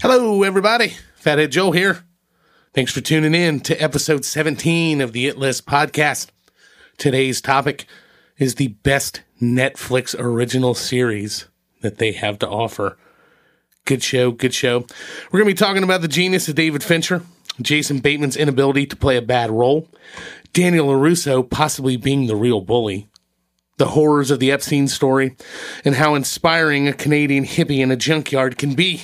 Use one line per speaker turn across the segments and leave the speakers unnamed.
Hello, everybody. Fathead Joe here. Thanks for tuning in to episode 17 of the It List podcast. Today's topic is the best Netflix original series that they have to offer. Good show, good show. We're going to be talking about the genius of David Fincher, Jason Bateman's inability to play a bad role, Daniel LaRusso possibly being the real bully, the horrors of the Epstein story, and how inspiring a Canadian hippie in a junkyard can be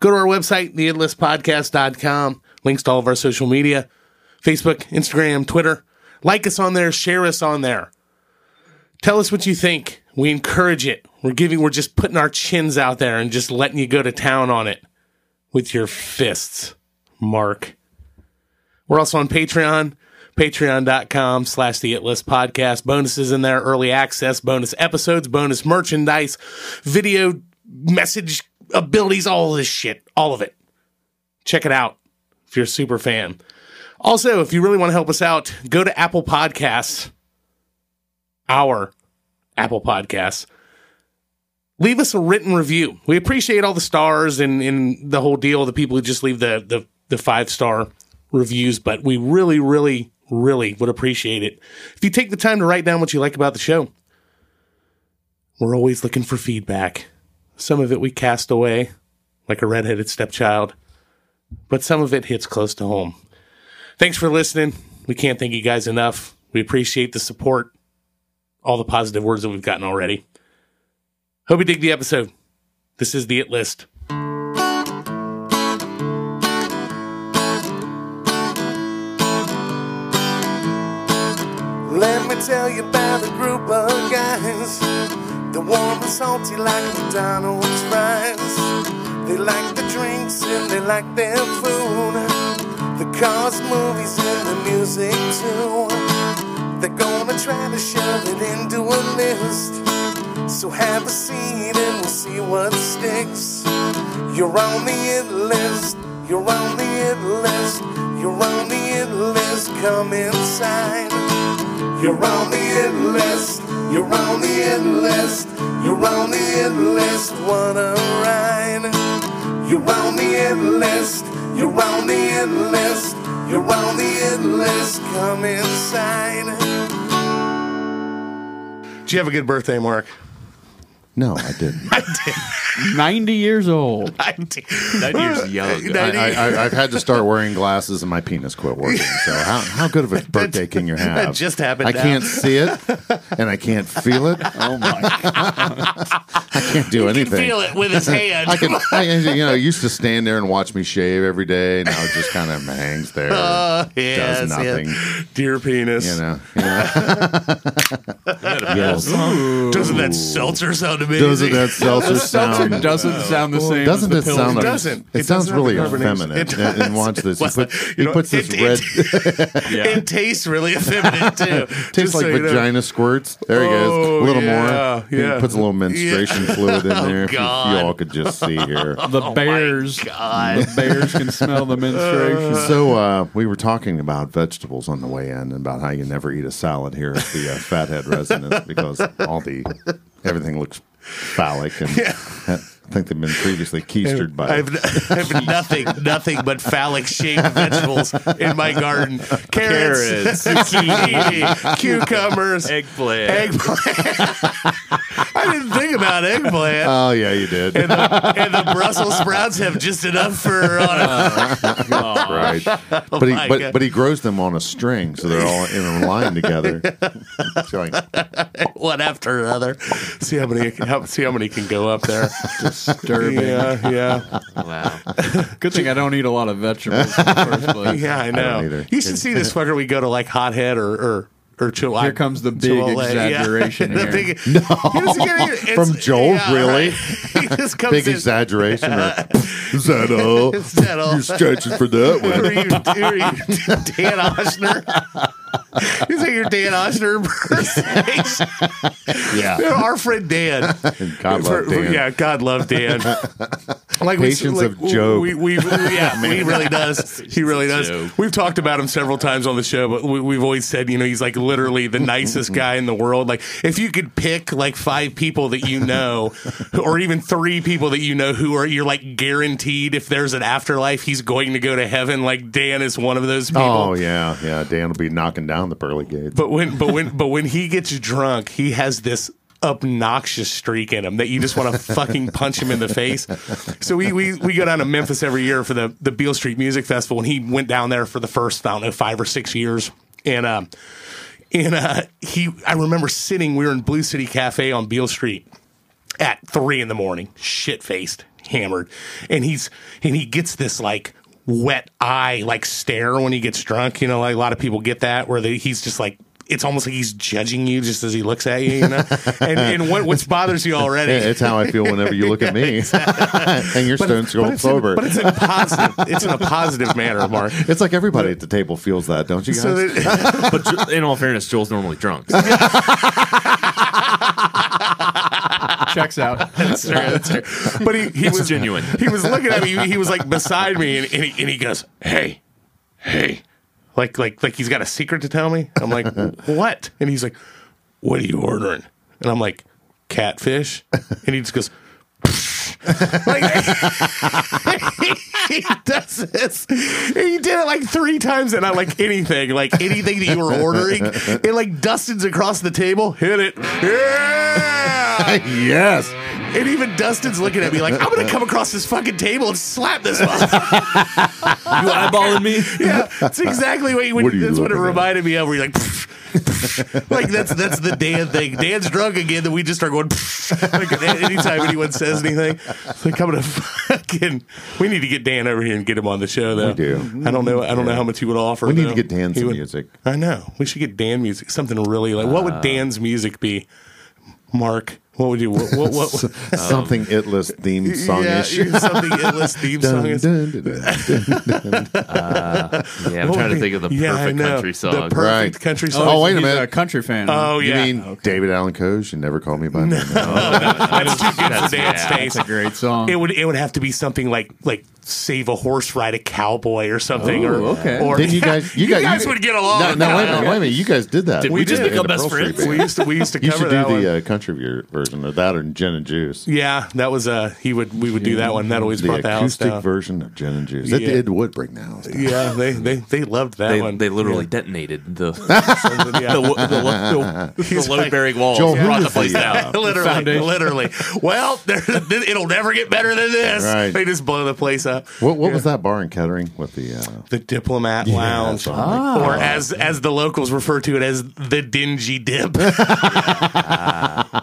go to our website, theendlesspodcast.com. Links to all of our social media Facebook, Instagram, Twitter. Like us on there, share us on there. Tell us what you think. We encourage it. We're giving, we're just putting our chins out there and just letting you go to town on it with your fists, Mark. We're also on Patreon, patreon.com slash the It List Podcast. Bonuses in there, early access, bonus episodes, bonus merchandise, video message abilities, all this shit, all of it. Check it out if you're a super fan. Also, if you really want to help us out, go to Apple Podcasts, our Apple Podcasts. Leave us a written review. We appreciate all the stars and, and the whole deal, the people who just leave the, the, the five star reviews, but we really, really, really would appreciate it. If you take the time to write down what you like about the show, we're always looking for feedback. Some of it we cast away like a redheaded stepchild, but some of it hits close to home. Thanks for listening. We can't thank you guys enough. We appreciate the support, all the positive words that we've gotten already. Hope you dig the episode. This is the It List.
Let me tell you about a group of guys. They're warm and salty like McDonald's fries. They like the drinks and they like their food. The cars, movies, and the music too. They're gonna try to shove it into a list. So have a seat and we'll see what sticks. You're on the it list. You're on the it list. You're on the it list. Come inside. You're on the it list. You're on the it list. You're on the it list. What a ride. You're on the it list. You're on the it list. You're on the it list. Come inside.
Did you have a good birthday, Mark?
No, I didn't.
90 years old.
I did.
That year's young.
I, I, I, I've had to start wearing glasses and my penis quit working. So how, how good of a birthday can you have?
that just happened
I
now.
can't see it and I can't feel it. Oh my! God. I can't do anything.
Feel it with his hand.
I can, I, you know, used to stand there and watch me shave every day. Now it just kind of hangs there,
yes,
does nothing.
yes. Dear penis.
You know, you know?
Doesn't that seltzer sound amazing?
doesn't that seltzer sound?
doesn't sound the same.
Doesn't it
as the
sound?
It
It
doesn't.
It,
It
sounds
doesn't have
really
the carbonation.
effeminate.
It
and, and watch this. He,
Well,
put,
you
he
know,
puts this
it- it-
red.
Yeah.
It tastes really effeminate too.
Tastes like vagina squirts. There he goes.
Oh,
A little
yeah,
more. He
yeah. Oh,
puts a little menstruation fluid in there. if you, you
God.
all could just see here.
the
Oh
bears. The bears can smell the menstruation.
So uh, we were talking about vegetables on the way in, and about how you never eat a salad here at the uh, Fathead Residence because all the everything looks phallic, and I think they've been previously keistered by.
I've, I've nothing, nothing but phallic shaped vegetables in my garden. Carrots,
Carrots,
zucchini, cucumbers,
Eggplant.
eggplant. I didn't think about eggplant.
oh yeah, you did.
and, the, and the Brussels sprouts have just enough for on
right. but he
Oh my
but,
God.
but he grows them on a string, so they're all in a line together. It's like,
one after another. See how many, how, see how many can go up there.
Disturbing.
Yeah, yeah,
Wow.
Good thing I don't eat a lot of vegetables in the first place.
yeah. I know.
don't either.
you should see this fucker. We go to like Hothead or or or Chil-
Here comes the big
Chipotle, yeah.
exaggeration
The
here.
big- he was getting- it's-
From Joel, really?
right. He just comes
big
in.
exaggeration. Or, is that all?
Is that all?
You're stretching for that
Who
one.
are you, who are you, Dan Oshner? Is that your Dan Oster impersonation?
Yeah.
Our friend Dan.
God love
For- for-
Dan.
Yeah, God love Dan. like
Patience of Job.
We, we, we- yeah, he really does. He really does.
Job.
We've talked about him several times on the show, but we, we've always said, you know, he's like literally the
Mm-hmm.
nicest guy in the world. Like, if you could pick like five people that you know, or even three people that you know who are you're like guaranteed if there's an afterlife, he's going to go to heaven. Like Dan is one of those people.
Oh yeah, yeah. Dan will be knocking down the pearly gates.
But when but when but when he gets drunk, he has this obnoxious streak in him that you just want to fucking punch him in the face. So we we we go down to Memphis every year for the the Beale Street Music Festival, and he went down there for the first I don't know five or six years, and um and uh he I remember sitting we were in Blue City Cafe on Beale Street at three in the morning, shit faced, hammered, and he's and he gets this like wet eye like stare when he gets drunk. You know, like a lot of people get that where they, he's just like. It's almost like he's judging you just as he looks at you, you know. and and what what bothers you already?
Yeah, it's how I feel whenever you look at me. and you're stone cold
it's in-
sober.
but it's in positive. It's in a positive manner, Mark.
It's like everybody at the table feels that, don't you guys?
So that,
But Ju- in all fairness, Joel's normally drunk.
Checks out.
That's true. That's true. But he, he was
genuine.
He was looking at me. He, he was like beside me, and, and, he, and he goes, "Hey, hey," like like like he's got a secret to tell me. I'm like, "What?" And he's like, "What are you ordering?" And I'm like, "Catfish," and he just goes. like, he does this. He did it like three times, and I like anything, like anything that you were ordering. It like Dustin's across the table, hit it. Yeah!
yes.
And even Dustin's looking at me like, I'm gonna come across this fucking table and slap this motherfucker.
You eyeballing me?
yeah, it's exactly what you
What are you
that's what it
looking at?
reminded me of. Where you're like, like that's that's the Dan thing. Dan's drunk again. Then we just start going. like a- anytime anyone says anything, it's like I'm gonna fucking. We need to get Dan over here and get him on the show. Though we
do.
I don't know. I don't know how much he would offer.
We need
though.
to get Dan
He
some
would-
music. Uh,
I know. We should get Dan music. Something really like. What would Dan's music be? Mark, what would you? What? What? what
Something it list theme song ish.
Um, Yeah, something endless theme song. is-
Yeah, I'm trying to think of the perfect
Yeah, I know.
country song.
The perfect
Right.
country song.
Oh, wait a
He's
minute.
a country fan.
Oh,
you
yeah.
mean David Allen Coe? You never call me by name.
That's too good for Dan's
yeah.
It's
taste.
a great
Um,
song.
It would it would have to be something like like save a horse, ride a cowboy, or something.
Ooh,
or
okay.
or
Oh, Didn't you guys? You,
You guys would get along.
No, no, wait a minute. Wait a minute. You guys did that.
Did we just
did it
become
in the
best
Pearl Street
friends?
we
Band.
used to we used to
You
cover
should
that
do
one.
the uh, country ver- version of that or Gin and Juice.
yeah, that was uh he would we would do that one. That always
The
brought the house
acoustic
down.
version of Gin and Juice. It,
Yeah.
it would bring the house down.
yeah, they, they they loved that
They,
one.
they literally detonated the the,
yeah.
wo- the, wo- the, the load bearing walls
Joel, who
brought the
was
place
the,
down.
literally,
Foundation.
literally. Well, there- it'll never get better than this.
Right.
They just blow the place up.
What, what was that bar in Kettering with the? Uh,
The Diplomat Lounge.
that's all I think.
or as as the locals refer to it as the dingy dip.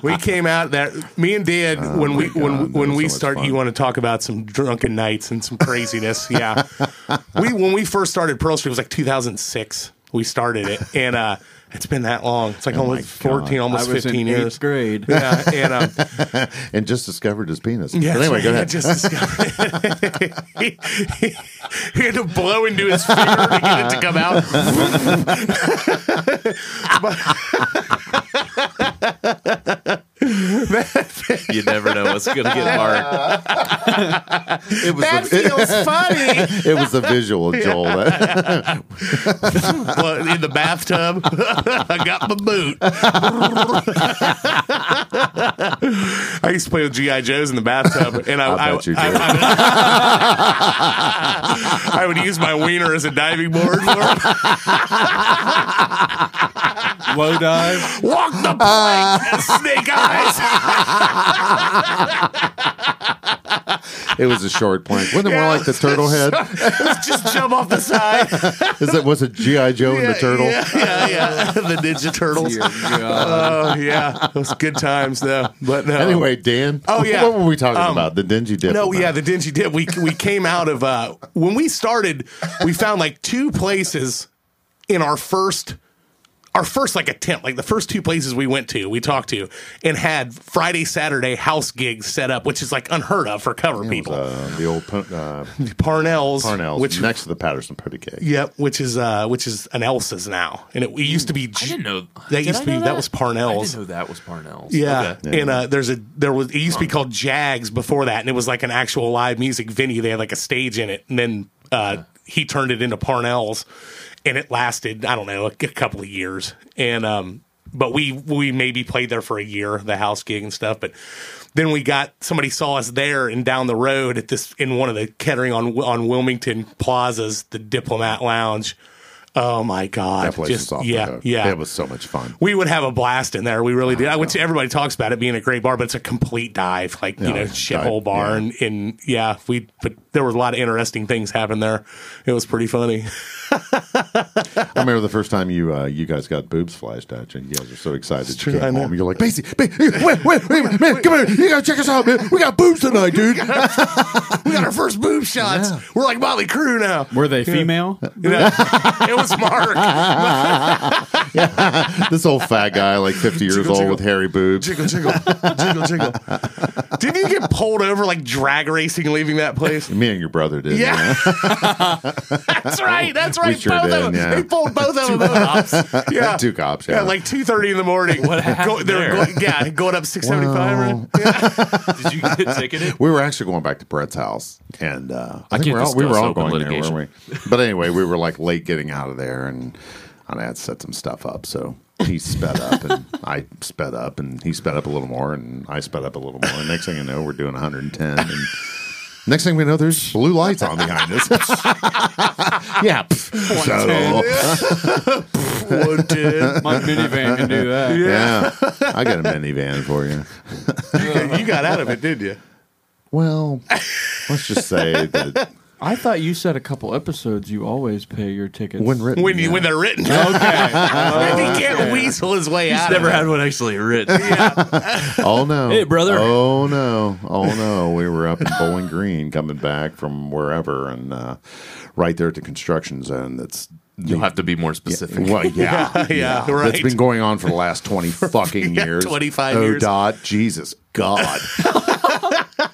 we came out that me and Dad when we
Oh God,
when we,
that
when
was
we
so much
start
fun.
you want to talk about some drunken nights and some craziness. yeah, we when we first started Pearl Street it was like 2006. We started it and uh, it's been that long. It's like
Oh
almost 14,
I
almost
was
15
in
years.
eighth grade.
Yeah, and um,
and just discovered his penis.
yeah,
But anyway,
that's
go
right. I
ahead.
just discovered- he, he- he had to blow into his finger to get it to come out.
You never know what's gonna get marked.
it was
That
the,
feels funny.
it, was the visual, Joel.
Well, in the bathtub. I got my boot. I used to play with GI Joes in the bathtub, and I,
I
I,
bet you
I, I- I would use my wiener as a diving board. For it.
Low dive.
Walk the plank, snake eyes.
it was a short plank. Wasn't it more like the turtle head?
Just jump off the side.
Is it was it GI Joe and the turtle?
Yeah, yeah, yeah. the Ninja Turtles.
Dear God.
Oh yeah, it was good times though. But uh, no.
Anyway, Dan.
Oh, yeah.
What were we talking
Um,
about? The dingy dip.
No, yeah,
amount.
the dingy dip. We we came out of uh when we started, we found like two places in our first our first like attempt, like the first two places we went to, we talked to, and had Friday, Saturday house gigs set up, which is like unheard of for cover people.
Uh, the old po- uh,
Parnell's,
Parnell's
which
next to the Patterson Pretty Cake.
yep, which is uh, which is an Elsa's now, and it, it used to be.
I didn't know
That
did
used to
I
be
know
that? was
I
Parnell's.
didn't know that was Parnell's.
Yeah.
Okay.
And uh, there's a there was it used to be called Jags before that, and it was like an actual live music venue. They had like a stage in it, and then uh, he turned it into Parnell's, and it lasted I don't know a, a couple of years. And um, but we we maybe played there for a year, the house gig and stuff. But then we got somebody saw us there and down the road at this in one of the Kettering on on Wilmington plazas, the Diplomat Lounge. Oh my God!
That place
Just-
is off
yeah,
the hook.
yeah
It was so much fun.
we would have a blast in there. We really did. I would say everybody talks about it being a great bar, but it's a complete dive, like you
Yeah,
know,
dive,
shithole bar,
yeah.
and, and yeah, we. But there were a lot of interesting things happen there. It was pretty funny.
I remember the first time you uh, you guys got boobs flashed at you. and You guys were so excited.
true,
You
I
came
know.
home. You're like, Basie, Basie, wait, wait, wait, man, come here. You gotta check us out, man. We got boobs tonight, dude.
we got our first boob shots. We're like Motley Crue now.
Were they female?
You know, it was Mark.
this old fat guy, like 50 years
Jiggle,
old,
jiggle.
with hairy boobs.
Jiggle, jiggle, jiggle, jiggle. Didn't you get pulled over like drag racing leaving that place?
Me and your brother did.
Yeah. That's right. That's right.
sure
both
did,
of them.
yeah.
They pulled both of them over. Yeah.
Two cops,
Yeah,
yeah.
like two thirty in the morning.
What happened
they're
there?
going, yeah, going up six seventy five.
Well.
Right? Yeah.
Did you get ticketed?
We were actually going back to Brett's house, and uh, I, think
can't
we're all, we were
discuss
all
open
going
litigation.
there, weren't we? But anyway, we were like late getting out of there, and I had set some stuff up, so he sped up, and I sped up, and he sped up a little more, and I sped up a little more. Next thing I know, we're doing 110, and next thing we know, there's blue lights on behind us. yeah, pff, so,
My minivan can do that.
yeah, I got a minivan for you.
you got out of it, did you?
Well, let's just say that
I thought you said a couple episodes you always pay your tickets.
when written,
When you when they're written,
Oh,
okay, he can't weasel his way out.
Never
of
had one actually written.
it. Yeah.
Oh no.
Hey, brother.
Oh no. Oh no. We were up in Bowling Green coming back from wherever and uh, right there at the construction zone that's
You'll have to be more specific.
well, yeah,
Yeah, right.
That's been going on for the last twenty fucking
Yeah,
years. Oh,
25 years.
Dot, Jesus God.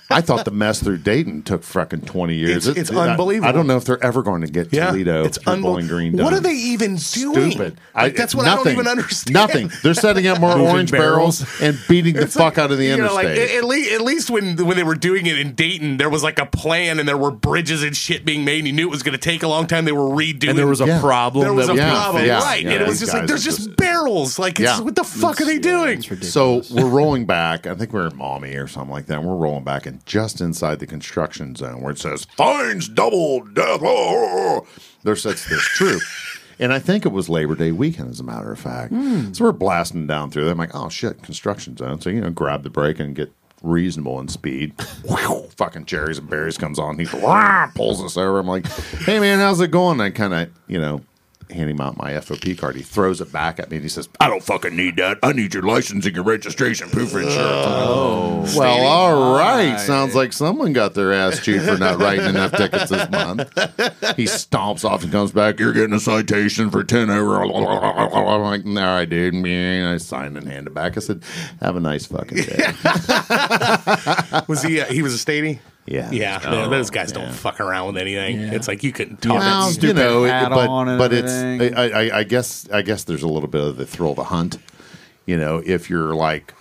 I thought the mess through Dayton took fucking twenty years.
It's- it's
I-
unbelievable.
I, don't know if they're ever going to get
yeah.
Toledo
it's
through
unbel-
Bowling Green. Done.
What are they even doing?
Stupid.
Like,
I-
that's what I don't
nothing.
even understand.
Nothing. They're setting up more orange barrels. and beating the fuck out of the
You know,
interstate.
like at, at least at least when when they were doing it in Dayton, there was like a plan and there were bridges and shit being made. And you knew it was going to take a long time. They were redoing.
And there was a
Yeah.
problem.
there was
that
a
we
Yeah,
problem,
yeah,
right?
yeah.
and it was
These
just like
guys
there's
are
just,
just-
barrels. Like, it's,
Yeah.
what the fuck are they doing?
So we're rolling back. I think we're in Maumee or something like that. And we're rolling back and just inside the construction zone where it says fines double death. row." There sits this troop. And I think it was Labor Day weekend, as a matter of fact. So we're blasting down through there. I'm like, oh shit, construction zone. So, you know, grab the brake and get reasonable in speed. Whew, fucking cherries and berries comes on. He "Wah," pulls us over. I'm like, hey man, how's it going? I kind of, you know, hand him out my FOP card. He throws it back at me and he says, I don't fucking need that. I need your license and your registration proof of insurance. Oh, well, all right. Sounds like someone got their ass chewed for not writing enough tickets this month. He stomps off and comes back. You're getting a citation for 10 over. I'm like, all right, dude. And I signed and handed back. I said, have a nice fucking day.
Was he? Uh, he was a statey.
Yeah.
Yeah, no, those guys don't fuck around with anything. It's like you couldn't talk.
Well,
That's-
you
stupid
know, it,
hat on
but
and
but it's I,
everything.
I, I guess I guess there's a little bit of the thrill of the hunt. You know, if you're like,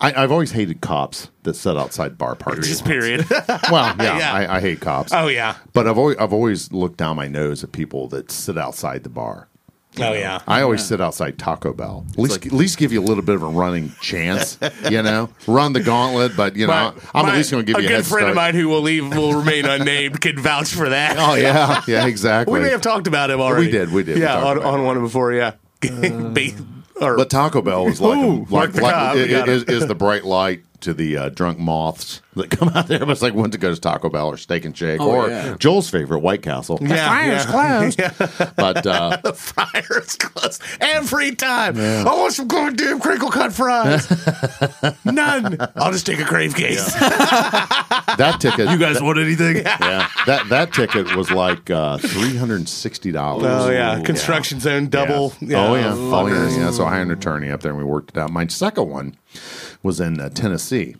I, I've always hated cops that sit outside bar parties.
Just period.
well, yeah,
Yeah.
I, I hate cops.
oh yeah.
But I've always I've always looked down my nose at people that sit outside the bar.
Oh yeah.
I always sit outside Taco Bell. At least, at least give you a little bit of a running chance. you know, run the gauntlet, but you know,
My-
I'm
my-
at least going to give
a
you a
good
head
friend
start.
of mine who will leave will remain unnamed can vouch for that.
Oh yeah, yeah, exactly.
we may have talked about him already.
did, we did. We
Yeah,
talked
on,
about
on
him. Uh,
one before. Yeah. Ba- or-
But Taco Bell is like,
Ooh, Mark
like,
the
like-
Cobb, we
i-
got
i- is, is the bright light to the uh, drunk moths that come out there. But it's like when to go to Taco Bell or Steak and Shake or
yeah.
Joel's favorite White Castle.
yeah, fire's closed.
But uh,
The fire's closed every time. I want some goddamn crinkle cut fries. None. I'll just take a crave case.
that ticket.
You guys want anything?
yeah, that that ticket was like uh, three hundred and sixty dollars.
Oh yeah, construction zone double.
Oh yeah, oh yeah, yeah. So I had an attorney up there, and we worked it out. My second one was in uh, Tennessee,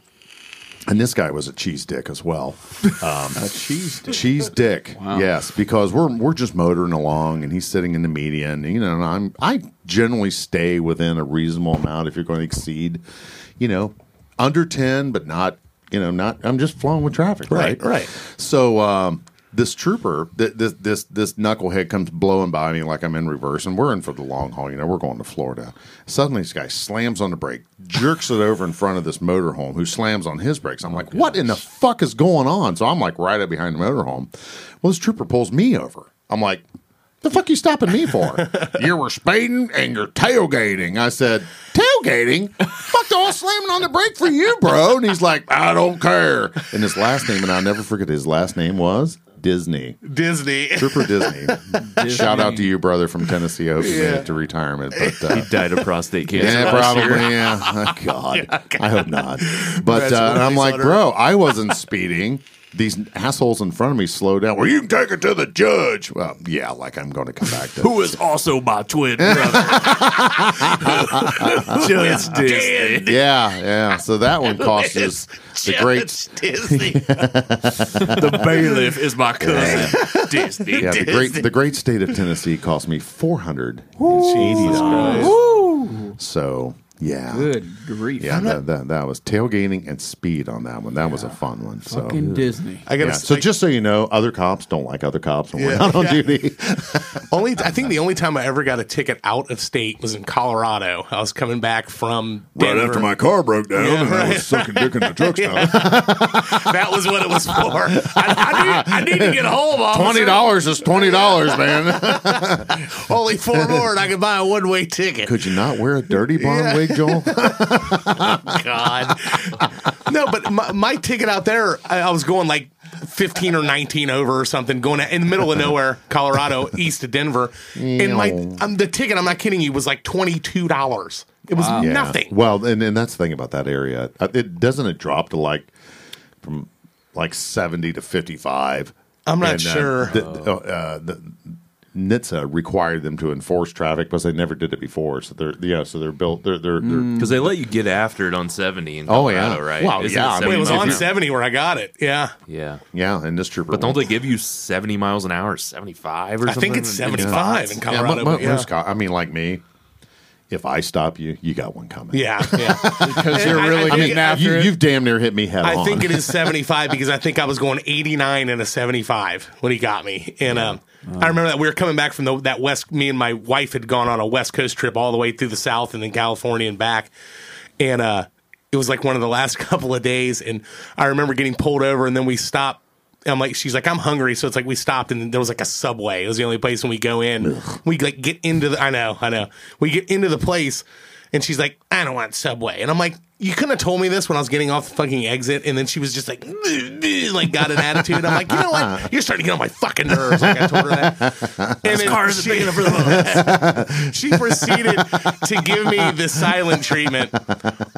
and this guy was a cheese dick as well. Um,
A cheese dick.
Cheese dick, yes, because we're we're just motoring along, and he's sitting in the median. You know, and I'm I generally stay within a reasonable amount. If you're going to exceed, you know, under ten, but not you know not. I'm just flowing with traffic,
Right,
right?
right.
So um, this trooper, th- this this this knucklehead comes blowing by me like I'm in reverse, and we're in for the long haul. You know, we're going to Florida. Suddenly, this guy slams on the brake, jerks it over in front of this motorhome, who slams on his brakes. I'm like, what in the fuck is going on? So I'm like right up behind the motorhome. Well, this trooper pulls me over. I'm like. The fuck you stopping me for? you were speeding and you're tailgating. I said, tailgating? Fuck, I was slamming on the brake for you, bro. And he's like, I don't care. And his last name, and I'll never forget his last name was Disney.
Disney.
Trooper Disney. Shout out to you, brother, from Tennessee. I hope you made it to retirement. But uh,
Died of prostate cancer.
yeah,
last
probably.
year.
Yeah. Oh, God. I hope not. But
That's
uh,
what
and I'm
they
like,
thought
bro, I wasn't speeding. These assholes in front of me slow down. Well, you can take it to the judge. Well, yeah, like I'm going to come back to
Who is also my twin brother? Just Disney.
Yeah, yeah. So that one cost us the great,
Just Disney. the bailiff is my cousin. Disney.
yeah, the
Disney.
great, the great state of Tennessee cost me four hundred. So yeah,
Good grief.
yeah. That, that, that was tailgating and speed on that one. That was a fun one. So.
Fucking Disney.
I gotta.
Yeah. So just so you know, other cops don't like other cops when we're not on duty.
Only I think the only time I ever got a ticket out of state was in Colorado. I was coming back from Denver.
car broke down,
Yeah, and I right. was
sucking dick in the truck stop.
That was what it was for. I, I, need, I need to get home. Officer.
Twenty dollars is twenty dollars, man.
Only four more, and I could buy a one way ticket.
Could you not wear a dirty blonde wig, Joel?
God. no, but my, my ticket out there, I, I was going like 15 or 19 over or something, going in the middle of nowhere, Colorado, east of Denver. And my um, the ticket, I'm not kidding you, was like $22. It was
Yeah.
Oh, nothing.
Well, and, and that's the thing about that area. Uh, It doesn't it drop to like from like seventy to fifty five.
I'm not sure.
Uh, the, uh, uh, the, NHTSA required them to enforce traffic because they never did it before. So they're yeah. So they're built. They're they're, they're
Mm.
Because they let you get after it on 70 in
Oh, yeah.
Colorado, right?
Wow,
Isn't
yeah, I
It,
mean,
Wait, it was
70
on
miles an
70 where I got it. Yeah.
hour? Yeah.
yeah. And this trooper.
But don't they give you 70 miles an hour, 75 or
I
something?
think it's 75 in
Yeah,
Colorado.
mo- mo-
but Yeah.
most co- I mean, like me. If I stop you, you got one coming.
yeah, yeah.
Because you're
I-
really
I mean,
getting after
You,
it.
you've damn near hit me head
I
on.
think it is 75 because I think I was going 89 and a 75 when he got me. And um, I remember that we were coming back from the, that West, me and my wife had gone on a West Coast trip all the way through the South and then California and back. And uh, it was like one of the last couple of days. And I remember getting pulled over and then we stopped. And I'm like, she's like, I'm hungry. So it's like we stopped and there was like a subway. It was the only place when we go in. We like get into the, I know, I know. We get into the place and she's like, I don't want Subway. And I'm like, you couldn't have told me this when I was getting off the fucking exit. And then she was just like, "Bleh, bleh," like got an attitude. I'm like, you know what? You're starting to get on my fucking nerves. Like I told her that. And then
cars
she, she proceeded to give me the silent treatment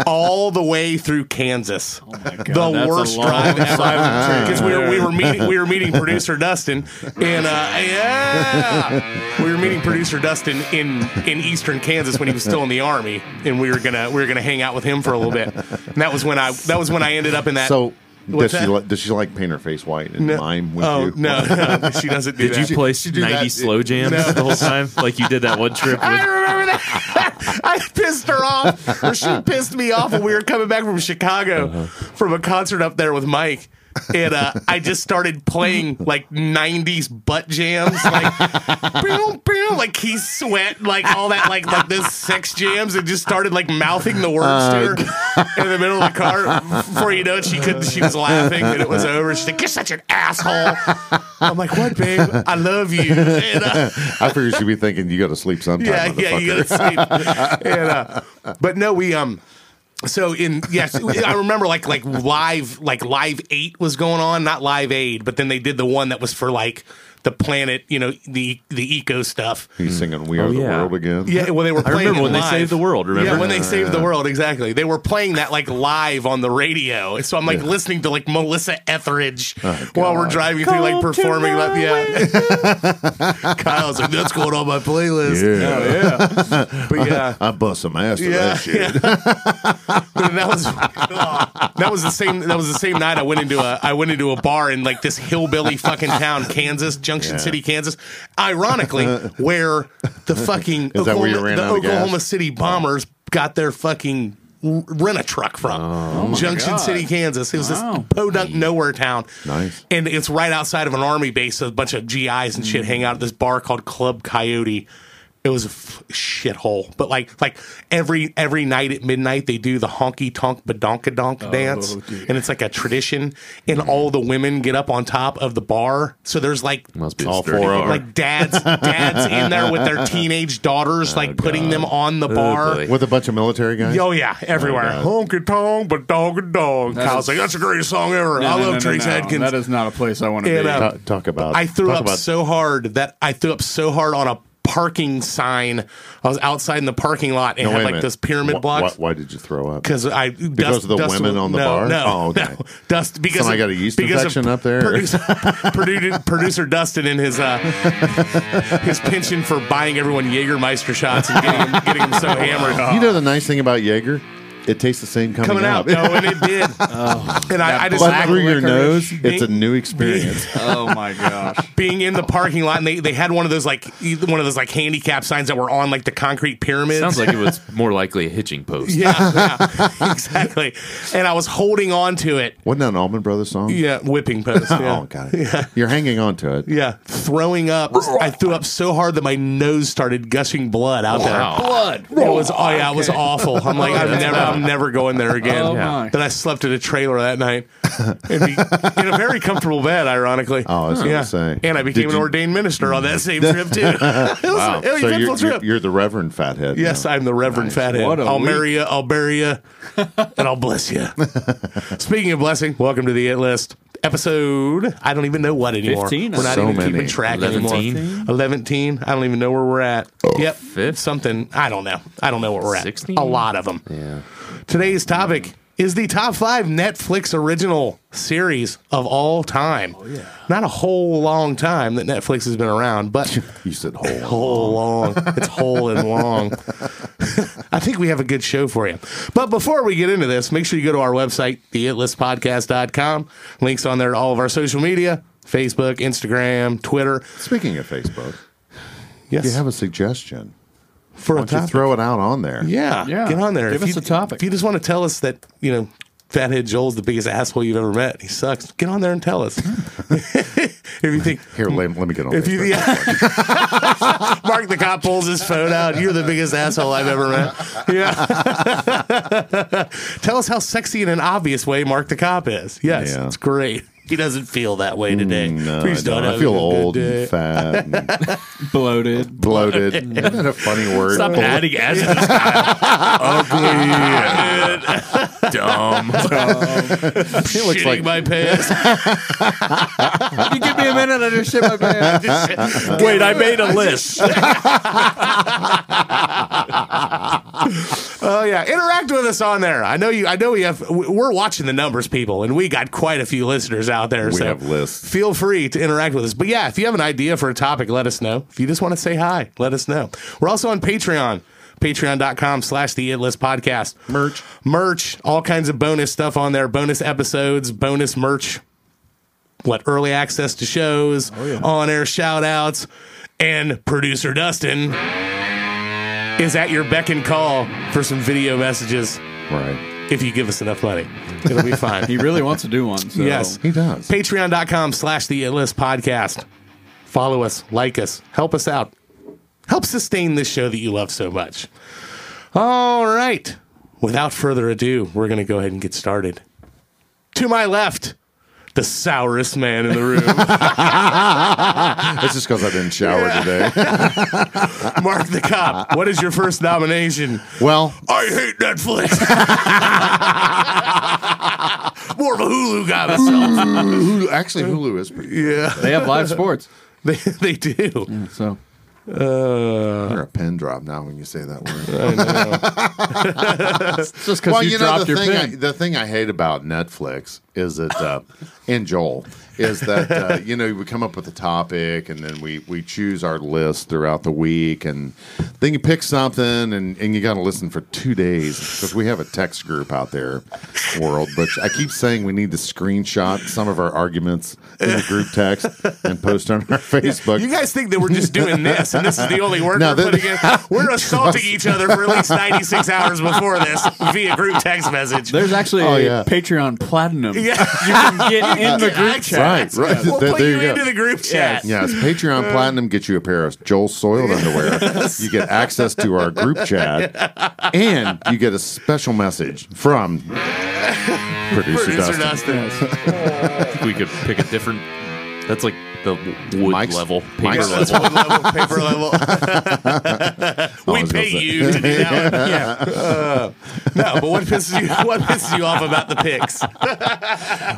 all the way through Kansas. Oh my God, the
that's a
worst
long
drive ever. Because we were, we, were meeting, we were meeting producer Dustin. And uh, yeah, we were meeting producer Dustin in, in eastern Kansas when he was still in the Army. And we were going to we were gonna hang out with him for a little bit. And that was when I, that was when I ended up in that.
So does
What's
she,
that?
li- does she like paint her face white and
No.
mime with
oh,
you?
no, no, she doesn't do
Did
that.
you play 90
that-
slow jams the whole time? Like you did that one trip
I
with.
remember that. I pissed her off, or she pissed me off when we were coming back from Chicago from a concert up there with Mike. And uh, I just started playing like '90s butt jams, like boom, boom, like he sweat, like all that, like like those sex jams, and just started like mouthing the words to her in the middle of the car. Before you know it, she could, she was laughing, and it was over. She's like, "You're such an asshole." I'm like, "What, babe? I love you." And, uh,
I figured she'd be thinking you got to sleep sometime.
yeah, yeah,
motherfucker.
you gotta sleep. and, uh, but no, we um. So in yes, I remember like like live like live eight was going on, not live aid, but then they did the one that was for like the planet, you know, the the eco stuff.
He's singing "We Are the
yeah.
World" again.
Yeah, well, they were.
I
Playing
remember
it
when they
live.
saved the world, remember?
Yeah, when they saved the world, exactly. They were playing that like live on the radio, so I'm like listening to like Melissa Etheridge
Oh,
while we're
God.
driving through, like performing. Like, yeah, Kyle's like, "That's going on my playlist."
Yeah.
But yeah,
I bust some ass to
yeah,
that shit.
yeah. But that was that was the same. That was the same night I went into a I went into a bar in like this hillbilly fucking town, Kansas, Junction
Yeah.
City, Kansas. Ironically, where the fucking
Is that where you
Oklahoma,
ran
the
out of gas?
Oklahoma City Bombers got their fucking rent a truck from Junction
God.
City, Kansas. It was
Wow.
this podunk nowhere town.
Nice.
And it's right outside of an army base. So a bunch of GIs and shit hang out at this bar called Club Coyote. It was a f- shithole, but like like every every night at midnight they do the honky tonk badonkadonk dance,
dear.
and it's like a tradition. And all the women get up on top of the bar, so there's like
Must be a
All
sturdy
four of
bar.
like dads dads in there with their teenage
Oh,
daughters, like putting them on the bar.
boy.
With a bunch of military guys.
Oh yeah, everywhere. Honky tonk, but dog and dog. Kyle's like, that's the greatest song ever. I love Trace Adkins.
That is not a place I want to
And,
be.
uh,
Ta- talk about.
I threw
talk
up
about
so hard that I threw up so hard on a parking sign. I was outside in the parking lot and
No, wait
had
a
like
minute.
this pyramid
Wh-
blocks.
wh- Why, did you throw up?
Because I because
of the women on the
no,
bar?
No,
Oh, okay.
no. dust because
Somebody
of-
got a yeast
because of
infection up there?
Producer, produ- producer Dustin and his uh, his penchant for buying everyone Jägermeister shots and getting him, getting him so hammered. Oh,
You know the nice thing about Jaeger, it tastes the same coming,
uh, coming out.
out.
No, and it did.
Oh.
and I, I just
But through your
licorice.
nose, it's a new experience.
oh my gosh.
being in the parking lot, and they, they had one of those like e, one of those like handicap signs that were on like the concrete pyramids.
Sounds like it was more likely a hitching post.
yeah, yeah, exactly. And I was holding on to it.
Wasn't that an Almond Brothers song?
Yeah, whipping post. Yeah.
Oh, got it. You're hanging on to it.
Yeah, throwing up. I threw up so hard that my nose started gushing blood out
Wow.
Blood.
there. It was oh yeah, it was awful. I'm like I'm never I'm never going there again.
Oh, my.
Then I slept at a trailer that night, in, the, in a very comfortable bed, ironically.
Oh, I was gonna
yeah.
say.
And I became
Did
an
you-
ordained minister on that same trip too. it was, wow. it was
So
a
you're,
eventful trip.
you're, you're the Reverend Fathead.
Yes, I'm the Reverend Fathead.
What a
I'll
week.
marry you, I'll bury you, and I'll bless you. Speaking of blessing, welcome to the It List episode. I don't even know what anymore.
15,
we're not
so
even keeping
many.
track anymore.
11.
11. I don't even know where we're at. Yep.
Fifth?
Something. I don't know. I don't know what we're at.
16?
A lot of them.
Yeah.
Today's topic is the top five Netflix original series of all time. Not a whole long time that Netflix has been around, but
You said whole.
whole long. It's whole and long. I think we have a good show for you. But before we get into this, make sure you go to our website, theitlistpodcast.com. Links on there to all of our social media Facebook, Instagram, Twitter.
Speaking of Facebook,
Yes.
you have a suggestion.
for
Why
a
don't you
topic.
throw it out on there?
yeah,
Yeah.
Get on there.
Give
If
us
you-
a topic.
If you just want to tell us that, you know, Fathead Joel's the biggest asshole you've ever met. He sucks. Get on there and tell us. if you think
Here, let, let me get on.
If you,
Facebook.
yeah. Mark the cop pulls his phone out. You're the biggest asshole I've ever met. Yeah. Tell us how sexy in an obvious way Mark the cop is. Yes,
Yeah.
it's great. He doesn't feel that way today.
no, I,
Please Mm, don't
don't. uh, I
have
feel
a good
old
day.
and fat and
Bloated.
bloated. Isn't that a funny word?
Stop
Bloated.
adding adjectives. Ugly.
Dumb.
it looks like
like-
my pants.
you give me a minute, I just shit my pants.
Wait, I made a list.
Oh yeah, interact with us on there. I know you. I know we have. We're watching the numbers, people, and we got quite a few listeners out there.
We
so
have lists.
Feel free to interact with us. But yeah, if you have an idea for a topic, let us know. If you just want to say hi, let us know. We're also on Patreon. Patreon.com slash the It List Podcast.
Merch.
Merch, all kinds of bonus stuff on there, bonus episodes, bonus merch, what early access to shows, on air shout outs, and producer Dustin is at your beck and call for some video messages
Right.
if you give us enough money. It'll be fine.
He really wants to do one. So.
yes.
He does.
Patreon.com slash the It List podcast. Follow us, like us, help us out. Help sustain this show that you love so much. All right. Without further ado, we're going to go ahead and get started. To my left, the sourest man in the room, Ah.
That's just because I didn't shower today.
Mark the Cop. What is your first nomination?
Well,
I hate Netflix. More of a Hulu guy myself.
Hulu, actually, Hulu is pretty.
Yeah.
They have live sports.
They, they do.
So
Uh.
You're a pen drop now when you say that word.
it's just because you, dropped
the
your
thing
pen.
I, the thing I hate about Netflix is that, uh, and Joel, is that uh, you know we come up with a topic and then we we choose our list throughout the week, and then you pick something and and you got to listen for two days because we have a text group out there, world. But I keep saying we need to screenshot some of our arguments in the group text and post on our Facebook.
You guys think that we're just doing this, and this is the only work
No,
we're
that-
putting in. We're assaulting each other for at least 96 hours before this via group text message.
There's actually
Oh,
a
yeah.
Patreon platinum.
Yeah.
You can get in the group chat.
Right, right.
We'll
There-
put
there
you,
you go.
into the group chat.
Yes, Patreon
Uh,
Platinum gets you a pair of Joel Soiled underwear. You get access to our group chat, and you get a special message from producer,
Producer
Dustin.
Dustin. we could pick a different. That's like the wood
Mike's-
level, paper
Mike's-
level.
Wood level, paper level. we
was
pay
gonna say.
you to do that. One. Yeah. Uh, no, but what pisses you what pisses you off about the picks?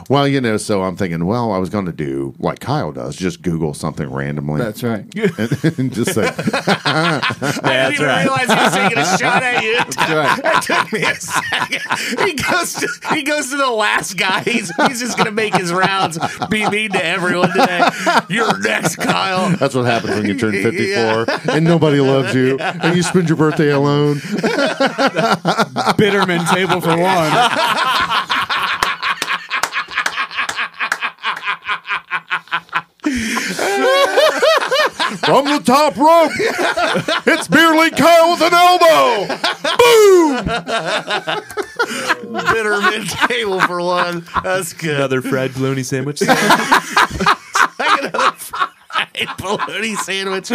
Well, you know, so I'm thinking, well, I was going to do like Kyle does, just Google something randomly.
That's right.
and, and just say,
I didn't even realize he was taking a shot at you.
That's right.
It took me a second. He goes to he goes to the last guy. He's he's just gonna make his rounds, be mean to everyone today. You're next, Kyle.
that's what happens when you turn 54
Yeah.
and nobody loves you and you spend your birthday alone.
Bitterman table for one.
From the top rope, it's Beer League Kyle with an elbow.
Bitterman table for one. That's good.
Another fried bologna sandwich.
I got another fried bologna sandwich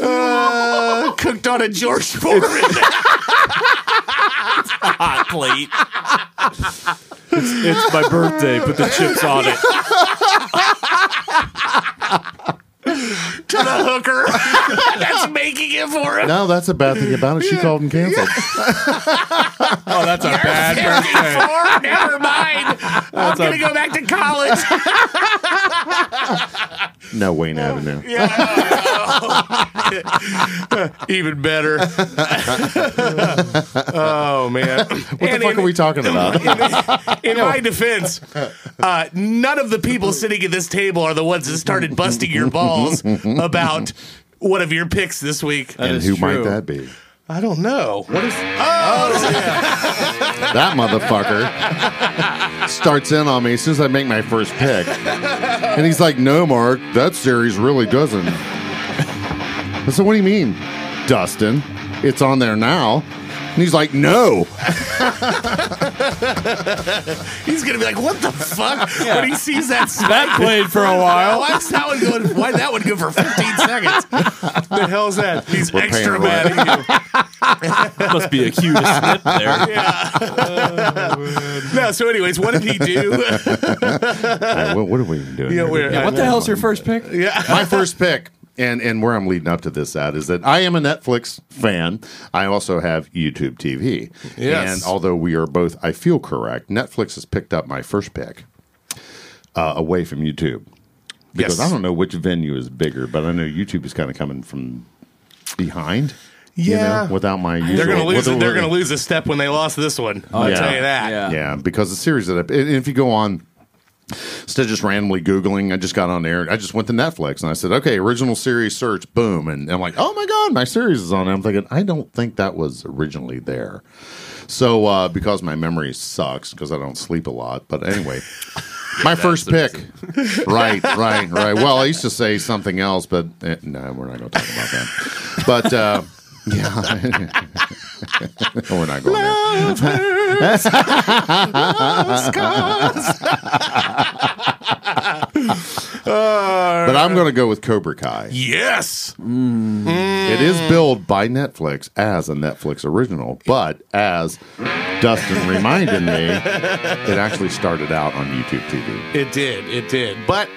uh, cooked on a George Foreman.
Hot plate. it's, it's my birthday. Put the chips on it.
to the hooker that's making it for him.
Now that's a bad thing about it. She called and canceled.
Oh, that's a bad birthday.
Or never mind. I'm gonna go back to college.
No, Wayne Avenue.
Even better. oh man. What
What the fuck are we talking about?
in my defense, uh, none of the people sitting at this table are the ones that started busting your balls about one of your picks this week.
and
is
who might
true.
that be?
I don't know. What is
That motherfucker starts in on me as soon as I make my first pick. And he's like, no, Mark, that series really doesn't. I said, what do you mean, Dustin? It's on there now. And he's like, no.
he's gonna be like? What the fuck? When he sees that
That played for a while.
Why is that one going? Why that one go for 15 seconds? the hell's that? He's
We're paying
extra
for
mad
it.
at you.
Must be a cue to snip there.
No, so anyways, what did he do?
Uh, what, what are we even doing?
Yeah,
here?
we're-
What the hell's your first pick?
my first pick and and where I'm leading up to this at is that I am a Netflix fan. I also have YouTube TV.
Yes.
And although we are both, I feel correct, Netflix has picked up my first pick uh, away from YouTube. Because
Yes.
I don't know which venue is bigger, but I know YouTube is kind of coming from behind. you know,
Yeah.
without my usual,
They're gonna lose.
without-
They're gonna lose a step when they lost this one. I'll
yeah.
tell you that.
Yeah.
yeah, because the series that I, and if you go on instead of just randomly googling, I just got on there. I just went to Netflix and I said, "Okay, original series search." Boom, and I'm like, "Oh my god, my series is on." there." I'm thinking, I don't think that was originally there. So uh, because my memory sucks because I don't sleep a lot, but anyway. My first pick, right, right, right. Well, I used to say something else, but eh, no, we're not going to talk about that. But uh, yeah, we're not going there. But I'm going to go with Cobra Kai.
Yes.
It is billed by Netflix as a Netflix original, but as Dustin reminded me, it actually started out on YouTube TV.
It did. It did. But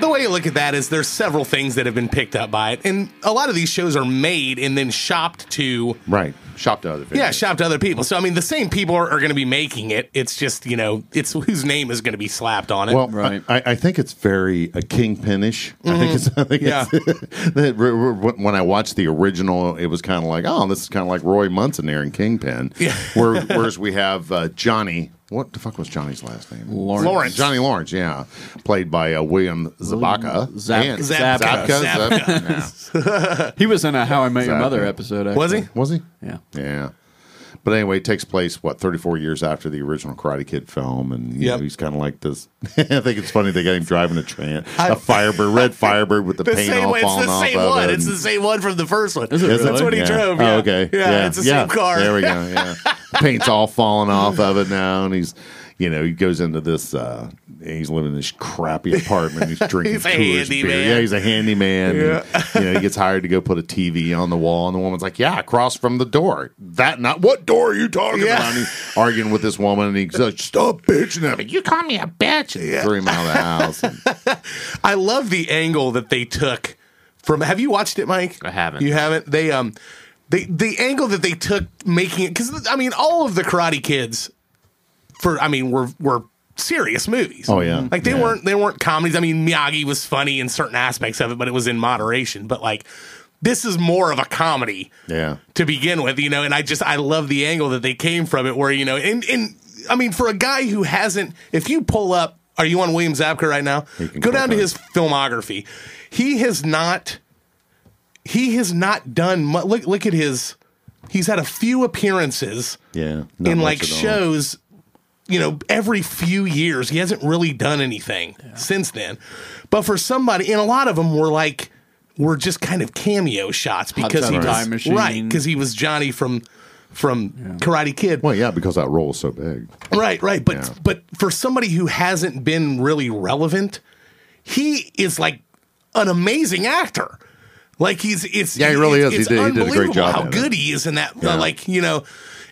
the way you look at that is there's several things that have been picked up by it. And a lot of these shows are made and then shopped to
Right. shop to other people.
Yeah, shop to other people. So I mean, the same people are, are going to be making it. It's just you know, it's whose name is going to be slapped on it.
Well,
Right.
I, I think it's very uh, kingpinish. I think it's. I think
Yeah.
it's- that re- re- when I watched the original, it was kind of like, oh, this is kind of like Roy Munson there in Kingpin. Yeah. Where, whereas we have uh, Johnny. What the fuck was Johnny's last name?
Lawrence.
Lawrence.
Johnny Lawrence, yeah, played by uh, William Zabaka.
Zap-
And-
Zabka.
Zabka.
Zabka.
Zabka, yeah.
He was in a How I Met Your
Exactly.
Mother episode. Actually.
was he?
Was he?
Yeah.
Yeah. But anyway, it takes place what thirty four years after the original Karate Kid film, and you
Yep.
know, he's kind of like this. I think it's funny they got him driving a train, a Firebird, red Firebird with the,
The
paint
same
all
one. It's
falling
the
off
same
of
one.
it.
It's the
and-
same one from the first one.
it
That's
really?
what he
Yeah.
drove.
Oh,
yeah.
okay.
Yeah,
Yeah,
it's the
yeah.
same car.
There we go. Yeah, the paint's all falling off of it now, and he's, you know, he goes into this. uh He's living in this crappy apartment. He's drinking.
He's a
tourist beer.
handyman.
Yeah, he's a handyman. Yeah. you know, he gets hired to go put a TV on the wall, and the woman's like, "Yeah, across from the door. That not what door are you talking
Yeah.
about?" And he's arguing with this woman, and he's like, "Stop bitching at me. You call me a bitch." And Threw him out of the house. And-
I love the angle that they took from. Have you watched it, Mike?
I haven't.
You haven't. They um, they the angle that they took making it because I mean all of the Karate Kids, for I mean were were serious movies.
Oh, yeah.
like they
Yeah.
weren't they weren't comedies. I mean Miyagi was funny in certain aspects of it, but it was in moderation. But like this is more of a comedy
yeah.
to begin with, you know, and I just I love the angle that they came from it where, you know, and and I mean for a guy who hasn't if you pull up are you on William Zabka right now?
can
Go
click
down to
on
his filmography. He has not he has not done much look look at his he's had a few appearances
Yeah. Not
in
much
like
at all.
shows you know every few years he hasn't really done anything since then but for somebody and a lot of them were like were just kind of cameo shots because
Tub
he was
Time Machine.
right because he was johnny from from karate kid
Well, yeah, because that role is so big.
right right but
Yeah.
but for somebody who hasn't been really relevant he is like an amazing actor like he's it's
Yeah, he really
it's-
is. He
It's
did- he did a great
unbelievable
job
How
at it.
good he is in that. uh, like you know,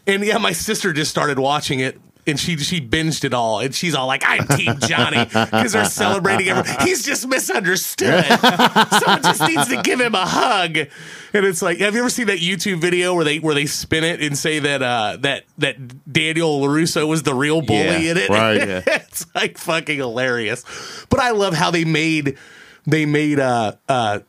and yeah, my sister just started watching it. And she she binged it all, and she's all like, "I'm Team Johnny," because they're celebrating. Every- He's just misunderstood. Someone just needs to give him a hug. And it's like, have you ever seen that YouTube video where they where they spin it and say that uh, that that Daniel Larusso was the real bully
Yeah,
in it?
right, yeah.
it's like fucking hilarious. But I love how they made they made uh uh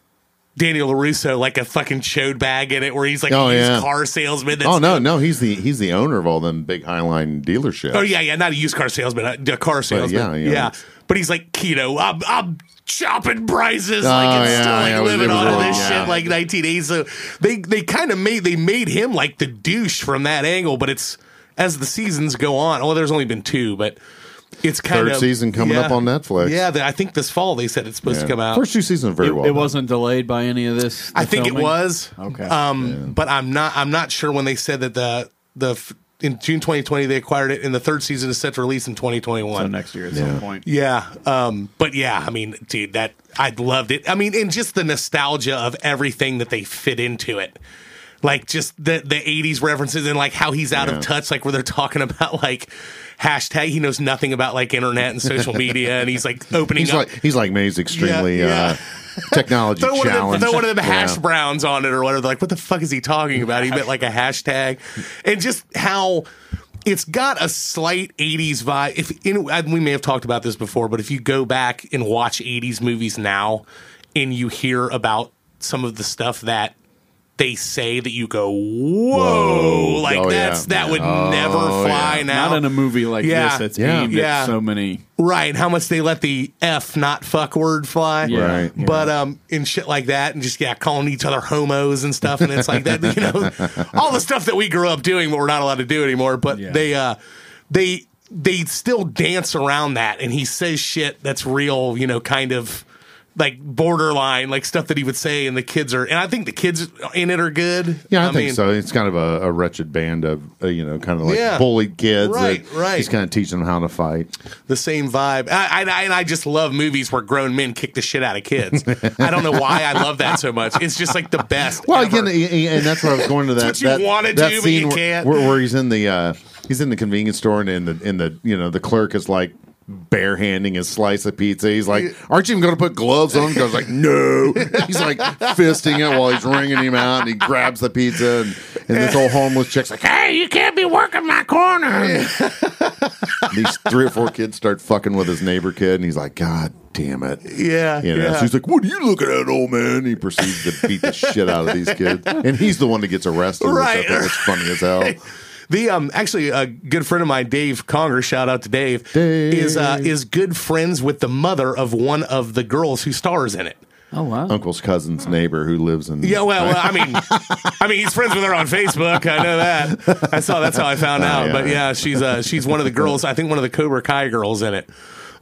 Daniel LaRusso like a fucking chode bag in it where he's like
Oh,
a used
yeah.
car salesman that's
Oh no, no, he's the he's the owner of all them big Highline dealerships.
Oh yeah, yeah, not a used car salesman, a- a car salesman.
yeah,
yeah,
yeah.
But he's like keto. I'm, I'm chopping prices like
Oh,
it's still
yeah,
like
yeah, it was-
living
it was
on
really-
this
yeah.
shit like 1980. So they they kind of made they made him like the douche from that angle. But it's as the seasons go on. Oh, there's only been two, but it's kind
Third
of
season coming up on Netflix.
Yeah, the, I think this fall they said it's supposed to come out.
First two seasons are very well.
It
done.
wasn't delayed by any of this.
I
the
think it
filming?
was.
Okay.
Um, but I'm not. I'm not sure when they said that the the f- in June 2020 they acquired it, and the third season is set to release in 2021.
So next year at some point.
yeah. Um. But yeah, I mean, dude, that I loved it. I mean, and just the nostalgia of everything that they fit into it. Like just the the '80s references and like how he's out
Yeah.
of touch, like where they're talking about like hashtag. He knows nothing about like internet and social media, and he's like opening
He's
up.
like he's like me. He's extremely
yeah.
uh, technology
Throw one, of them,
challenged.
throw one of them
Yeah.
hash browns on it or whatever. They're like, what the fuck is he talking about? He meant like a hashtag. And just how it's got a slight 80s vibe. If in, I- We may have talked about this before, but if you go back and watch 80s movies now and you hear about some of the stuff that they say that you go, whoa,
Whoa.
like
Oh, yeah.
that's that would
Oh,
never fly
yeah.
now.
Not in a movie like
Yeah.
this that's
Yeah.
aimed
Yeah.
at so many.
right. How much they let the F not fuck word fly.
Yeah.
Right.
but um and shit like that and just yeah calling each other homos and stuff and it's like that you know all the stuff that we grew up doing but we're not allowed to do anymore but
Yeah.
they uh they they still dance around that and he says shit that's real you know kind of like borderline like stuff that he would say and the kids are and i think the kids in it are good
Yeah, I, think so. It's kind of a, a wretched band of uh, you know, kind of like
Yeah.
bullied kids. that
Right, right.
He's kind of teaching them how to fight.
the same vibe. I, I, and I just love movies where grown men kick the shit out of kids. I don't know why I love that so much. It's just like the best.
Well,
ever.
again, a- a- and that's where I was going to that.
what you
that,
wanna
that
do, but
scene
you
where,
can't.
Where, where he's in the uh, he's in the convenience store, and in the in the you know the clerk is like barehanding his slice of pizza. He's like, "Aren't you even going to put gloves on?" Goes like, "No." He's like fisting it while he's wringing him out, and he grabs the pizza, and And this old homeless chick's like,
Hey, you can't be working my corner.
these three or four kids start fucking with his neighbor kid, and he's like, God damn it.
Yeah.
You know,
yeah.
she's like, "What are you looking at, old man?" And he proceeds to beat the shit out of these kids, and he's the one that gets arrested.
Right.
which I thought was funny as hell.
The um actually a good friend of mine, Dave Conger, shout out to Dave,
Dave.
is uh is good friends with the mother of one of the girls who stars in it.
Oh wow.
Uncle's cousin's neighbor who lives in
Yeah, well, well I mean, I mean, he's friends with her on Facebook. I know that. I saw that's how I found out.
Oh, yeah.
But yeah, she's uh, she's one of the girls. I think one of the Cobra Kai girls in it.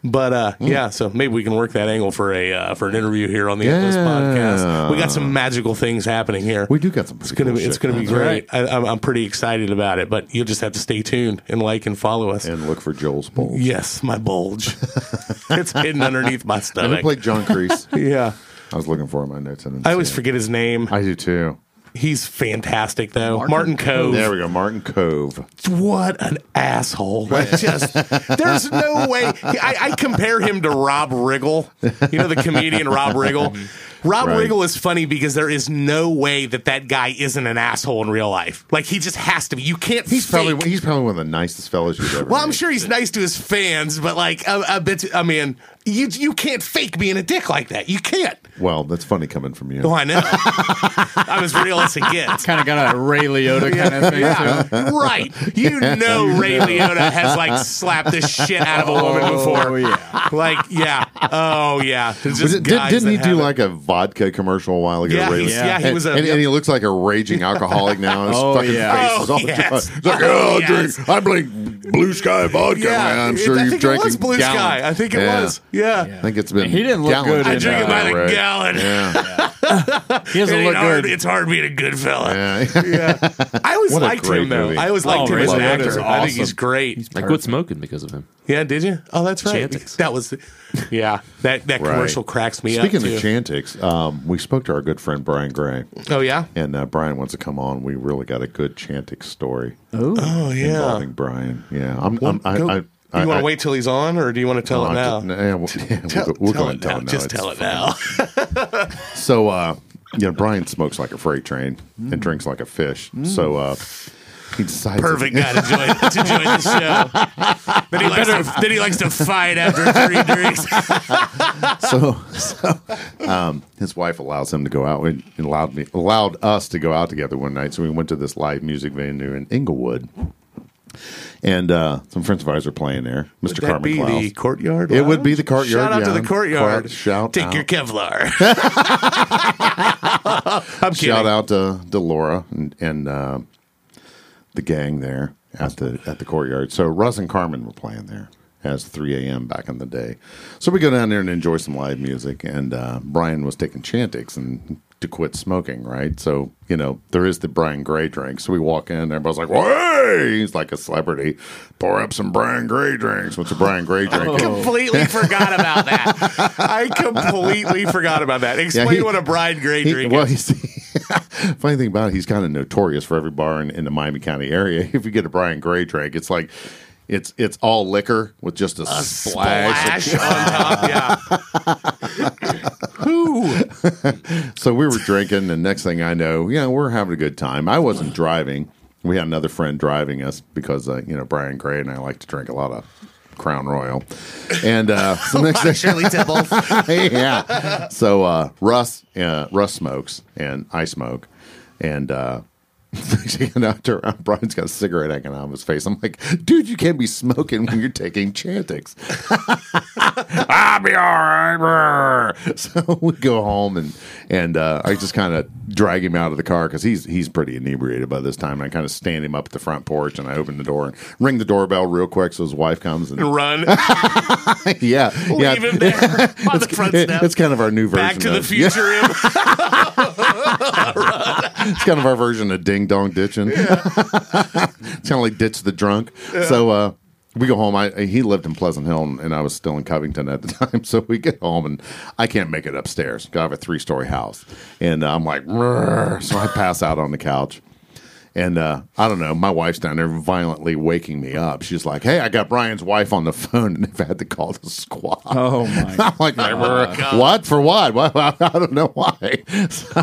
But uh,
Hmm.
yeah, so maybe we can work that angle for a uh, for an interview here on the Endless
Yeah.
Podcast. We got some magical things happening here.
we do got some.
It's gonna be it's gonna be great. I, I'm, I'm pretty excited about it. But you'll just have to stay tuned and like and follow us.
And look for Joel's bowl.
Yes, my bulge. it's hidden underneath my
And
stomach.
we played John Creese.
yeah,
I was looking for him. I notes. didn't
I
see
always
him.
forget his name.
I do too.
He's fantastic though. Martin, Cove.
There we go. Martin Cove.
what an asshole! Like, just there's no way. I, I compare him to Rob Riggle. You know the comedian Rob Riggle. Rob
Right.
Riggle is funny because there is no way that that guy isn't an asshole in real life. Like he just has to be. You can't.
He's
fake.
probably he's probably one of the nicest fellows you've ever.
Well, I'm
met.
sure he's nice to his fans, but like, I, I bet. I mean, you you can't fake being a dick like that. You can't.
Well, that's funny coming from you.
Oh, I know. I'm as real as it gets.
Kind of got a Ray Liotta kind of thing to it.
Right. You know Ray Liotta has like slapped the shit out of a woman
Oh,
before.
Oh, yeah.
Like, yeah. Oh, yeah. It's just
Was it- did,
guys
didn't
that
he do
have it.
like a vodka commercial a while ago?
Yeah,
Ray?
he's- yeah, he
And-
was a-
and, and he looks like a raging alcoholic now. His
Oh,
fucking
yeah.
face is all
Oh, yes.
dry. He's like,
Oh,
oh,
yes.
drink, I drink blue sky vodka. man. I'm
it-
sure
I
you've
think
drank
it was Blue Sky. I think it
Yeah.
was. Yeah.
I think it's been.
He didn't look
gallons
good
I
in uh,
drink it by the
now, right?
gallon.
Yeah,
He
It
doesn't
ain't
look
hard,
good.
it's hard being a good fella.
yeah.
I always
What a
liked
great
him, though.
movie.
I always liked
Oh,
him as an
Ray Liotta's
actor. I think he's
awesome.
great.
I quit smoking because of him.
Yeah, did you? Oh, that's right.
Chantix.
That was, yeah. That that
Right.
commercial cracks me
Speaking
up. too.
of Chantix, um, we spoke to our good friend Brian Gray,
oh yeah.
and uh, Brian wants to come on. We really got a good Chantix story
Oh yeah.
involving Brian. Yeah, I'm. I'm I,
Go-
I,
do
I,
you want
I-
to wait till he's on, or do you want to tell
Oh,
it now?
just- nah, we'll, yeah, we'll go- we'll go and tell him now.
Just
It's
tell it now.
So, uh, you know, Brian smokes like a freight train and drinks like a fish. So, uh, he decides.
Perfect guy to join, to join the show. Then he, likes to, then he likes to fight after three drinks.
So, so um, his wife allows him to go out and and allowed me, allowed us to go out together one night. So we went to this live music venue in Inglewood, and uh, some friends of ours were playing there. Mr. Carmen Klaus.
courtyard.
It would be the courtyard.
Shout out to
yeah.
the courtyard.
Shout
Take
out.
your Kevlar. I'm kidding.
Shout out to, to Laura and, and uh, the gang there at the at the courtyard. So Russ and Carmen were playing there as 3 a.m. back in the day. So we go down there and enjoy some live music. And uh, Brian was taking Chantix and to quit smoking, right? So you know there is the Brian Gray drink. So we walk in, and everybody's like, "Hey!" He's like a celebrity. Pour up some Brian Gray drinks. What's a Brian Gray drink?
Completely forgot about that. I completely forgot about that. Explain
he-
what a bride gray
He-
drink
well,
is.
he's funny thing about it, he's kind of notorious for every bar in, in the Miami County area. If you get a Brian Gray drink, it's like it's it's all liquor with just a, splash.
Splash on top. Yeah.
So we were drinking, and next thing I know, you know, we're having a good time. I wasn't driving. We had another friend driving us because uh, you know Brian Gray and I like to drink a lot of Crown Royal, and uh, so next thing
Shirley Temple.
yeah. So uh, Russ, uh, Russ smokes, and I smoke, and uh, you know, I turn around, Brian's got a cigarette hanging out of his face. I'm like, dude, you can't be smoking when you're taking Chantix. I'll be all right. brr. So we go home, and and uh, I just kind of drag him out of the car because he's he's pretty inebriated by this time. And I kind of stand him up at the front porch, and I open the door and ring the doorbell real quick so his wife comes. And
Run.
yeah, yeah.
Leave him there on the front
It-
step.
it's kind of our new version.
Back to the
of- yeah,
future. him.
it's kind of our version of ding dong ditching. it's kind of like ditch the drunk. So uh, we go home. I he lived in Pleasant Hill, and, and I was still in Covington at the time. So we get home, and I can't make it upstairs. I have a three story house, and uh, I'm like, "Rrr." so I pass out on the couch. And uh, I don't know. My wife's down there violently waking me up. She's like, "Hey, I got Brian's wife on the phone, and they've had to call the squad."
Oh my.
"Uh, I'm like, what for? What? Why? I don't know why.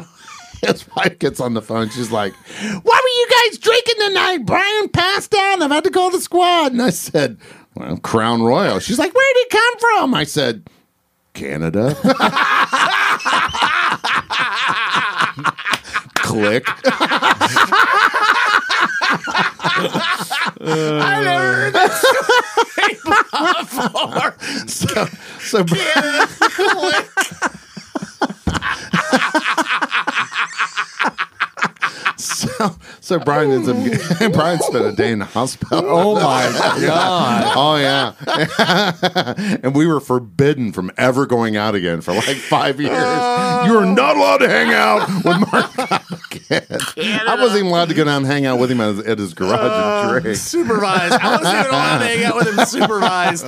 So His wife gets on the phone. She's like, "What were you guys drinking tonight?" Brian passed out. I've had to call the squad. And I said, "Well, Crown Royal." She's like, "Where did it come from?" I said, "Canada." Click.
I never heard that story before.
So, so so, so Brian ends up. Brian spent a day in the hospital.
Oh my god!
Oh yeah, and we were forbidden from ever going out again for like five years. you
Oh.
are not allowed to hang out with Mark again. I wasn't even allowed to go down and hang out with him at his, at his garage
Uh,
and drink.
supervised. I wasn't even allowed to hang out with him supervised.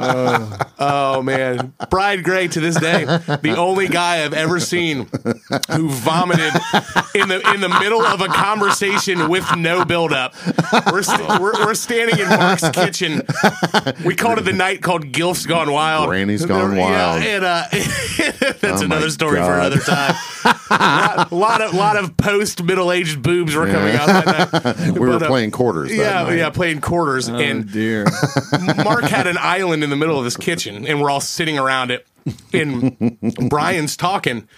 oh man, Brian Gray to this day, the only guy I've ever seen who vomited in the in the middle of a conversation with no buildup. We're st- we're, we're standing in Mark's kitchen. We called it the night called Gilf's Gone Wild.
Granny's Gone Wild.
Yeah, and uh, that's
Oh, my
another story for
God.
another time. lot, lot of lot of post middle aged boobs were coming out that night.
We were
But, uh,
playing quarters. That
yeah,
night.
yeah, playing quarters.
Oh
and
dear.
Mark had an island in the middle of his kitchen, and we're all sitting around it. And Brian's talking,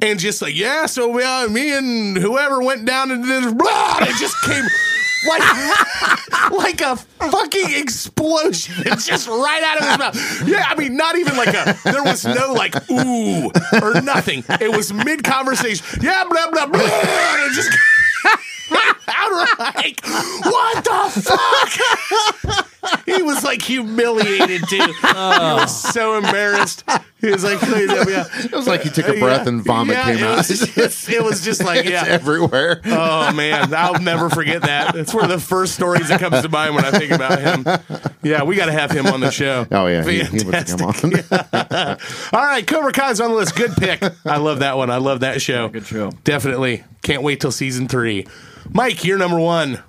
and just like, yeah, so uh, me and whoever went down into this, blah, and it just came. Like, like a fucking explosion, It's just right out of his mouth. Yeah, I mean, not even like a. There was no like ooh or nothing. It was mid conversation. Yeah, blah blah blah. And it just out like, what the fuck? He was like humiliated too. He was
Oh.
so embarrassed. He was like, please help me out.
It was like he took a breath and vomit
Yeah,
came
it
out.
was just- it was just like,
It's
yeah.
everywhere.
Oh man, I'll never forget that. It's one of the first stories that comes to mind when I think about him. Yeah, we got to have him on the show.
oh yeah, he, he wants to
Fantastic.
come on.
All right, Cobra Kai's on the list. Good pick. I love that one. I love that show.
Good show.
Definitely. Can't wait till season three. Mike, you're number one.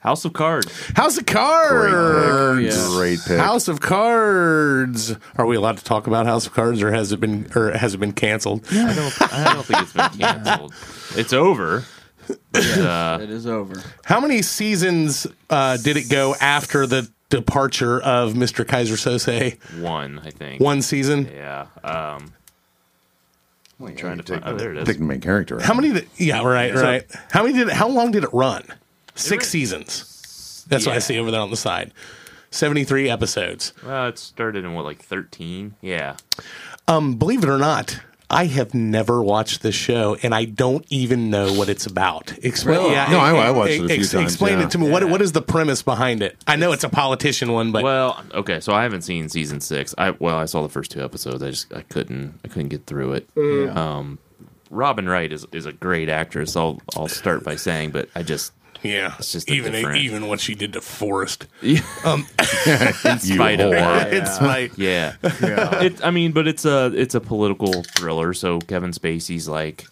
House of Cards.
House of Cards.
Yeah.
Great pick.
House of Cards. Are we allowed to talk about House of Cards, or has it been, or has it been canceled?
I don't, I don't think it's been canceled. It's over. But, uh,
It is over.
How many seasons uh, did it go after the departure of Mr. Kaiser Sose?
one, I think.
One season.
Yeah. Um,
I'm
trying to find. Oh, there it is.
Take the main character.
How many? Did, yeah, right, right. How many did? How long did it run? Six seasons. That's what I
Yeah.
see over there on the side. Seventy-three episodes.
Well, it started in what, like thirteen? Yeah.
Um, believe it or not, I have never watched this show, and I don't even know what it's about. Explain. e-,
Really? No, I- I watched it a few times,
Explain
yeah.
it to me. What What is the premise behind it? I know it's a politician one, but
Well, okay. So I haven't seen season six. I well, I saw the first two episodes. I just I couldn't I couldn't get through it. Um, Robin Wright is is a great actress. I'll I'll start by saying, but I just
yeah,
it's just a
even
different-
even what she did to Forrest.
in spite
whore.
of that,
it's like
yeah. It, I mean, but it's a it's a political thriller. So Kevin Spacey's like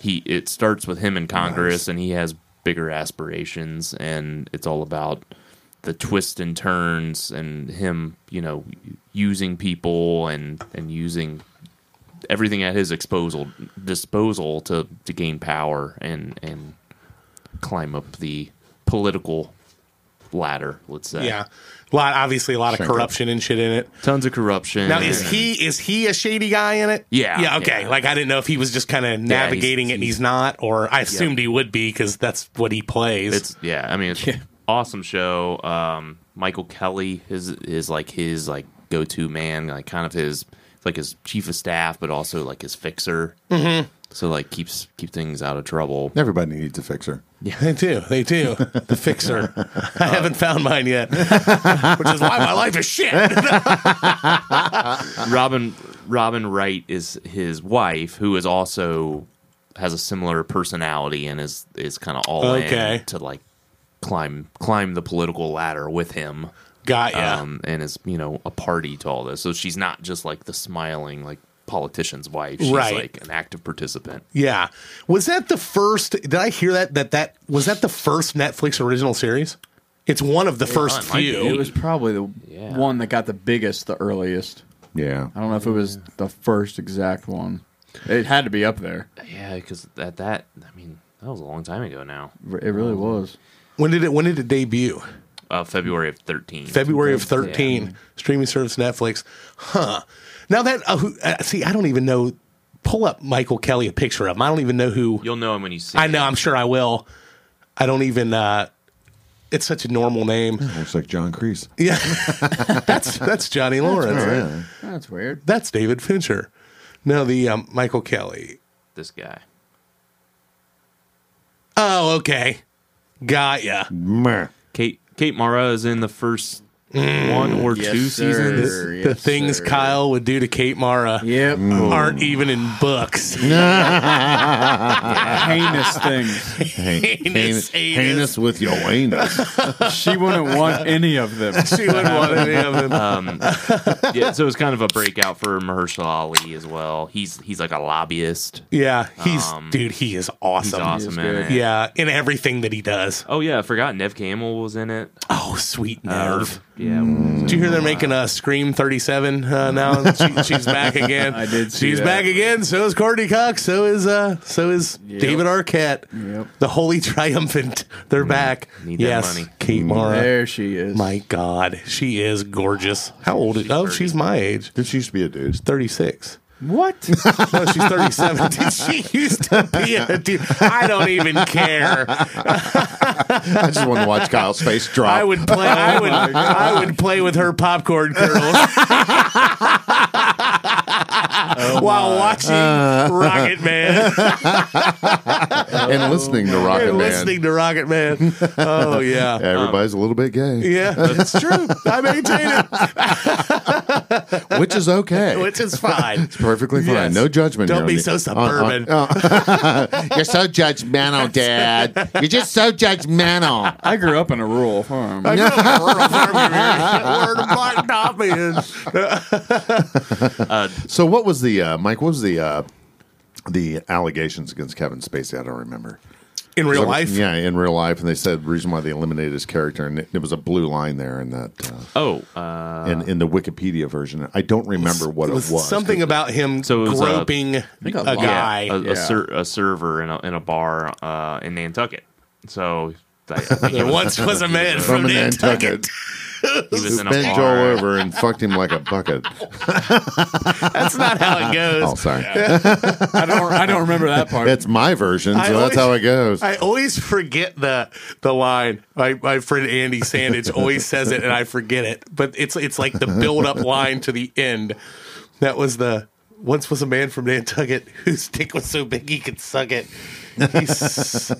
he. It starts with him in Congress, and he has bigger aspirations, and it's all about the twists and turns, and him, you know, using people and and using everything at his disposal disposal to to gain power and and climb up the political ladder. Let's say,
yeah, a lot obviously a lot of
Shank
corruption and shit in it.
tons of corruption.
Now is
and-
he is he a shady guy in it?
Yeah,
yeah, okay.
yeah.
Like I didn't know if he was just kind of navigating it and he's not, or I assumed he would be because that's what he plays.
It's yeah. I mean, it's awesome show. Um, Michael Kelly is is like his like go to man, like kind of his like his chief of staff, but also like his fixer. Mm-hmm. So like keeps keep things out of trouble.
Everybody needs a fixer.
They do. They do. The fixer. I haven't found mine yet, which is why my life is shit.
Robin Robin Wright is his wife, who is also has a similar personality and is is kind of all
Okay.
in to like climb climb the political ladder with him.
Got ya.
um, and is you know a party to all this. So she's not just like the smiling like politician's wife. She's
Right.
like an active participant.
yeah. Was that the first? Did I hear that? That that was that the first Netflix original series? It's one of the first
it might be.
few.
It was probably the
Yeah.
one that got the biggest, the earliest.
Yeah.
I don't know if it was the first exact one. It had to be up there.
Yeah, because that that I mean that was a long time ago now.
It really was.
When did it when did it debut?
Uh, February of thirteen.
February of 13, streaming service Netflix. Huh. Now that, uh, who, uh, see, I don't even know. Pull up Michael Kelly a picture of him. I don't even know who.
You'll know him when you see.
I know,
him.
I'm sure I will. I don't even, uh, it's such a normal name.
Looks like John Creese.
Yeah. that's, that's Johnny Lawrence. That's,
Yeah.
That's weird.
David Fincher. No, the um, Michael Kelly.
this guy.
Oh, okay. Got ya.
Meh.
Kate Kate Mara is in the first
Mm.
one or
Yes,
two
sir.
seasons.
Sure,
the
yes,
things
sir.
Kyle would do to Kate Mara
Yep.
aren't even in books.
Heinous things.
Heinous, heinous.
heinous with your anus.
She wouldn't want any of them.
she wouldn't want any of them.
yeah, so it's kind of a breakout for Mahershala Ali as well. He's he's like a lobbyist.
Yeah, he's
Um,
dude. He is
He's
awesome.
awesome in
good.
it.
Yeah, in everything that he does.
Oh yeah, I forgot Nev Campbell was in it.
Oh, sweet nerve.
Yeah.
Do you hear they're making a Scream 37 uh, now? she, she's back again.
I did see
she's
that.
back again. So is Courtney Cox. So is uh. So is David Arquette.
Yep. Mm.
The Holy Triumphant. They're back.
Need that
yes,
money.
Kate Mara.
There she is.
My God, she is gorgeous. How old is?
She's
Oh,
30.
she's my age.
This used to be a dude.
36.
What?
No, she's 37. Did she used to be a dude? I don't even care.
I just want to watch Kyle's face drop.
I would play.
Oh
I would. I would play with her popcorn kernels
Oh
while watching Rocket Man
and listening to Rocket
and
Man.
listening to Rocket Man. Oh yeah,
Everybody's a little bit gay,
yeah, it's true. I maintain it,
which is okay.
which is fine.
Perfectly fine.
Yes.
No judgment.
Don't
here on
be
the-
so
on-
suburban.
on- oh. You're so judgmental, Dad. You're just so judgmental.
I grew up in a rural farm.
I grew up on a rural farm here. Where the black coffee is.
So, what was the uh, Mike? What was the uh, the allegations against Kevin Spacey? I don't remember.
In real life,
Yeah, in real life, and they said the reason why they eliminated his character, and it, there was a blue line there in that, uh,
Oh, uh,
in, in the Wikipedia version. I don't remember what it
it was
was.
Uh-huh. something about him
So it was, uh,
groping
think a
a
lot.
guy.
a,
Yeah.
a, ser- a server in a, in a bar uh, in Nantucket. So I, I think
There once was a man
from
from Nantucket.
Nantucket.
he was
Who
in a
bent all
bar.
over and fucked him like a bucket.
That's not how it goes.
Oh, sorry.
I don't. I don't remember that part.
That's my version, so
I always-
that's how it goes.
I always forget the the line. My my friend Andy Sandage always says it, and I forget it. But it's it's like the build up line to the end. That was the once was a man from Nantucket whose dick was so big he could suck it. He s-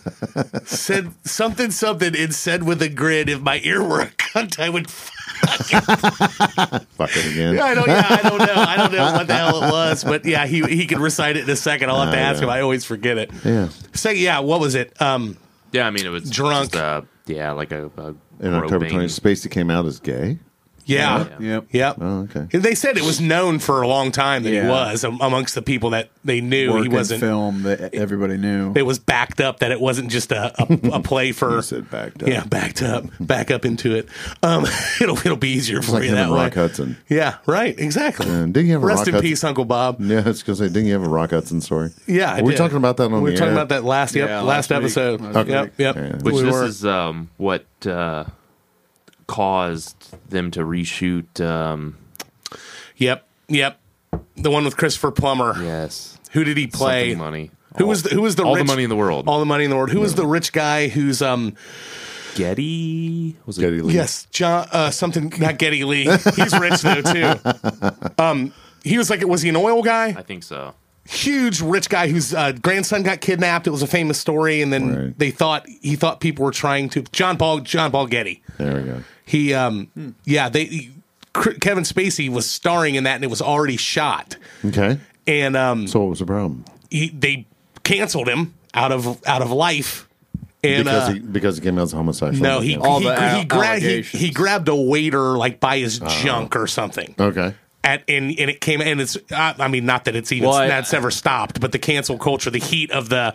said something something and said with a grin, "If my ear were a cunt, I would." F-
Fuck it again.
I don't. Yeah, I don't know. I don't know what the hell it was, but yeah, he he could recite it in a second. I'll have to
I
ask him.
know.
I always forget it.
Yeah.
So yeah, what was it? Um,
Yeah, I mean it was
Drunk.
Just, uh, yeah, like a, a
In October
groping-
20th, Spacey came out as gay.
yeah.
Yep.
Yep.
Oh, okay.
They said it was known for a long time that he
Yeah.
was am- amongst the people that they knew
Work
he
in
wasn't.
film that everybody knew.
It was backed up that it wasn't just a, a, a play for.
said backed up.
yeah, backed up, back up into it. Um, it'll it'll be easier for
It's like
you
him
that
and Rock
way.
Hudson.
Yeah, right, exactly.
And didn't you have a
Rest
Rock
in
Hudson-
peace, Uncle Bob.
Yeah, I was going to say, didn't you have a Rock Hudson story?
Yeah, I
Were we
did.
talking about that on
We
the
were talking
air?
about that last yep
Yeah,
last,
last week.
episode.
Last
Yep,
week.
yep.
Yeah.
Which
We
this
were-
is um, what uh, caused them to reshoot. Um,
Yep, yep. The one with Christopher Plummer.
yes,
Who did he play?
Something money.
Who
All-
was the, who was the
all
rich,
the money in the world?
all the money in the world? Who was the rich guy who's um
Getty was it?
Getty Lee.
Yes, John. Uh, something not Getty Lee. He's rich though too. Um, he was like, was he an oil guy?
I think so.
Huge rich guy whose uh, grandson got kidnapped. It was a famous story, and then
Right.
they thought he thought people were trying to John Paul John Paul Getty.
There we go.
He, um, yeah, they he- Cr- Kevin Spacey was starring in that, and it was already shot,
Okay.
and um,
So what was the problem?
he, they canceled him out of out of life. And
because,
uh,
he, because he came out as a homosexual.
no, he
Yeah.
All
he,
the
he,
al-
gra- he,
allegations.
he grabbed a waiter like by his junk or something.
Okay.
at and, and it came and it's I, I mean not that it's even
Well, I-
that's ever stopped but the cancel culture the heat of the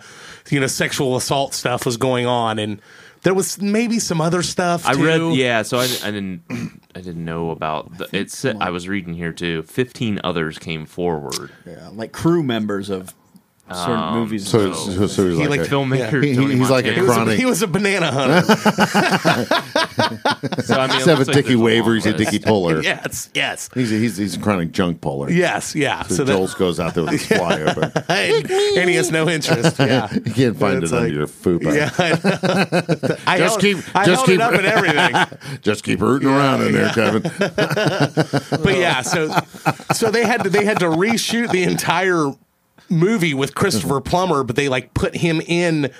you know sexual assault stuff was going on and There was maybe some other stuff.
I
too.
read, yeah. So I, I didn't, I didn't know about the, it's. I was reading here too. Fifteen others came forward.
Yeah, like crew members of certain movies. and
So,
stuff.
so, so he's
He
like,
like
a,
Filmmaker,
He-
Tony
he's like a
He
Montana.
was, a,
Chronic.
he was a banana hunter.
So, I mean, it
instead of
looks
a
like
Dicky
there's long
Waver, he's a
list.
Dicky Puller.
yes, yes,
He's, a, he's he's a chronic junk puller.
yes, yeah.
So,
So, that,
Joel's goes out there with his fly open.
and, and he has no interest. Yeah,
You can't find
it's
it under
like-
your fupa.
yeah. I- I held,
Just keep-
I
just
held it
keep-
up and everything.
Just keep rooting around in there, Kevin.
But yeah, so so they had to they had to reshoot the entire movie with Christopher Plummer, but they like put him in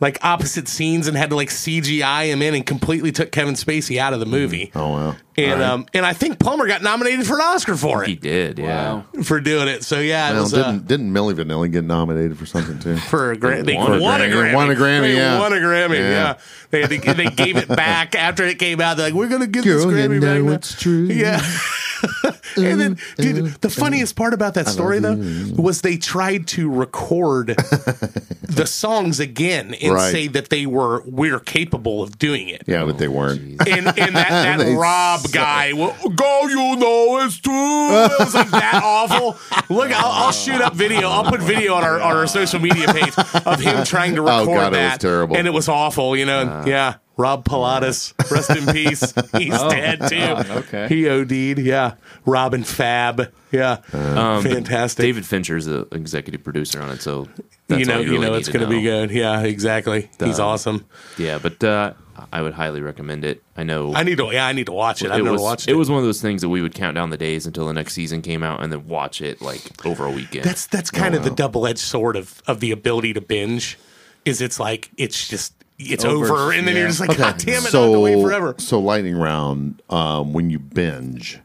like opposite scenes and had to like CGI him in and completely took Kevin Spacey out of the movie.
Oh wow.
And um and I think Plummer got nominated for an Oscar for
He
it
did, yeah.
Wow.
for doing it. So yeah, it
Well,
was, uh,
didn't didn't Millie Vanilli get nominated for something too?
for a Grammy. They
won
won,
a
a
Grammy.
Grammy.
Won a Grammy,
They
yeah.
won a Grammy.
Yeah.
Yeah. They, they they gave it back after it came out. They're like, we're gonna give
Girl,
this
you
Grammy back.
know
now."
it's true.
Yeah. and then,
Mm-hmm.
dude, the funniest part about that story though was they tried to record the songs again and
Right.
say that they were we're capable of doing it.
Yeah, but they weren't.
And, and that, that
They
Rob guy, well, go, you know, it's true. It was like that awful. Look, I'll, I'll shoot up video. I'll put video on our, on our social media page of him trying to
Oh, God,
record
it was
that.
terrible. Uh.
And it was awful, you know. and yeah. Rob Pilatus, rest in peace. He's
Oh,
dead too.
okay.
He OD'd. Yeah. Robin Fab. Yeah.
Um,
Fantastic.
David Fincher's the executive producer on it, so that's
you know,
all
you,
really
know,
need
it's
to
going to be
know.
good. Yeah, exactly. He's
Duh.
awesome.
Yeah, but uh, I would highly recommend it. I know
I need to. Yeah, I need to watch it. I've
it
never
was
watched
it was one of those things that we would count down the days until the next season came out and then watch it like over a weekend.
that's that's kind of the double edged sword of of the ability to binge is it's like it's just it's over,
Over,
and then you're
yeah.
just like god damn it I have to
so
wait forever
so lightning round. Um, when you binge,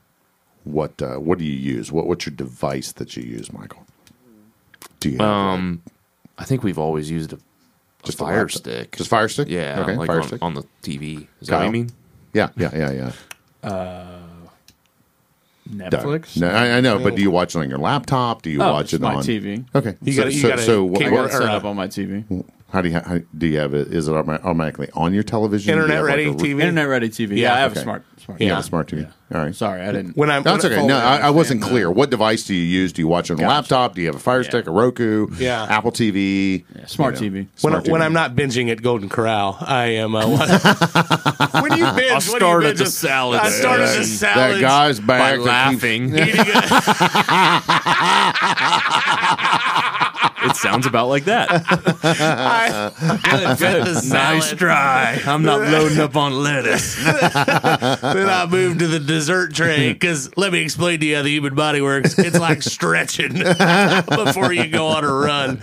what uh, what do you use? What what's your device that you use, Michael? Do you have
um I think we've always used a, a
a
fire
laptop?
stick.
Just fire stick?
Yeah,
Okay.
like
fire
on,
stick.
on the TV. Is that what
Kyle?
you mean?
yeah. Yeah. Yeah. Yeah.
Netflix.
No, I, I know, but do you watch it on your laptop? Do you
Oh,
watch it
just my
on
TV.
Okay.
You
so,
gotta- you
so,
gotta
so what-
I
cable-
got
Or-
it set
or,
up
uh,
on my TV.
how do you how, do you have it? Is it automa- automatically on your television? Do you
internet
have, like,
ready
a re-
TV
Internet ready TV. Yeah, I have
okay.
a smart. smart
You
Yeah.
have a smart TV. All right.
Sorry, I didn't.
when I'm
That's
when-
okay. No, I, I wasn't
uh,
clear. What device do you use? Do you watch it on a
Gotcha.
laptop? Do you have a Fire Stick, a Roku,
Yeah.
Apple TV,
smart
you know,
TV.
when, I-
smart TV.
when I'm not binging at Golden Corral, I am. Uh, what- when do you binge, what do you
start at
binge
the
on?
salad
I start at the
section.
salad.
That guy's
By
back
laughing. it sounds about like that.
I,
nice try. I'm not loading up on lettuce.
then I move to the dessert tray because let me explain to you how the human body works. It's like stretching before you go on a run.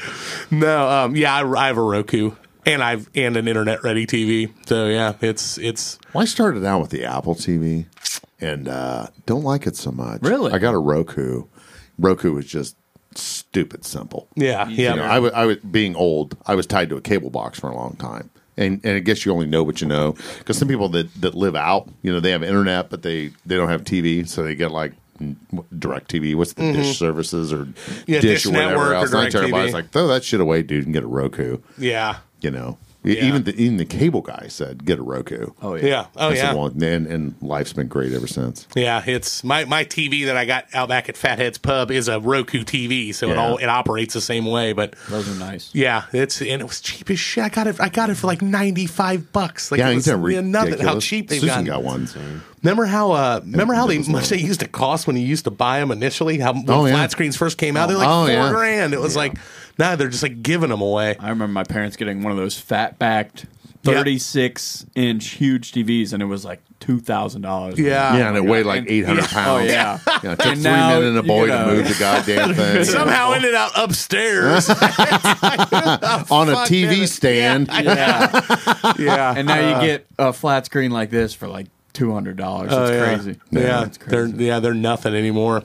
No, um, yeah, I, I have a Roku and I've and an internet ready TV. So yeah, it's it's
Well, I started out with the Apple TV, and uh, don't like it so much.
Really?
I got a Roku. Roku is just stupid simple.
yeah yeah.
You know, I was, I was being old. I was tied to a cable box for a long time, and and I guess you only know what you know because some people that that live out, you know, they have internet, but they they don't have TV, so they get like mm, direct tv what's the dish services or
Mm-hmm. Yeah,
dish,
Dish
or whatever
Network or
else And I turned
DirecTV.
by, I was like throw that shit away dude and get a roku
yeah.
you know E-
Yeah.
even the even the cable guy said get a roku
Oh yeah.
Yeah. Oh
That's the
yeah.
one- and, and life's been great ever since.
Yeah, it's my, my TV that I got out back at Fathead's Pub is a Roku TV, so it
Yeah.
all it operates the same way. But
Those are nice.
yeah, it's and it was cheap as shit. I got it I got it for like ninety five bucks. Like
Yeah,
it
it's
was
a ridiculous.
nothing how cheap they've
Susan
gotten.
got one.
Remember how? Uh, remember how they
Windows
much they used to cost when you used to buy them initially? How when
Oh, yeah.
flat screens first came out, they're like
Oh,
four
yeah.
grand. It was like now they're just like giving them away.
I remember my parents getting one of those fat backed. 36 inch huge TVs, and it was like $2,000.
Uh, Yeah.
Yeah, and it weighed like
And-
800
Oh,
pounds.
yeah.
Yeah, it took
And
three
now,
men and a
you
boy
know.
to move the goddamn thing.
Somehow ended out upstairs.
on a
Fuck, man,
TV
it's-
stand.
Yeah.
yeah,
and now you get a flat screen like this for like $200. It's
Oh, yeah.
crazy.
Yeah,
Oh, It's
they're
crazy.
yeah they're nothing anymore.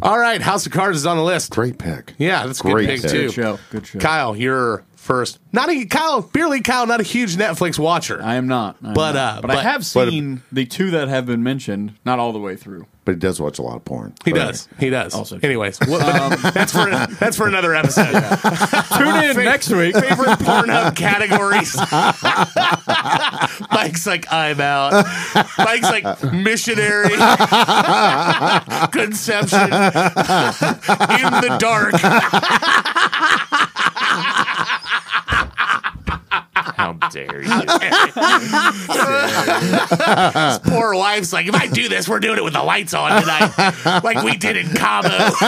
All right, House of Cards is on the list.
Great pick.
Yeah, that's a good
Great
pick
pick.
too.
Good show. Good show.
Kyle, your first. Not a Kyle, barely Kyle, not a huge Netflix watcher.
I am not. I am
But,
not.
uh,
but, I
but-
have
but-
seen the two that have been mentioned, not all the way through.
But he does watch a lot of porn.
he
But
does. He does.
Also true.
Anyways, what, but that's for that's for another episode.
Tune in next week.
Favorite Pornhub categories. Mike's like I'm out. Mike's like missionary. Conception. In the dark.
How dare you?
poor wife's like, if I do this, we're doing it with the lights on tonight, like we did in Cabo.
anyway.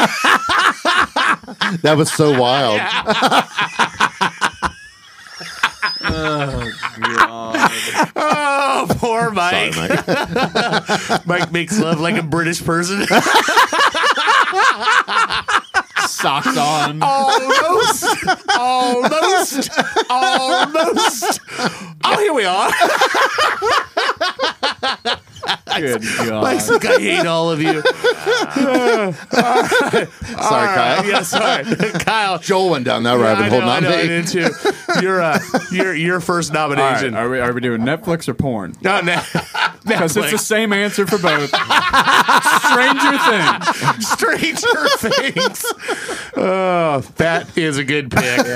That was so wild.
Oh, poor Mike.
Sorry, Mike.
Mike makes love like a British person.
Socks on.
Oh, almost, almost, almost. Oh, here we are.
Good God.
Mike's like, I hate all of you.
Sorry, Kyle.
Yeah, sorry, Kyle.
Joel went down that
I
rabbit
know,
hole,
I
not
know, I
me.
did too. Your, uh, your, your first
All right,
nomination.
are we are we doing Netflix or porn?
No, no.
Because it's the
Netflix.
same answer for both. Stranger Things.
Stranger Things. Oh, that is a good pick.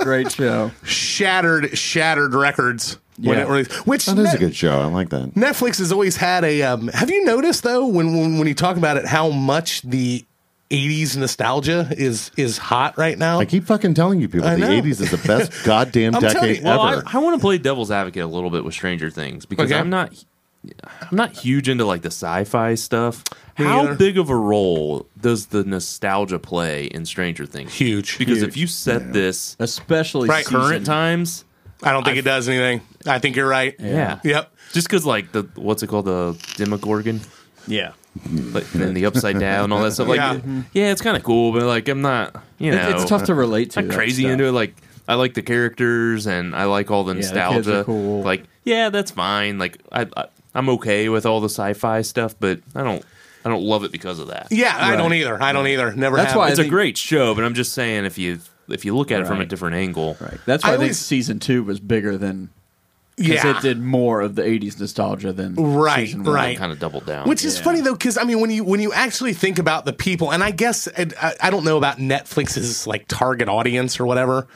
Great show.
shattered shattered records when
Yeah.
it released. Which
That is a
Net-
good show. I like that.
Netflix has always had a. Um, have you noticed though when, when when you talk about it how much the 80s nostalgia is is hot right now?
I keep fucking telling you people
I
the
know.
80s is the best goddamn
I'm telling
decade
you.
Well, I,
ever.
I want to play devil's advocate a little bit with Stranger Things because
Okay.
I'm not I'm not huge into like the sci-fi stuff. How
either.
big of a role does the nostalgia play in Stranger Things?
Huge.
Because if you set this
Especially
Right,
season-
current times,
I don't think it does anything. I think you're right.
yeah.
Yep.
Just because, like the what's it called, the Demogorgon,
Yeah.
like, and the upside down, and all that stuff. Like,
Yeah.
yeah, it's kind of cool, but like, I'm not, you know,
It's tough to relate to.
I'm crazy into it. Like, I like the characters, and I like all the
the kids are
nostalgia.
cool.
Like, yeah, that's fine. Like, I, I I'm okay with all the sci-fi stuff, but I don't I don't love it because of that. Um,
Yeah, I
Right.
don't either. I don't either. Never.
That's
have.
why I
it's a
think-
great show, but I'm just saying if you if you look at it from a
Right.
different angle,
Right. That's why
I
I, think
always-
season two was bigger than because
Yeah.
it did more of the '80s nostalgia than
Right,
Season one.
right.
kind of double
Oh,
down.
Which is funny though, because I mean, when you when you actually think about the people, and I guess and I, I don't know about Netflix's like target audience or whatever.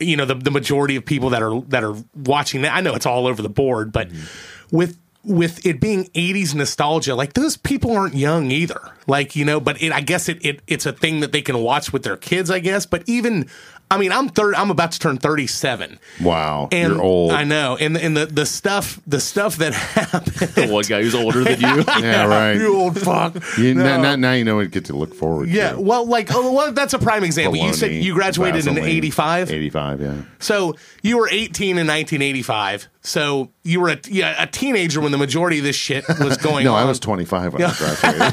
You know, the the majority of people that are that are watching that. I know it's all over the board, but
Mm-hmm.
with with it being 80s nostalgia like those people aren't young either like you know but it, i guess it, it it's a thing that they can watch with their kids i guess but even i mean i'm 30 i'm about to turn 37
Wow.
and
You're old.
i know and and the the stuff the stuff that happened
the one guy who's older than you.
Yeah, right.
you old fuck
You-
No.
now, now- now you know what you get to look forward
Yeah,
to.
well, like, oh, well, that's a prime example. you said
Baloney,
you graduated in
Vaseline.
'85,
85, yeah.
so you were 18 in 1985. So you were a, yeah, a teenager when the majority of this shit was going
No,
on.
I was 25 when I graduated.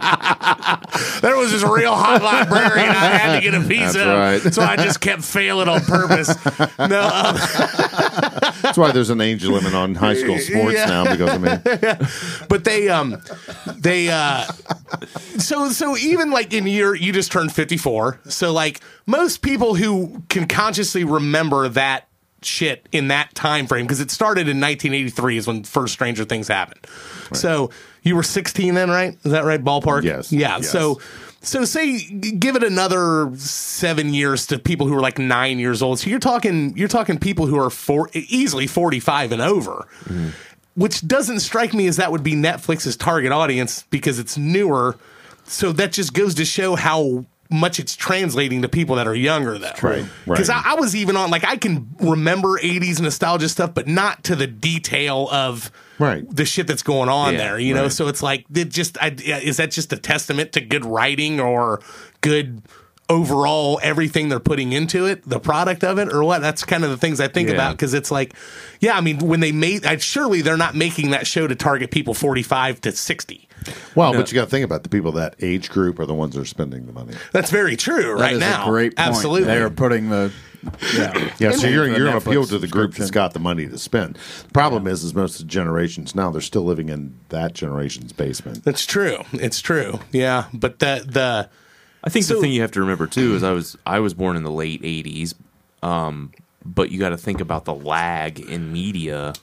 there was this real hot librarian. I had to get a visa,
That's right.
so I just kept failing on purpose. No, um,
That's why there's an age limit on high school sports
Yeah.
now because I mean,
but they um they uh so so even like in your you just turned 54 so like most people who can consciously remember that shit in that time frame because it started in 1983 is when first stranger things happened so you were 16 then right is that right ballpark
Yes.
yeah
Yes.
so so say g- give it another seven years to people who are like nine years old so you're talking you're talking people who are four, easily 45 and over which doesn't strike me as that would be Netflix's target audience because it's newer. So that just goes to show how much it's translating to people that are younger, though.
Right, right.
Because I, I was even on, like, I can remember 80s nostalgia stuff, but not to the detail of
Right.
the shit that's going on
Yeah,
there, you know? So it's like, it just, I, yeah, is that just a testament to good writing or good overall everything they're putting into it, the product of it, or what? That's kind of the things I think
Yeah.
about because it's like, yeah, I mean, when they made, I, surely they're not making that show to target people 45 to 60.
well, but you got to think about the people that age group are the ones that are spending the money.
That's very true
That
right
is
now.
a great point.
Absolutely.
They are putting the yeah.
Yeah, so you're
the
you're going
Netflix
to appeal to the group that's
subscription.
got the money to spend. The problem is, is most of the generations now they're still living in that generation's basement.
That's true. It's true. Yeah, but the the
I think
So-
the thing you have to remember too is I was I was born in the late '80s, um, but you got to think about the lag in media.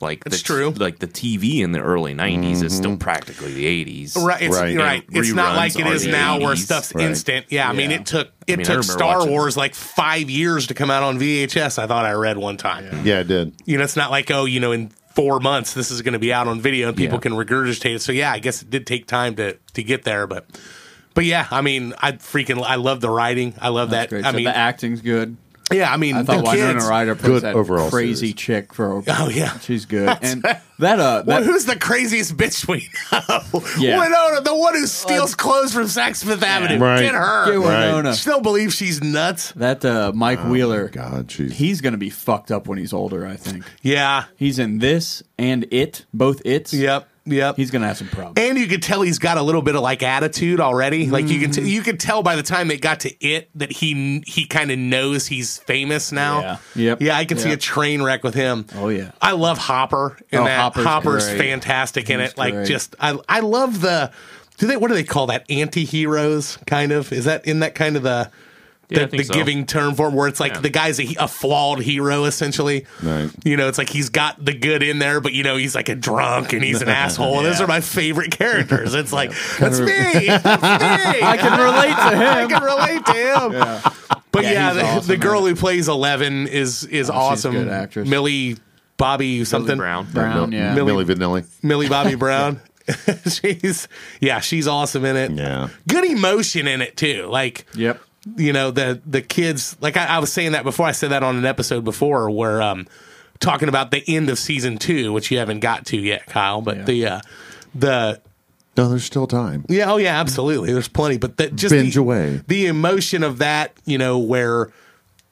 Like
That's
the,
true. Mm-hmm.
Like the TV in the early '90s is still practically the '80s,
Right, it's, right.
Right.
right.
Yeah,
It's not
reruns
like it
are
is
the
now where
80s.
stuff's
Right.
instant. Yeah, I mean,
Yeah.
it took it
mean, I
took
remember
Star
watching-
Wars like five years to come out on VHS. I thought I read one time.
Yeah, I did.
You know, it's not like oh, you know, in four months this is going to be out on video and people
Yeah.
can regurgitate it. So yeah, I guess it did take time to to get there, but but yeah, I mean, I freaking I love the writing. I love that.
Great.
I
so
mean,
the acting's good.
yeah, I mean,
I thought
the
Winona
kids.
Ryder
Good
plays that
overall
crazy
series.
chick for.
Oh, yeah.
she's good. and that uh, that
Well, who's the craziest bitch we know?
Yeah.
Winona, the one who steals clothes from Saks Fifth Avenue.
Right. Oh,
Get her.
Get Winona.
She don't believe she's nuts.
that uh, Mike Wheeler.
God, she's
He's gonna be fucked up when he's older. I think
Yeah.
he's in this and it, both it's.
Yep. Yep.
he's gonna have some problems.
and you could tell he's got a little bit of like attitude already. Like you can
Mm-hmm.
t- you could tell by the time it got to it that he he kind of knows he's famous now.
Yeah. Yep.
Yeah, I can see a
Yep.
train wreck with him.
Oh, yeah.
I love Hopper in
Oh,
that.
Hopper's
Hopper's,
great.
fantastic in
He's
it. Like
great.
just I I love the do they what do they call that anti-heroes kind of is that in that kind of the
Yeah, I
the,
think
the
so.
giving term for him, where it's like
Yeah.
the guy's a, he- a flawed hero essentially.
Right.
You know, it's like he's got the good in there, but you know he's like a drunk and he's an asshole. And those are my favorite characters. It's like that's me. That's me. I
can relate to
I can relate to him. But yeah,
Yeah, he's
the,
awesome,
the
Oh,
girl who plays Eleven is is awesome.
good actress.
Millie Bobby something
Brown.
Brown, yeah.
Millie Vanilli.
Millie Bobby Brown. she's yeah, she's awesome in it.
Yeah.
Good emotion in it too. Like
Yep.
you know the the kids like I, I was saying that before i said that on an episode before where um talking about the end of season two which you haven't got to yet kyle but
Yeah.
the uh the
No, there's still time.
yeah oh yeah absolutely there's plenty but that just
Binge
the,
away.
the emotion of that you know where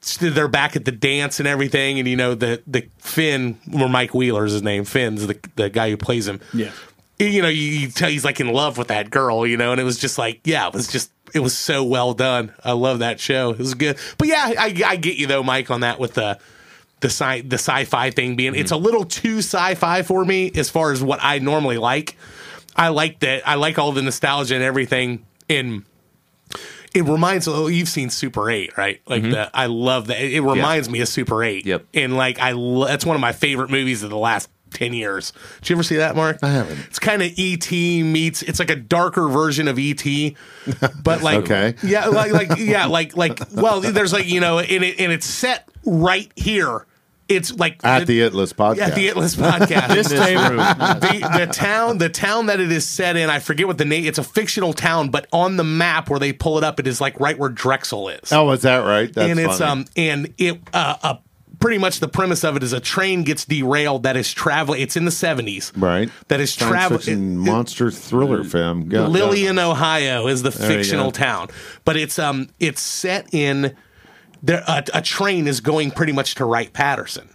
s- they're back at the dance and everything and you know the the finn or mike wheeler's his name finn's the, the guy who plays him
Yeah.
you know, you, you tell he's like in love with that girl, you know, and it was just like, yeah, it was just, it was so well done. I love that show. It was good, but yeah, I, I get you though, Mike, on that with the the sci the sci-fi thing being it's a little too sci-fi for me as far as what I normally like. I like that. I like all the nostalgia and everything in. It reminds oh you've seen Super 8, right? Like the I love that. It it reminds me of Super 8.
Yep.
And like I lo- that's one of my favorite movies of the last 10 years. Did you ever see that, Mark?
I haven't.
It's kind of ET meets. It's like a darker version of ET, but like
Okay.
yeah, like like yeah, like like well, there's like you know, and it and it's set right here. It's like
At the Atlas podcast.
at the Atlas podcast.
This table.
the, the town, the town that it is set in, I forget what the name. It's a fictional town, but on the map where they pull it up, it is like right where Drexel is
Oh, is that right? That's
and it's
funny.
um and it uh, uh pretty much the premise of it is a train gets derailed that is traveling. It's in the seventies,
Right.
That is
Science fiction
traveling.
monster thriller film. Go, go.
Lillian, Ohio, is the
you go.
fictional town, but it's um it's set in there. A, a train is going pretty much to Wright Patterson,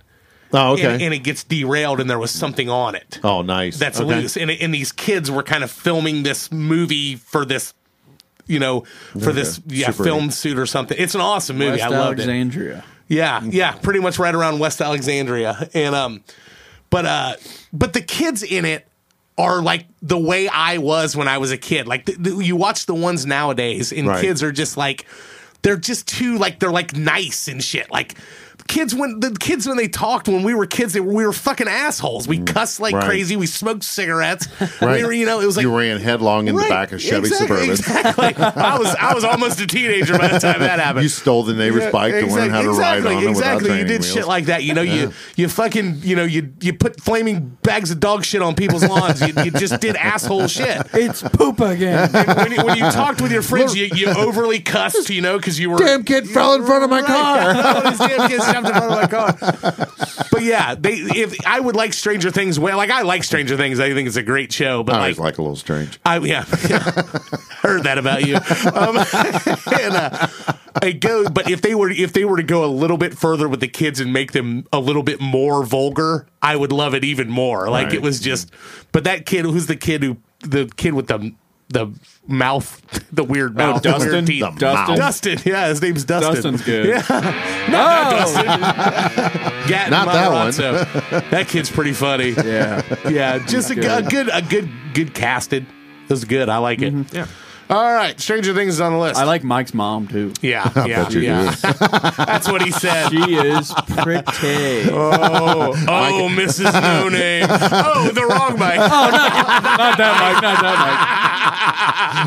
Oh, okay.
and, and it gets derailed, and there was something on it
oh, nice.
that's
Okay.
loose, and and these kids were kind of filming this movie for this. You know, for this yeah,
Super
film
eight.
suit or something. It's an awesome movie.
West
I loved it.
Alexandria.
Mm-hmm.
Yeah, yeah, pretty much right around West Alexandria. And um but uh but the kids in it are like the way I was when I was a kid. Like th- th- you watch the ones nowadays and
Right.
kids are just like they're just too like they're like nice and shit. Like kids when the kids when they talked when we were kids they were, we were fucking assholes. We cussed like
Mm, Right.
crazy, we smoked cigarettes.
Right.
We were, you know, it was like
you ran headlong in
Right,
the back of Chevy
exactly,
Suburban.
Exactly. I was I was almost a teenager by the time that happened.
You stole the neighbor's bike to learn how to ride on it without
Exactly, you
training
did
wheels.
shit like that. You know, you you fucking you know you you put flaming bags of dog shit on people's lawns. you, you just did asshole shit.
It's poop again.
When you, when you talked with your friends, you, you overly cussed. You know, because you were
Damn kid fell in front of my car.
All these damn kids jumped in front of my car. But yeah, they if I would like Stranger Things. Well, like I like Stranger Things. I think it's a great show. But
I
like
always like a little strange.
I yeah, yeah. heard that about you. Um, and, uh, I go, but if they were if they were to go a little bit further with the kids and make them a little bit more vulgar, I would love it even more. Like it
Right.
was just, but that kid who's the kid who the kid with the the mouth, the weird mouth, the weird
Oh, Dustin?
teeth.
The Dustin? mouth.
Dustin, yeah, his name's Dustin.
Dustin's good. Oh.
Gat
Not that one.
that one. that kid's pretty funny.
yeah.
Yeah, just a, g- a
good. Mm-hmm.
good, a good, good casted. It was good. I like it.
Yeah.
All right, Stranger Things is on the list.
I like Mike's mom too.
yeah, yeah,
you
yeah. That's what he said.
She is pretty.
Oh, oh, Mrs. No Name. Oh, the wrong mic.
not that Mike. Not that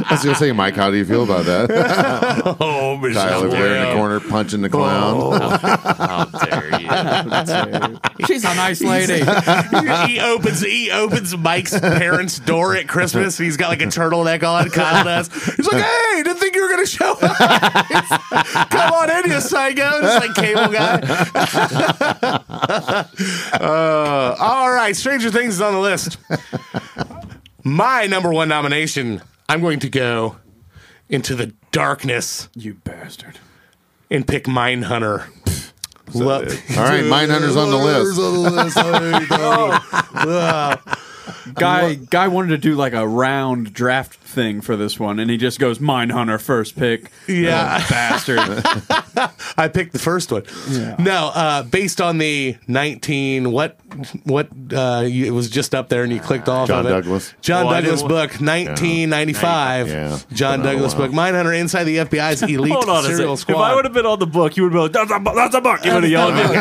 I was gonna say, Mike, how do you feel about that?
Oh, Mrs.
Tyler there in the corner punching the clown.
Oh,
How dare you?
Mike. She's a nice lady.
he opens he opens Mike's parents' door at Christmas. He's got like a turtleneck on, coddled us. He's like, "Hey, didn't think you were gonna show up. Come on in, you psycho!" Just like cable guy. Uh, all right, Stranger Things is on the list. My number one nomination. I'm going to go into the darkness
you bastard.
and pick Mindhunter. Lo-
All right, Mindhunter's on the list.
Guy guy wanted to do like a round draft thing for this one, and he just goes Mindhunter first pick.
Yeah.
Oh, bastard.
I picked the first one. No, uh, based on the nineteen, what what uh, you, it was just up there, and you clicked off
John
of it.
Douglas.
John
Oh, I
Douglas
didn't-
book, nineteen ninety five.
Yeah.
John
Been a
Douglas
while.
book, Mindhunter Inside the FBI's elite
Hold on a
serial
second.
squad.
If I would have been on the book, you would have been like, that's a, bu- that's a book. You would have yelled at me.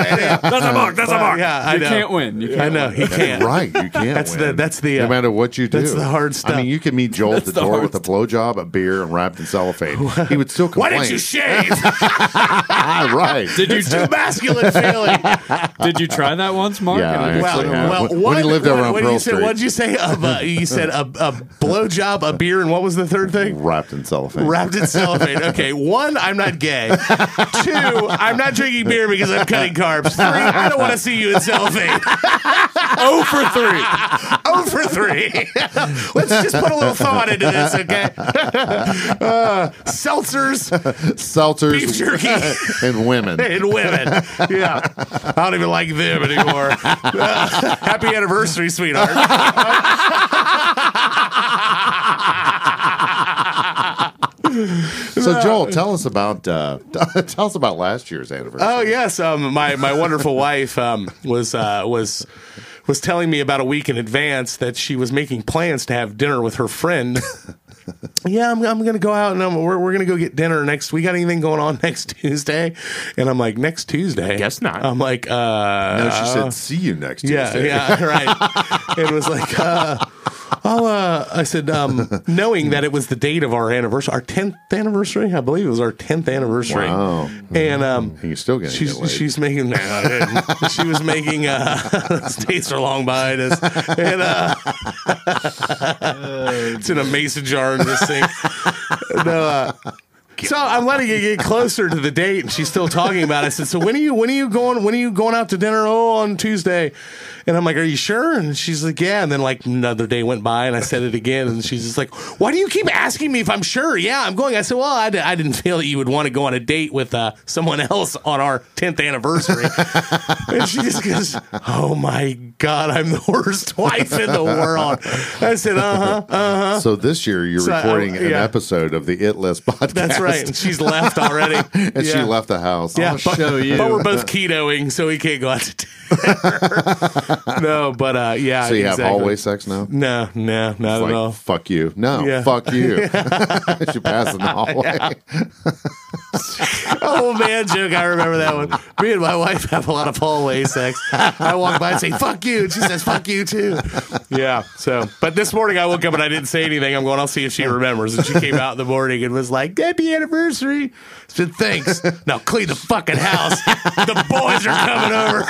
That's a book. That's a book.
yeah, I
you
know.
can't win. You can't
I know he can't.
Right, you can't.
That's the-
win.
that's the, uh,
no matter what you do.
that's the hard stuff.
I mean, you can meet Joel at the,
the
door
hard
with a blowjob, a beer, and wrapped in cellophane. he would still
Why
complain.
didn't you shave?
ah, right.
Did you
Too masculine feeling.
did you try that once, Mark?
Yeah, I
Well,
actually have.
well,
When-
one-
when he lived over
what-
on
what did
Pearl
you say?
Street.
What did you say? Of, uh, you said a, a blowjob, a beer, and what was the third thing?
wrapped in cellophane?
Wrapped in cellophane. Okay, one, I'm not gay. Two, I'm not drinking beer because I'm cutting carbs. Three, I don't want to see you in cellophane.
oh for three.
Oh for three. Let's just put a little thought into this, okay? Uh, seltzers, beef
Seltzers
jerky.
and women.
and women. Yeah. I don't even like them anymore. Uh, happy anniversary, sweetheart.
So Joel, tell us about uh, tell us about last year's anniversary.
Oh yes, um, my my wonderful wife um, was uh, was was telling me about a week in advance that she was making plans to have dinner with her friend. yeah, I'm, I'm gonna go out and I'm, we're we're gonna go get dinner next. We got anything going on next Tuesday? And I'm like, next Tuesday?
guess not.
I'm like, uh,
no, she said, "See you next
yeah,
Tuesday."
yeah, right. it was like, uh, oh, uh, I said, um, knowing that it was the date of our anniversary, our tenth anniversary, I believe it was our tenth anniversary.
Wow.
And um,
Oh, You're still gonna
she's
get laid.
she's making no, I didn't. she was making uh, those dates are long behind us, and uh, it's in a mason jar and this thing. No, uh, so I'm letting it get closer to the date, and she's still talking about it. I said, "So when are you when are you going when are you going out to dinner? Oh, on Tuesday." And I'm like, "Are you sure?" And she's like, "Yeah." And then like another day went by, and I said it again, and she's just like, "Why do you keep asking me if I'm sure?" Yeah, I'm going. I said, "Well, I, di- I didn't feel that you would want to go on a date with uh, someone else on our 10th anniversary." and she just goes, "Oh my god, I'm the worst wife in the world." I said, "Uh huh."
So this year you're
So I-
recording an
yeah.
episode of the It List podcast.
That's right. And she's left already.
And she
Yeah.
left the house.
Yeah,
Oh,
but,
show you.
but we're both ketoing, so we can't go out to dinner. no, but uh, yeah.
so you have
exactly.
hallway sex now?
No, no, not at
Like,
all.
fuck you. No,
Yeah.
fuck you. she passed in the hallway.
Oh man, joke. I remember that one. Me and my wife have a lot of hallway sex. I walk by and say "fuck you," and she says "fuck you" too. Yeah. So, but this morning I woke up and I didn't say anything. I'm going. I'll see if she remembers. And she came out in the morning and was like, "Happy anniversary." I said thanks. Now clean the fucking house. The boys are coming over.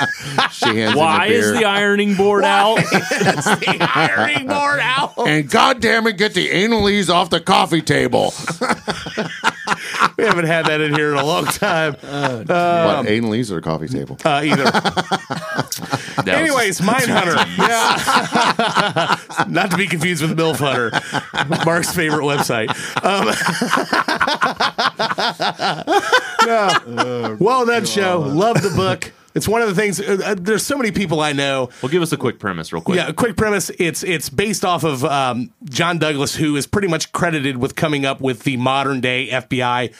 She hands
Why
him a beer.
is the ironing board out?
It's the hiring board out.
and goddamn it, get the analese off the coffee table.
We haven't had that in here in a long time. Um,
what analese or coffee table?
Uh, either.
That was-
Anyways, Mindhunter. Yeah. Not to be confused with Milf Hunter, Mark's favorite website. Um, no. well done, show. Love the book. It's one of the things. Uh, uh, there's so many people I know
well, give us a quick premise, real quick.
Yeah, quick premise. It's it's based off of um, John Douglas, who is pretty much credited with coming up with the modern day FBI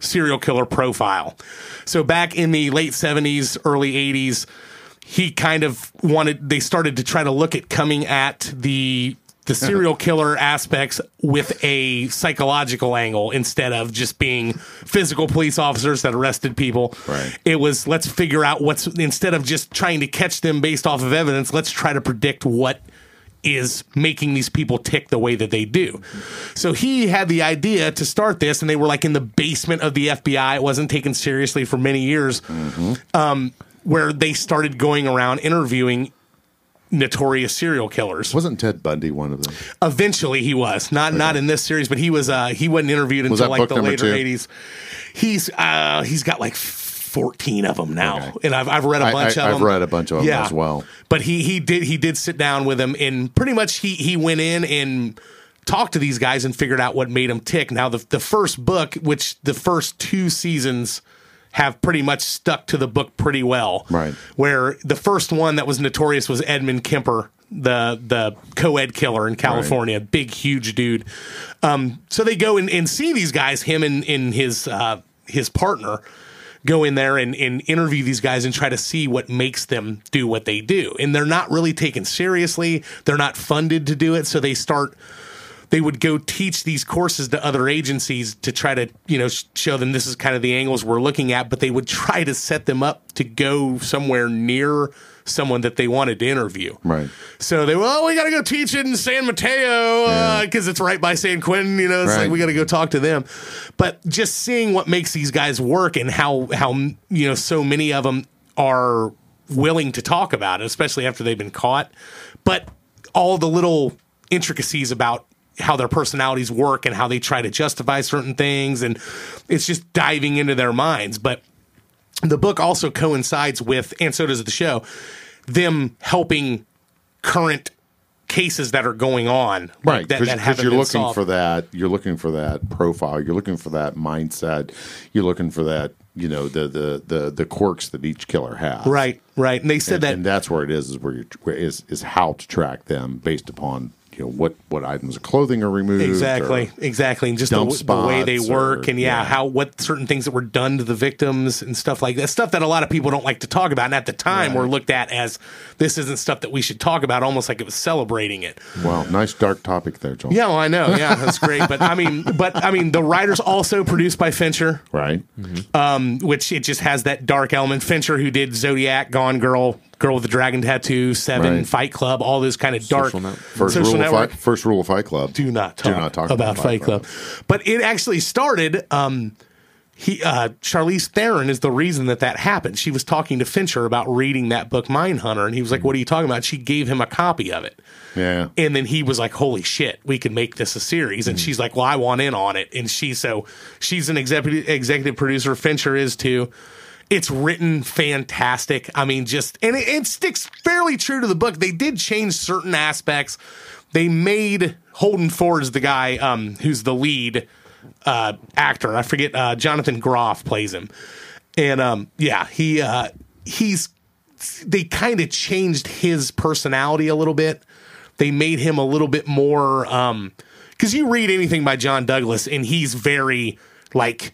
serial killer profile. So back in the late seventies, early eighties, he kind of wanted. They started to try to look at coming at the the serial killer aspects with a psychological angle instead of just being physical police officers that arrested people.
Right.
It was let's figure out what's instead of just trying to catch them based off of evidence, let's try to predict what is making these people tick the way that they do. So he had the idea to start this, and they were like in the basement of the FBI. It wasn't taken seriously for many years, um, where they started going around interviewing notorious serial killers.
Wasn't Ted Bundy one of them?
Eventually, he was not not in this series, but he was. Uh, he wasn't interviewed
Was
until
that
like
book
the
number
later
two?
eighties. He's uh, he's got like fourteen of them now, and I've I've read a
I-
bunch
I-
of
I've
them.
read a bunch of 'em as well.
But he he did he did sit down with him and pretty much he he went in and talked to these guys and figured out what made them tick. Now the the first book, which the first two seasons have pretty much stuck to the book pretty well.
Right.
Where the first one that was notorious was Edmund Kemper, the the co-ed killer in California, big huge dude. Um, so they go and, and see these guys, him and, and his uh, his partner go in there and, and interview these guys and try to see what makes them do what they do. And they're not really taken seriously. They're not funded to do it. So they start they would go teach these courses to other agencies to try to you know sh- show them this is kind of the angles we're looking at but they would try to set them up to go somewhere near someone that they wanted to interview
Right.
so they were, oh, we got to go teach it in San Mateo
Yeah.
because it's right by San Quentin. You know, it's like
Right.
we got to go talk to them. But just seeing what makes these guys work and how how you know so many of them are willing to talk about it, especially after they've been caught. But all the little intricacies about how their personalities work and how they try to justify certain things, and it's just diving into their minds. But the book also coincides with, and so does the show, them helping current cases that are going on, like, That,
Right,
that
because
haven't
you're
been
looking
solved.
for that. You're looking for that profile. You're looking for that mindset. You're looking for that. You know the the the, the quirks that each killer has.
right, right. And they said
and,
that
and that's where it is is where you where is is how to track them based upon you know what what items of clothing are removed or-
exactly, exactly, and just the,
dump
w- the way they
spots or-
work, and yeah,
yeah.
how what certain things that were done to the victims and stuff like that. Stuff that a lot of people don't like to talk about, and at the time were looked at as this isn't stuff that we should talk about, almost like it was celebrating it.
Wow, nice dark topic there, John.
Yeah, well, I know. Yeah, that's great. But I mean, but I mean, the writers also produced by Fincher.
Right.
Mm-hmm. which it just has that dark element. Fincher, who did Zodiac, Gone Girl, Girl with the Dragon Tattoo, Seven,
Right.
Fight Club, all those kind of dark
Social Network.
First
Social
rule of
Network.
fight, first rule of Fight Club.
Do not talk, about, Fight Club. But it actually started. Um, he uh, Charlize Theron is the reason that that happened. She was talking to Fincher about reading that book, Mindhunter, and he was like, "What are you talking about?" She gave him a copy of it.
Yeah.
And then he was like, "Holy shit, we can make this a series." And she's like, "Well, I want in on it." And she so she's an executive executive producer. Fincher is too. It's written fantastic. I mean, just and it, it sticks fairly true to the book. They did change certain aspects. They made Holden Ford's the guy um, who's the lead uh, actor. I forget uh, Jonathan Groff plays him, and um, yeah, he uh, he's they kind of changed his personality a little bit. They made him a little bit more um cuz you read anything by John Douglas and he's very like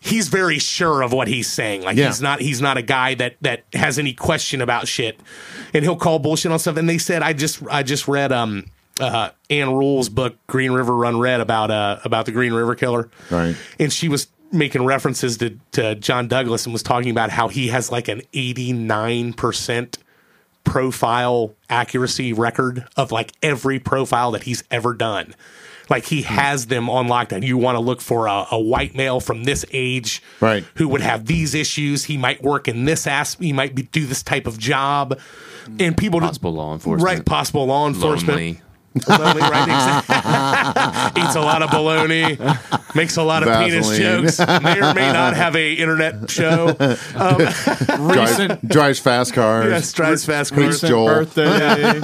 he's very sure of what he's saying. Like
Yeah.
he's not he's not a guy that that has any question about shit. And he'll call bullshit on stuff and they said I just I just read um uh Anne Rule's book Green River Run Red about uh about the Green River Killer
Right.
and she was making references to, to John Douglas and was talking about how he has like an 89% profile accuracy record of like every profile that he's ever done. Like he
Hmm.
has them on lockdown. You want to look for a, a white male from this age,
Right.
Who would have these issues? He might work in this aspect. He might be, do this type of job, and people just
Hmm. Possible law enforcement.
right? Possible law enforcement.
Lonely.
Lonely, right? Exactly. Eats a lot of baloney, makes a lot of penis
Vaseline.
jokes, may or may not have a internet show. Um,
Drives, drives fast cars.
yes, drives fast cars.
Meets Joel.
Birthday.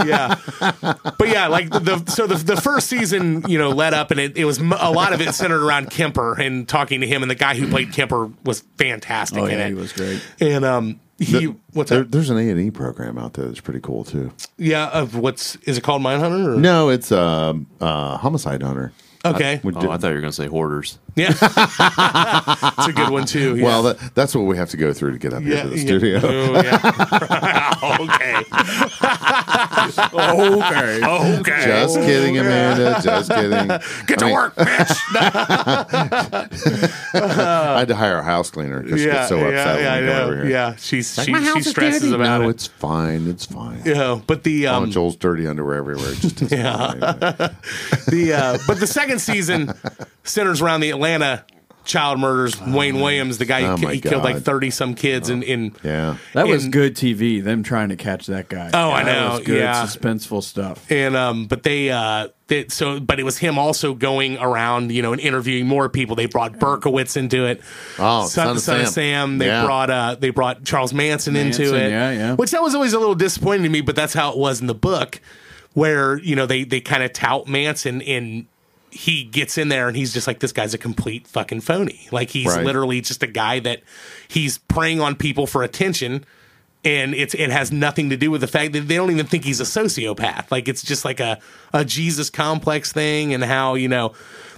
Yeah, but yeah, like the so the, the first season, you know, led up, and it, it was m- a lot of it centered around Kemper and talking to him, and the guy who played Kemper was fantastic
oh
in
yeah,
it,
he was great.
and um, he what's
There,
that?
there's an A and E program out there that's pretty cool too.
Yeah, of what's is it called Mindhunter? Or?
No, uh, it's um, uh, homicide hunter.
Okay,
We did-
Oh, I thought you were going to say hoarders.
yeah, it's a good one too. yeah.
well, that, that's what we have to go through to get up here to the studio.
Oh, yeah. okay.
okay.
Okay.
Just kidding, Amanda. Just kidding.
Get to
I mean,
work, bitch.
I had to hire a house cleaner because she gets so upset
yeah,
when we
I
go
know.
over here.
Yeah, she's she, she stresses about
no,
it.
it's fine. It's fine.
You know, but the
Oh,
um,
Joel's dirty underwear everywhere. It just doesn't matter.
the uh, but the second season centers around the Atlanta child murders. Wayne Williams, the guy
Oh,
who ki-
my
he killed like
God. Oh,
thirty some kids in in
Yeah.
That was
In-
good TV. Them trying to catch that guy.
Oh, I
That
know,
was good
yeah.
suspenseful stuff.
and um but they uh they, so but it was him also going around you know and interviewing more people they brought Berkowitz into it
Oh, Son of
of
Sam.
Sam they
Yeah.
brought uh they brought Charles Manson, into
Manson,
it
yeah, yeah.
which that was always a little disappointing to me but that's how it was in the book where you know they they kind of tout Manson and he gets in there and he's just like this guy's a complete fucking phony like he's
Right.
literally just a guy that he's preying on people for attention and it's it has nothing to do with the fact that they don't even think he's a sociopath. Like it's just like a a Jesus complex thing, and how you know,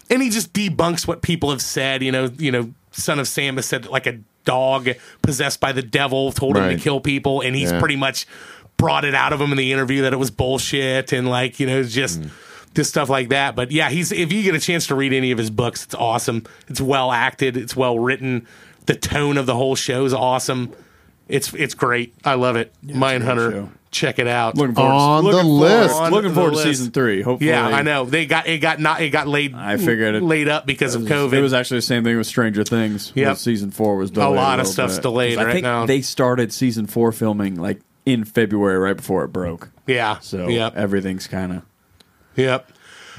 and he just debunks what people have said. You know, you know, son of Sam has said that like a dog possessed by the devil told him
Right.
to kill people, and he's
Yeah.
pretty much brought it out of him in the interview that it was bullshit, and like you know just.
Mm.
Just stuff like that, but yeah, he's. If you get a chance to read any of his books, it's awesome. It's well acted. It's well written. The tone of the whole show is awesome. It's it's great. I love it. Mindhunter.
show.
Check it out.
Looking forward
On
to,
the
looking forward-
list.
On
Looking
the
forward
list.
to season three. Hopefully,
yeah, I know. They got it got not it got laid
I figured it-
laid up because of COVID.
It was actually the same thing with Stranger Things.
Yep.
Yeah, season four was delayed.
lot of
little
stuff's
bit.
delayed
'Cause I
right
think
now.
They started season four filming like in February, right before it broke.
yeah.
So e-
yep.
everything's kind of
Yep.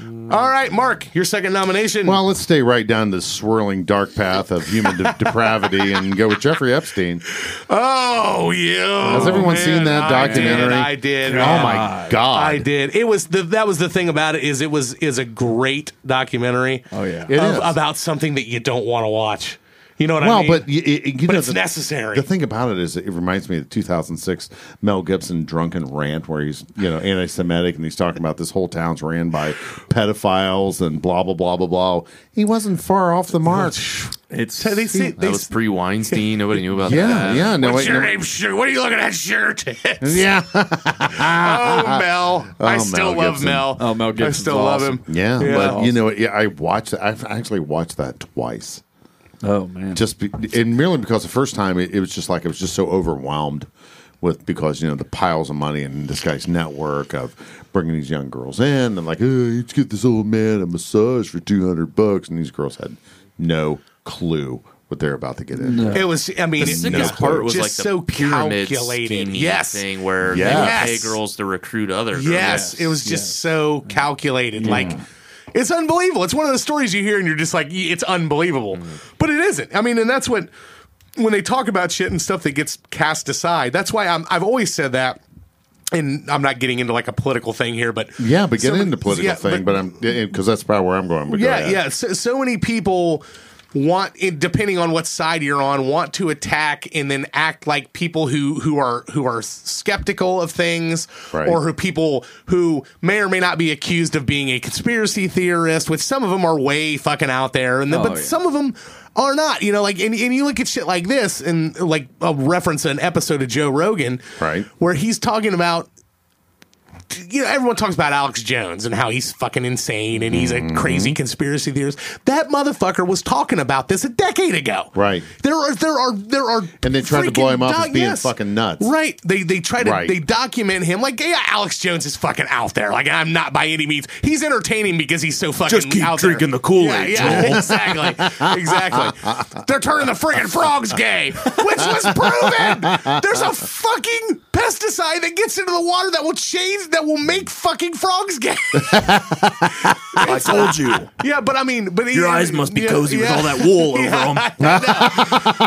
All right, Mark, your second nomination.
Well, let's stay right down the swirling dark path of human de- depravity and go with Jeffrey Epstein.
oh, yeah.
Has everyone seen that documentary?
I did. I did
Oh
man.
my God!
I did. It was the that was the thing about it is it was is a great documentary.
Oh, yeah.
It
of-
is.
about something that you don't want to watch. You know what
Well,
I mean?
but y- y- you
But
know,
it's necessary.
The thing about it is, it reminds me of the 2006 Mel Gibson drunken rant where he's you know anti-Semitic and he's talking about this whole town's ran by pedophiles and blah blah blah blah blah. He wasn't far off the mark.
it's
So they see, they
That was pre Weinstein. Nobody knew about
Yeah,
that.
yeah. No,
What's
wait,
your
no,
name, shirt? What are you looking at, shirt?
yeah,
oh, Mel. I
Mel
still love
Gibson.
Mel.
Oh, Mel
I
Gibson's
still love
awesome.
him.
yeah.
Yeah.
But you know, yeah, I watched. that. I've actually watched that twice.
oh man,
just be, and merely because the first time it, it was just like I was just so overwhelmed with because you know the piles of money and this guy's network of bringing these young girls in and like hey, let's get this old man a massage for two hundred bucks and these girls had no clue what they're about to get into.
It was, I mean,
The
it-
sickest
yeah,
part was
just
like the
so
pyramid
calculated.
scheme
Yes.
thing where
Yes.
they would pay girls to recruit other girls.
Yes. It was just so calculated. Like, it's unbelievable. It's one of those stories you hear and you're just like, "Y- it's unbelievable.
Mm.
But it isn't. I mean, and that's what, when they talk about shit and stuff that gets cast aside, that's why I'm, I've always said that. And I'm not getting into like a political thing here, but
Yeah, but get
Some-
into political
yeah,
thing, but, I'm because that's probably where I'm going. But go
yeah
ahead.
yeah so, so many people want it- depending on what side you're on want to attack and then act like people who who are who are skeptical of things
Right.
or who people who may or may not be accused of being a conspiracy theorist which some of them are way fucking out there and the,
Oh,
but
yeah.
some of them are not you know like and, and you look at shit like this and like a reference an episode of joe rogan
Right.
where he's talking about you know, everyone talks about Alex Jones and how he's fucking insane and he's
Mm-hmm.
a crazy conspiracy theorist. That motherfucker was talking about this a decade ago.
Right.
There are there are there are
And they tried to
freaking
blow him up as
doc-
being fucking nuts.
Right. They they try to
Right.
they document him like yeah, Alex Jones is fucking out there. Like I'm not by any means. He's entertaining because he's so fucking
Just keep
out
drinking
there.
the Kool-Aid,
Yeah, yeah exactly. Exactly. They're turning the friggin' frogs gay, which was proven. There's a fucking pesticide that gets into the water that will change that will make fucking frogs gay.
I told you.
Yeah, but I mean, but
Your eyes must be cozy with all that wool over them.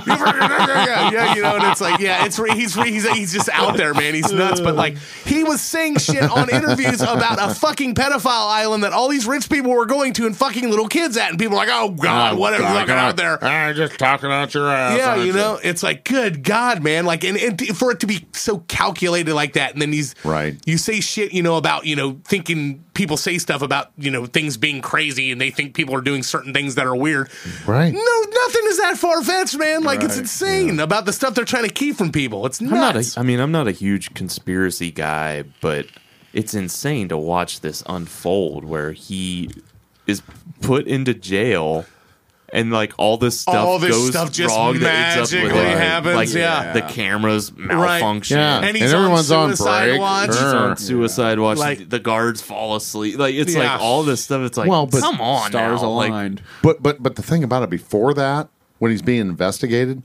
yeah, yeah, you know, and it's like, yeah, it's re- he's re- he's he's just out there, man. He's nuts, but like he was saying shit on interviews about a fucking pedophile island that all these rich people were going to and fucking little kids at, and people were like, oh god, whatever,
God,
fucking out there.
Ah, just talking out your ass.
Yeah,
aren't
you know, it's like good God, man. Like, and, and t- for it to be so calculated like that, and then these
Right.
You say shit, you know, about you know thinking people say stuff about you know things being crazy, and they think people are doing certain things that are weird.
Right.
No, nothing is that far fetched, man. Like it's insane about the stuff they're trying to key from people. It's nuts.
I'm not a, I mean, I'm not a huge conspiracy guy, but it's insane to watch this unfold where he is put into jail and like all this stuff
All this
goes
stuff just
wrong that ends up with,
magically
like-
happens,
like,
yeah.
the cameras malfunction
Yeah.
And he's
And
on
everyone's on
suicide
break.
watch.
Sure.
He's on suicide watch.
Like-
the guards fall asleep. Like it's
Yeah.
like all this stuff. It's like,
Well, but
come on,
Stars
now. Like,
aligned.
But but but the thing about it before that, when he's being investigated,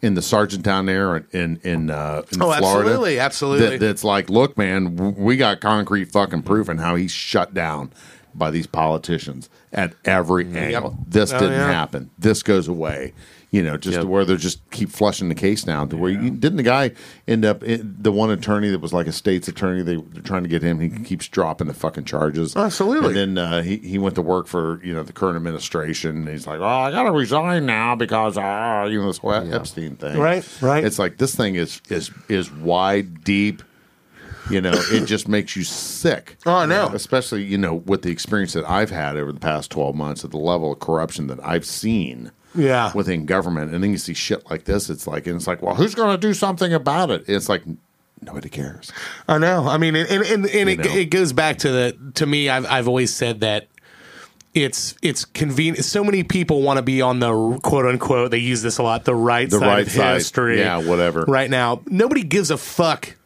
in the sergeant down there in in in, uh, in
Oh,
Florida,
absolutely, absolutely.
that- that's like, look, man, w- we got concrete fucking proof and how he's shut down by these politicians at every angle. This
Oh,
didn't
yeah.
happen. This goes away. You know, just to
Yep.
where they're just keep flushing the case down to where you, didn't the guy end up in, the one attorney that was like a state's attorney? They were trying to get him. He keeps dropping the fucking charges.
Mm-hmm. Absolutely.
And then and uh, he he went to work for you know the current administration. And he's like, oh, I gotta resign now because ah, you know this whole Epstein thing,
Right, right.
It's like this thing is is is wide, deep. You know, it just makes you sick.
Oh, I know.
Especially you know with the experience that I've had over the past twelve months at the level of corruption that I've seen.
Yeah.
Within government, and then you see shit like this. It's like, and it's like, well, who's going to do something about it? It's like nobody cares.
I know. I mean, and and, and, and it,
know.
it goes back to the to me. I've I've always said that it's it's convenient. So many people want to be on the quote unquote. They use this a lot. The right
The
side
right
of
side.
history.
Yeah, whatever.
Right now, nobody gives a fuck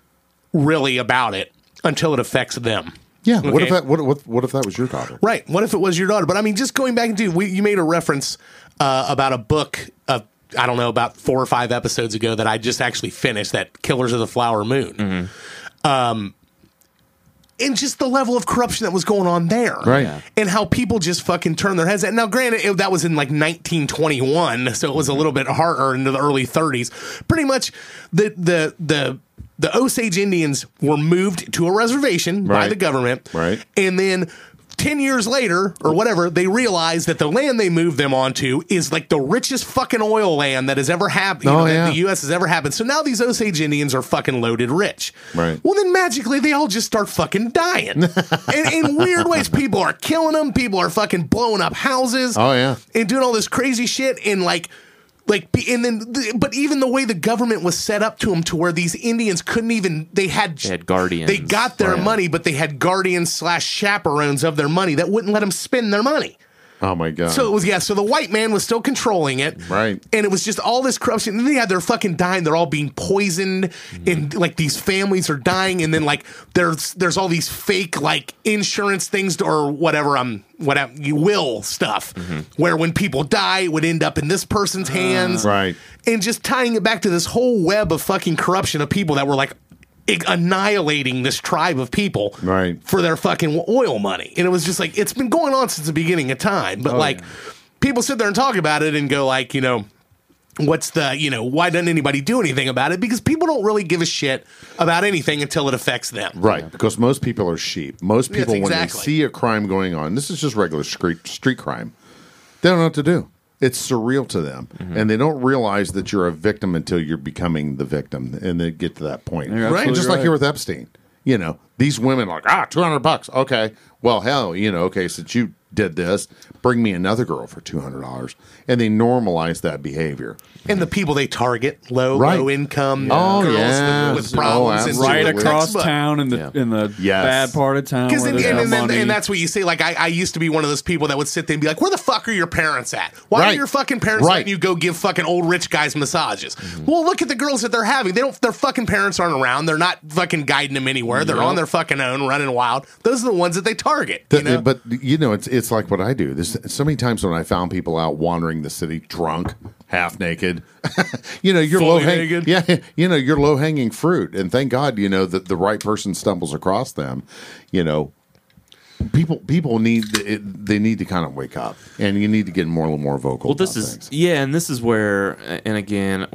really about it until it affects them.
Yeah. What if
Okay.
that? What, what what if that was your daughter?
Right. What if it was your daughter? But I mean, just going back into we, you made a reference uh, about a book of I don't know about four or five episodes ago that I just actually finished that Killers of the Flower Moon. Um, and just the level of corruption that was going on there,
Right. Yeah.
And how people just fucking turn their heads. And now, granted, it, that was in like 1921, so it was a little bit harder into the early 30s. Pretty much, the the the the Osage Indians were moved to a reservation by
Right.
the government,
Right.
and then 10 years later or whatever, they realize that the land they moved them onto is like the richest fucking oil land that has ever happened, you
Oh,
know, that
yeah.
the U.S. has ever happened. So now these Osage Indians are fucking loaded rich.
Right.
Well, then magically they all just start fucking dying. and in weird ways, people are killing them. People are fucking blowing up houses
Oh, yeah.
and doing all this crazy shit and like like be- and then th- but even the way the government was set up to them to where these indians couldn't even they had
They had guardians.
they got their
Right.
money but they had guardians slash chaperones of their money that wouldn't let them spend their money
Oh my god.
so it was yeah so the white man was still controlling it
Right.
and it was just all this corruption and then they had their fucking dying they're all being poisoned and like these families are dying and then like there's there's all these fake like insurance things or whatever um whatever you will stuff where when people die it would end up in this person's hands
right.
and just tying it back to this whole web of fucking corruption of people that were like ig- annihilating this tribe of people
Right.
for their fucking oil money and it was just like it's been going on since the beginning of time
Oh,
but like people sit there and talk about it and go like you know what's the you know why doesn't anybody do anything about it because people don't really give a shit about anything until it affects them
Right, because most people are sheep. Most
Yes,
people,
exactly.
when they see a crime going on, this is just regular street street crime. They don't know what to do. It's surreal to them,
Mm-hmm.
and they don't realize that you're a victim until you're becoming the victim, and they get to that point.
You're absolutely
And just like
right.
here with Epstein, you know, these women are like ah, two hundred bucks. Okay, well, hell, you know, okay, since you did this, bring me another girl for two hundred dollars, and they normalize that behavior.
and the people they target low
Right.
low income
Oh,
girls
yeah.
with, with
Oh,
problems and
absolutely.
Right
with
across
textbook.
town in the
Yeah.
in the
Yes.
bad part of town.
Because
where
and,
there's
and,
no
and, and,
money.
that's what you see. Like I, I used to be one of those people that would sit there and be like, "Where the fuck are your parents at? Why are
Right.
your fucking parents
Right. Mm-hmm.
letting you go give fucking old rich guys massages?" Well, look at the girls that they're having. They don't. Their fucking parents aren't around. They're not fucking guiding them anywhere. They're on their fucking own, running wild. Those are the ones that they target. You
Th-
know?
But you know, it's it's like what I do. There's so many times when I found people out wandering the city drunk, half naked. you know, you're
Fully
low hanging.
naked.
Yeah, you know, you're low hanging fruit, and thank God, you know, that the right person stumbles across them. You know, people people need it, they need to kind of wake up, and you need to get more and more vocal.
Well, this
about
is
things.
yeah, and this is where, and again,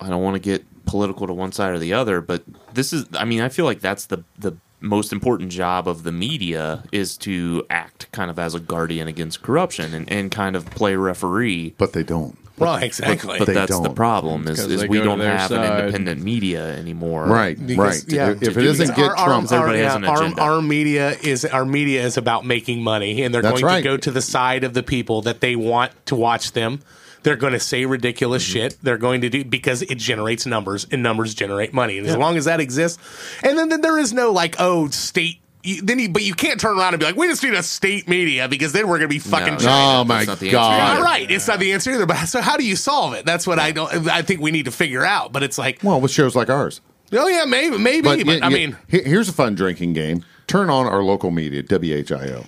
I don't want to get political to one side or the other, but this is, I mean, I feel like that's the the most important job of the media is to act kind of as a guardian against corruption and, and kind of play referee.
but they don't.
right, exactly.
But
They
that's the
don't.
problem is,
'Cause
is
they
we
go to
don't
their
have an
side.
independent media anymore.
Right, right.
yeah,
if if
to
it
do
doesn't
that.
get Trump,
our,
everybody has an
our-
agenda.
our media is our media is about making money, and they're
That's
going
right.
to go to the side of the people that they want to watch them. They're going to say ridiculous shit. They're going to do because it generates numbers and numbers generate money. And as long as that exists, and then, then there is no like, oh, state. You, then you, but you can't turn around and be like, we just need a state media because then we're going to be fucking.
No,
China.
Oh, my
That's not the answer.
God.
You're not right. It's not the answer either. But so how do you solve it? That's what I don't. I think we need to figure out. But it's like,
Well, with shows like ours.
oh yeah, maybe, maybe. But,
yeah,
I
yeah,
mean,
he- here's a fun drinking game. Turn on our local media, WHIO.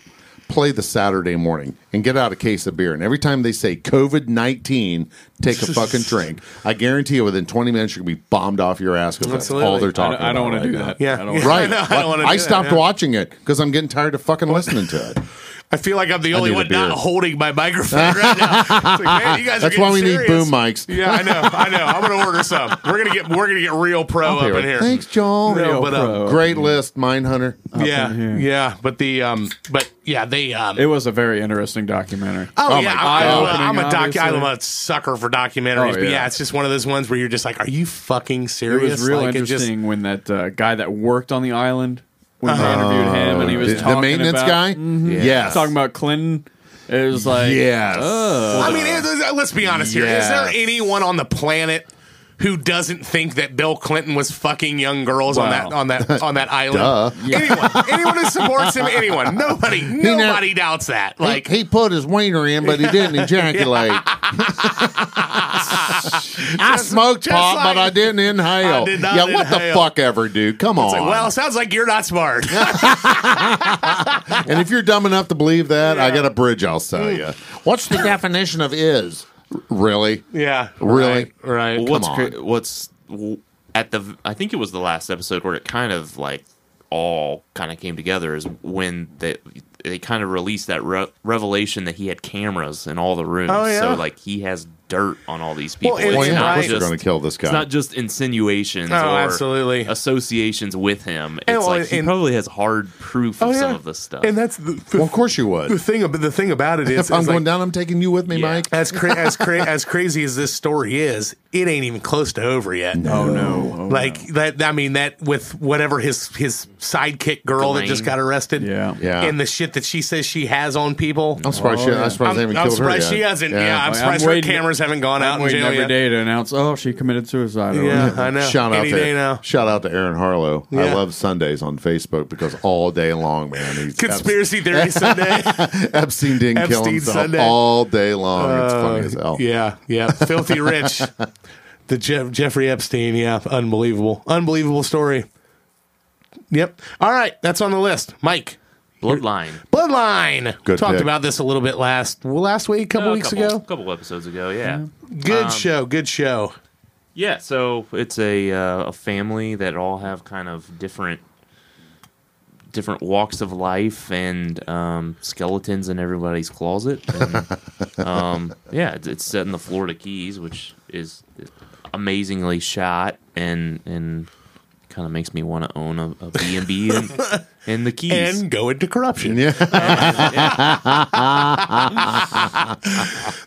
Play the Saturday morning and get out a case of beer. And every time they say COVID 19, take a fucking drink. I guarantee you within 20ty minutes, you're going to be bombed off your ass because that's all
Absolutely.
they're
I
talking
don't, I don't
about
want to
right
do
now.
that.
Yeah.
I don't
Yeah.
wanna-
Right.
I know, I don't wanna
I,
do that,
stopped
yeah.
watching it because I'm getting tired of fucking listening to it.
I feel like I'm the only
need a
one not
beer.
holding my microphone right now. It's like, man, you guys are
That's why
getting
we
serious.
need boom mics.
Yeah, I know, I know. I'm gonna order some. We're gonna get we're gonna get real pro up in here.
Thanks, Joel.
No, but, uh,
Great list, Mine Hunter.
yeah, yeah. But the um, but yeah, they um.
It was a very interesting documentary.
Oh,
Oh
yeah,
my
I'm,
God.
well, I'm a doc.
Eye-opening,
I'm a sucker for documentaries,
Oh,
but yeah,
yeah.
it's just one of those ones where you're just like, "Are you fucking
It
serious?"
was real
like,
interesting when that uh, guy that worked on the island when they interviewed him and he was
Oh, Uh, the,
talking
the maintenance
about,
guy?
Mm-hmm.
Yeah.
Yes.
talking about Clinton. It was like
Yes.
I mean, it- it- let's be honest here. Is there
Yes.
anyone on the planet who doesn't think that Bill Clinton was fucking young girls on that
Wow.
on that on that island?
Duh.
Anyone, anyone who supports him, anyone, nobody,
never-
nobody doubts that. Like,
he, he put his wiener in, but he didn't ejaculate. I smoked
just
pot,
like-
but I didn't inhale.
I did not
yeah, what the
inhale.
fuck ever, dude? Come on.
it's like, well, sounds like you're not smart.
and if you're dumb enough to believe that, I got a bridge I'll sell you. What's the definition of is? R- Really?
yeah,
Really?
right. right.
Well, what's
Come
cra- what's w- at the I think it was the last episode where it kind of like all kind of came together is when they they kind of released that re- revelation that he had cameras in all the rooms.
Oh, yeah.
So like he has dirt on all these people.
Well,
it's
and-
Well, yeah,
not
of course
just
you're going to kill this
it's
guy.
not just insinuations
Oh,
or
absolutely.
associations with him. It's
And, well,
like he
and- Oh,
probably has hard proof of
yeah.
some of this stuff.
And that's the, the,
well, of course you
the
would.
thing. ab- The thing about it is,
If I'm
is
going
like,
down, I'm taking you with me,
Yeah.
Mike.
as cra- as cra- as crazy as this story is, it ain't even close to over yet.
oh no, oh,
like that i mean that with whatever his his sidekick girl that just
Ghislaine.
got arrested
Yeah.
Yeah.
and the shit that she says she has on people
I'm surprised,
Oh,
she,
yeah.
I'm surprised they haven't killed
surprised
her yet.
she hasn't yeah, i'm
I'm
surprised her
waiting-
cameras haven't gone out
I'm
in
waiting
jail
every
yet.
day to announce, oh, she committed suicide. or
yeah
whatever.
i know
Shout out
any
to
day now
shout out to Aaron Harlow. I
Yeah.
love Sundays on Facebook because all day long, man, he's
conspiracy theory sunday
Epstein, Epstein didn't kill
Epstein
himself
Sunday. Uh,
all day long. it's funny as hell.
yeah yeah filthy rich the Jeff jeffrey epstein yeah unbelievable unbelievable story yep all right that's on the list mike
Bloodline.
bloodline
Good
talked
pick.
about this a little bit last last week couple
Oh, a
weeks
couple, Um,
ago
couple episodes ago, yeah.
Good show, good show.
Yeah, so it's a uh, a family that all have kind of different different walks of life and um, skeletons in everybody's closet. And, um, yeah, it's, it's set in the Florida Keys, which is amazingly shot and and kind of makes me want to own a, a B&B in, in the Keys.
And go into corruption.
Yeah.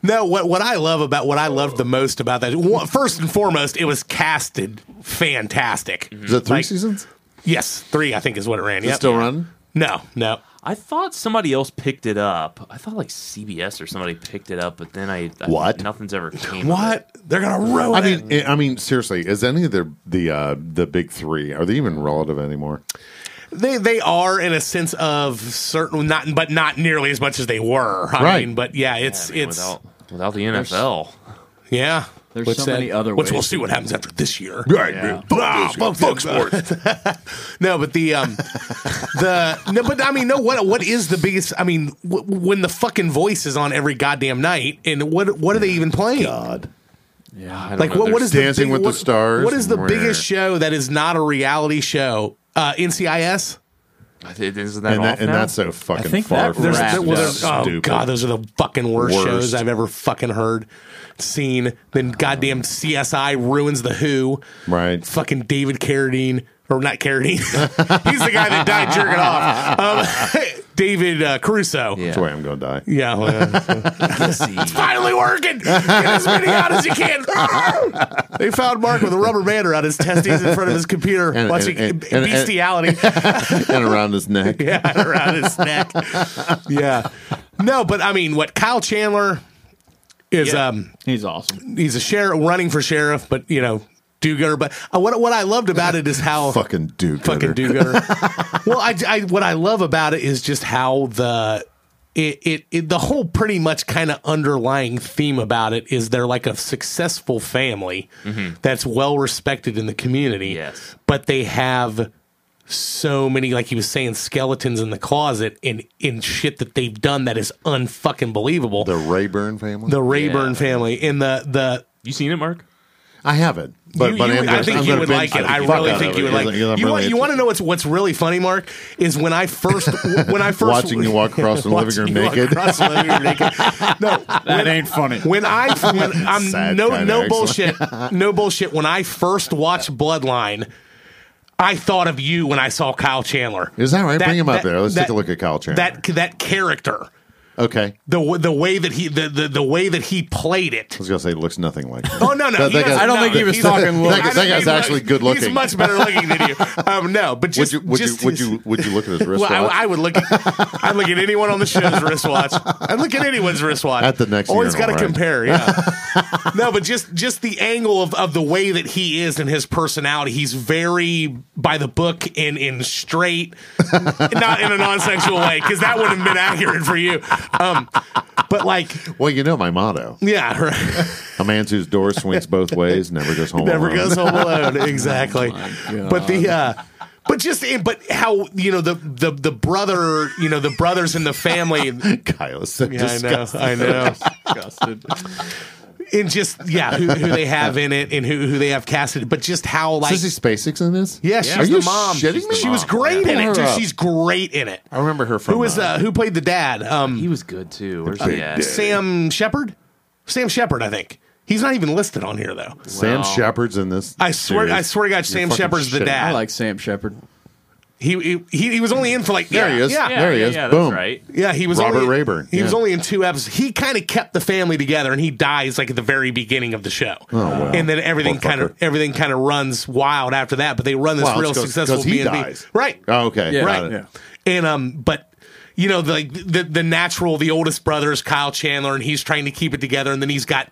No, what what I love about what I loved the most about that one- first and foremost, it was casted fantastic.
Is it three
Like-
seasons?
Yes, three I think is what it ran.
Mm-hmm. Is it
Yep.
still running?
no, no.
I thought somebody else picked it up. I thought like CBS or somebody picked it up, but then I, I
What?
nothing's ever came. of it.
What they're gonna ruin?
I
it.
mean, I- I mean, seriously, is any of the the uh, the big three are they even relative anymore?
they they are in a sense of certain not, but not nearly as much as they were. I
Right.
mean, but yeah, it's
I mean,
it's
without, without the NFL.
yeah.
There's
Which
so many other
Which
ways
we'll
to
see what happens after this year.
Right,
Yeah.
Ah, fuck, fuck sports. no, but the um, the no, but I mean, no. What what is the biggest? I mean, w- when the fucking voice is on every goddamn night, and what what are they even playing?
I don't
Like what
know.
what
There's-
is the
Dancing
big-
with the
what-
Stars
What is the
and
biggest show that is not a reality show? Uh, NCIS.
I think- isn't that
And,
off
that, and
now?
that's uh, so fucking
I think
far.
that-
from
there's-
that.
there- well,
there's- oh
Stupid.
god, those are the fucking worst,
Worst.
shows I've ever fucking heard, seen. Then goddamn CSI ruins the Who.
right.
fucking David Carradine or not Carradine. He's the guy that died jerking off. Um, David uh, Caruso.
Yeah.
That's the way I'm going to die.
Yeah, well,
See,
finally working. Get as many out as you can. they found Mark with a rubber band around his testes in front of his computer,
and-
watching
and- and-
bestiality
and around his neck.
yeah, around his neck. Yeah, no, but I mean, what Kyle Chandler is
Yeah.
um
He's awesome.
he's a sheriff running for sheriff, but you know do gooder. But uh, what what I loved about it is how
Fucking do
fucking do gooder. well, I, I what I love about it is just how the it, it, it the whole pretty much kind of underlying theme about it is they're like a successful family that's well respected in the community.
Mm-hmm. Yes.
but they have so many like he was saying skeletons in the closet and in shit that they've done that is unfucking believable.
The Rayburn family.
the Rayburn
Yeah.
family and the the
You seen it, Mark?
I haven't, but
you,
but
you
I'm
would-
gonna-
I think
I'm
you
gonna
would
binge
like it.
the
I
fuck
really
out of
think
it
you would
because
like.
I'm- because I'm
you want
really
you want to know what's what's really funny, Mark? Is when I first when I first
Watching you walk across the living
watching
room
you walk
naked.
across the living room naked. No,
That ain't funny.
when I when I'm
Sad
no
kinda
no
excellent.
bullshit no bullshit. When I first watched Bloodline, I thought of you when I saw Kyle Chandler.
Is that right? Bring him up
that-
there. Let's
that-
take a look at Kyle Chandler.
That that character.
okay.
The, w- the way that he the, the, the way that he played it
I was gonna say it looks nothing like. Him.
Oh no, no,
That-
he
that
doesn't-
guy- I don't
no,
think he was
he's-
talking
I
look.
don't
That guy- that guy's
think-
actually good looking.
He's much better looking than you. Um, no, but
Would
just
you would you
just
would
his-
you would you look at his
Well,
wristwatch?
I, I would look. At, I'd look at anyone on the show's wristwatch. I'd look at anyone's wristwatch
At the next
Always got to
urinal, right?
compare. Yeah. no, but just just the angle of, of the way that he is and his personality. He's very by the book and in straight, not in a non sexual way, because that wouldn't have been accurate for you. Um, but like,
well, you know my motto:
yeah, right.
a man's whose door swings both ways never goes home.
never
alone. Oh
goes home alone exactly but the uh but just but how you know the the the brother you know the brothers in the family
Kyle is so
yeah, i know i know
Disgusted.
and just yeah who, who they have in it and who who they have casted but just how like
Sissy Spacek's in this?
yeah she's
Are
the
you
mom
shitting me?
she was great in it
Pull her
dude
up.
she's great in it
I remember her from.
who was uh who played the dad
He
um
was good too. Where's
big
he at?
dick.
sam shepard sam shepard i think he's not even listed on here though
Sam
Wow.
Shepard's in this.
I swear,
series.
I swear to God, Sam
fucking
Shepard's the
shitting.
dad.
I like Sam Shepard.
he, he he was only in for like
There
yeah,
he is.
Yeah,
Yeah,
There he
yeah,
is.
yeah,
Boom.
That's right.
Yeah, he was
Robert
only,
Rayburn,
He was
yeah.
only in two episodes. He kind of kept the family together, and he dies like at the very beginning of the show. Oh
wow.
And then everything
Poor
kind of
fucker.
everything kind of runs wild after that. But they run this
Wow, it's
real
'cause-
successful
'cause he
B&B.
dies.
right?
Oh, okay.
Yeah.
Got
Right.
it.
And um, but you know, the, like the the natural, the oldest brother is Kyle Chandler, and he's trying to keep it together. And then he's got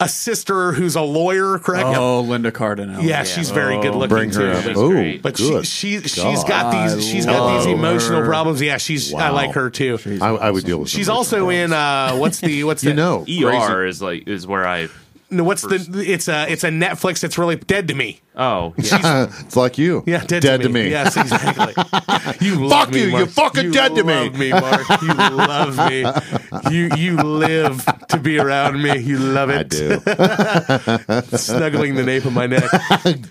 a sister who's a lawyer, correct?
Oh, Linda Cardinale.
yeah, she's very good looking.
Bring her
too.
up.
She's
Oh,
great.
But
good.
she, she she's
God.
got these
I
she's got these
love
emotional
her. problems.
problems. Yeah, she's I
Wow.
like her too.
I, I would deal with.
She's
some of
also
those.
in uh, what's the what's
You
the,
know,
ER is like is where I.
no what's the it's a it's a Netflix that's really dead to me.
Oh, yeah.
it's like you.
Yeah, dead,
dead to me.
Yes, exactly. You love
Fuck
me,
you,
Mark.
you're fucking
You
dead to me.
love Mark. You love me. You you live to be around me. You love it.
I do.
Snuggling the nape of my neck.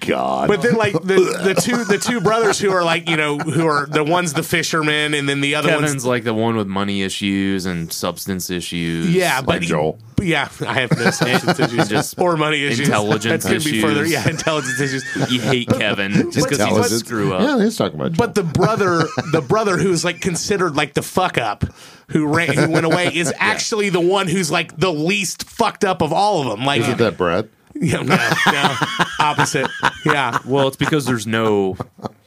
God.
But then like the, the two the two brothers who are like, you know, who are the one's the fisherman and then the other one's
Kevin's like the one with money issues and substance issues.
yeah, but
like Joel.
Yeah, I have no substance issues,
Just
or money issues.
intelligence
that could be
issues.
further. Yeah, intelligence issues.
you hate Kevin just because
Tell
he's
us
a
it's-
screw up.
Yeah, he's talking about.
But the brother, the brother who's like considered like the fuck up, who ran, who went away, is actually the one who's like the least fucked up of all of them. Like,
Joel. Isn't that Brad?
you know, no, no, opposite. Yeah,
Well, it's because there's no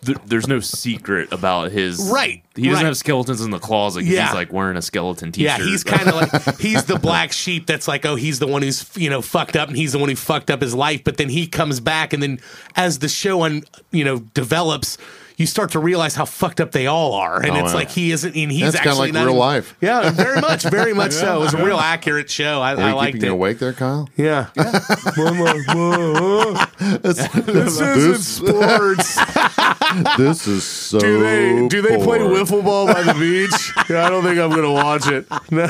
th- there's no secret about his
Right,
He doesn't
right.
have skeletons in the closet. 'cause
Yeah.
he's like wearing a skeleton
yeah.
t-shirt.
He's kind of like he's the black sheep. That's like, oh, he's the one who's you know fucked up, and he's the one who fucked up his life. But then he comes back, and then as the show un, you know develops. You start to realize how fucked up they all are, and
Oh,
it's
yeah.
like he isn't, and he's
That's kinda
actually
like
not
real
even-
life.
Yeah, very much, very much so. It was a real accurate show. I,
Are
I
you
liked
keeping
it.
you awake there, Kyle?
Yeah. I'm like, whoa, whoa.
this,
sports.
this is so.
Do they do they play
bored.
wiffle ball by the beach? I don't think I'm gonna watch it. No,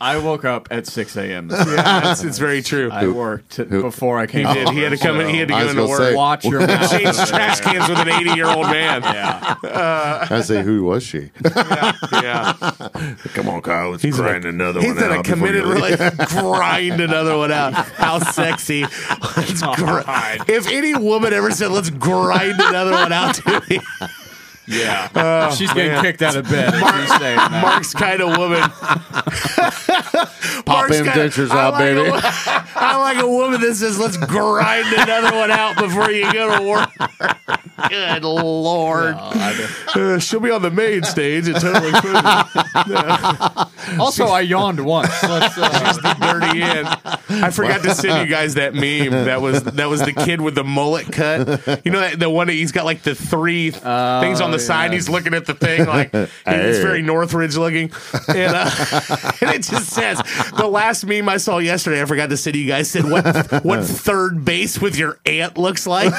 I woke up at 6 a.m. this morning.
that's, it's very true.
I worked before I came.
He did. He had to come in. He had to
Oh, I
go
was
into
gonna
work.
say-
Watch your mouth.
Change trash cans with an 80 year old man.
Yeah.
I say, who was she?
Yeah.
Come on, Kyle. Let's
He's in a-
another
He's in a
out before
committed
you leave.
relationship. grind another one out. How sexy. Let's gr- if any woman ever said, let's grind another one out to me, Oh,
Yeah. She's getting kicked out of bed. if you say that.
Mark's kind of woman.
Pop
Mark's
them
kinda-
dentures
I
out,
like
baby.
A, I like a woman that says, "Let's grind another one out before you go to work."
Good lord.
Uh, she'll be on the main stage at Total Inclusion.
Also, I yawned once. Let's, uh,
Dirty Inn. I forgot to send you guys that meme. That was that was the kid with the mullet cut. You know that the one that he's got like the three things on the side. He's looking at the thing like it's very Northridge looking, and, uh, and it just says the last meme I saw yesterday. I forgot to send you guys said what what third base with your aunt looks like.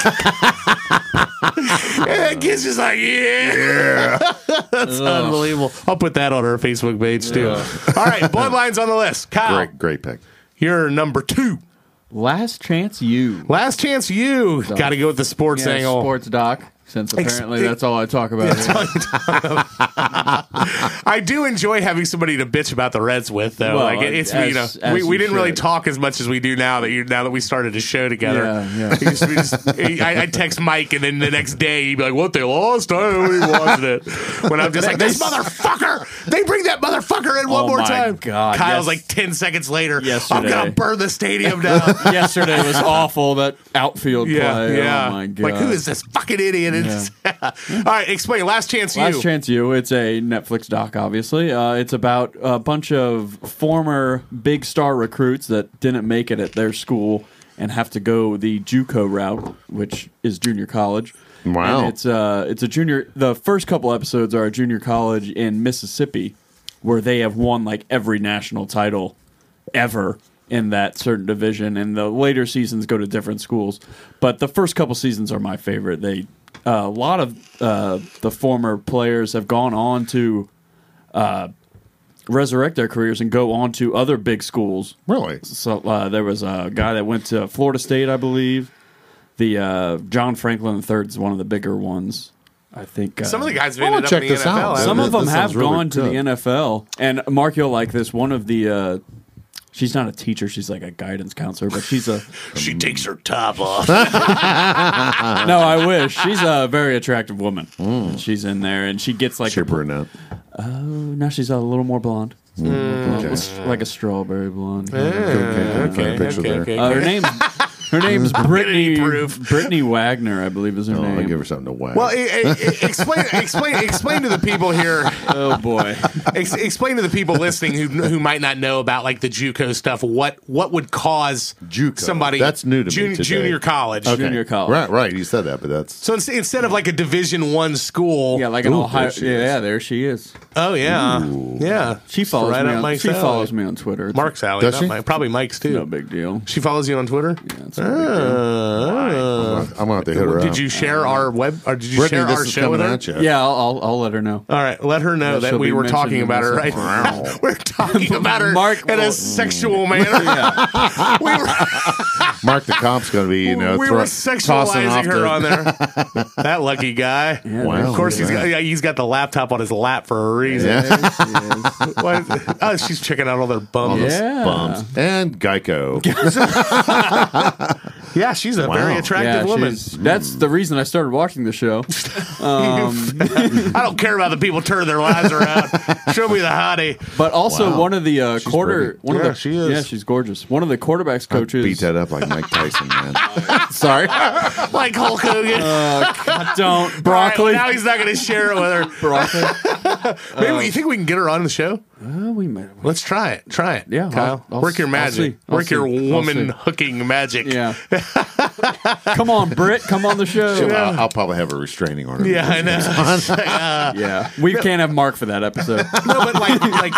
and that kid's just like yeah. That's unbelievable. I'll put that on our Facebook page too. All right, bloodlines on the list. Kyle,
Great, great pick.
you're number two.
last chance, you.
Last chance, you got to go with the sports
Yeah,
angle.
sports doc. Since apparently
Ex-
that's all I talk about. here.
I do enjoy having somebody to bitch about the Reds with, though.
Well,
like it- it's
as-
you know
as
we, we
you
didn't really
should.
talk as much as we do now that you now that we started a show together.
Yeah, yeah.
We just- we just- I, I text Mike, and then the next day he'd be like, "What they lost? I already watched it." When I'm just like, "This motherfucker! They bring that motherfucker in one
Oh
more
my
time."
God,
Kyle's
yes.
like ten seconds later. I'm
Yesterday.
gonna burn the stadium down.
Yesterday was awful. That outfield play. Oh my god.
Like, who is this fucking idiot? It's- All right, explain. Last chance,
Last
you.
Chance You. It's a Netflix doc, obviously. Uh, it's about a bunch of former big star recruits that didn't make it at their school and have to go the JUCO route, which is junior college.
Wow.
And it's uh, it's a junior. The first couple episodes are a junior college in Mississippi, where they have won like every national title ever in that certain division and the later seasons go to different schools but the first couple seasons are my favorite they uh, a lot of uh, the former players have gone on to uh, resurrect their careers and go on to other big schools
Really?
so uh, there was a guy that went to Florida State, I believe. The uh, John Franklin III is one of the bigger ones, I think. Uh,
Some of the guys have
I wanna
ended up
check
in the
this
NFL.
out.
haven't
some
That-
of them
that
have
sounds really
gone to the
good.
NFL, and Mark, you'll like this. One of the, uh, she's not a teacher; she's like a guidance counselor, but she's a
they? She takes her top off.
no. I wish she's a very attractive woman.
Mm.
She's in there, and she gets like
Sheer brunette.
now she's a little more blonde,
Mm, Okay.
like a strawberry blonde.
Okay, okay,
okay,
picture
okay,
there.
okay.
Uh, her name, her name's Brittany
proof.
Brittany Wagner, I believe is her
Oh, I'll give
name.
her something to whack.
well, e- e- e- explain, explain, explain to the people here.
Oh boy,
Ex- explain to the people listening who who might not know about like the JUCO stuff. What what would cause
JUCO.
somebody
That's new to me
jun-
today.
junior college?
junior college.
Right, right. You said that, but that's
So ins- instead of like a Division One school,
Yeah, like an
Ooh,
Ohio.
there she
Yeah,
is.
yeah, there she is.
oh yeah, yeah,
She follows
right
me.
up
On,
Mike's
she
alley.
follows me on Twitter. It's
Mark's alley,
Does
not
she?
Mike- probably Mike's too.
no big deal.
She follows you on Twitter. Uh,
Yeah, it's no big deal.
I'm going to hit her
Did
up.
you share our web? Or did you
Brittany,
share
this
our
is
show with
coming
her?
at you.
Yeah, I'll, I'll I'll let her know.
All right, let her know
Yeah,
that
she'll
we
be
were talking
mentioned
about her.
in
Right?
this
we're talking about her
Mark
in a
will-
sexual manner. we were,
Mark the cop's going to be, you know,
we
thro-
were
tossing
sexualizing
off
her
the,
on there. That lucky guy.
Wow.
Of course, he's got, yeah, he's got the laptop on his lap for a reason.
Yeah.
Why is- oh, she's checking out all their bums. yeah.
Yeah.
Bums. And Geico.
she's a very
Wow.
attractive
Yeah,
woman. Hmm.
she's- that's the reason I started watching the show. Um,
I don't care about the people turning their lives around. Show me the hottie.
But also one of the uh, quarter
pretty.
one
Yeah,
of the
she is.
yeah she's gorgeous. One of the quarterbacks coaches
Beat that up like Mike Tyson, man. Sorry.
Like Hulk Hogan.
don't
All right,
Uh, broccoli.
now he's not going to share it with her.
broccoli.
Maybe you think we can get her on the show?
Uh, we might.
Let's try it. Try it.
Yeah,
Kyle.
I'll- I'll
work
s-
your
I'll
magic.
see. I'll
work your
see. I'll
woman
see.
hooking magic.
Yeah. come on, Britt. Come on the show.
uh, I'll, I'll probably have a restraining order.
Yeah, I know.
Yeah. We can't have Mark for that episode.
no, but like, like,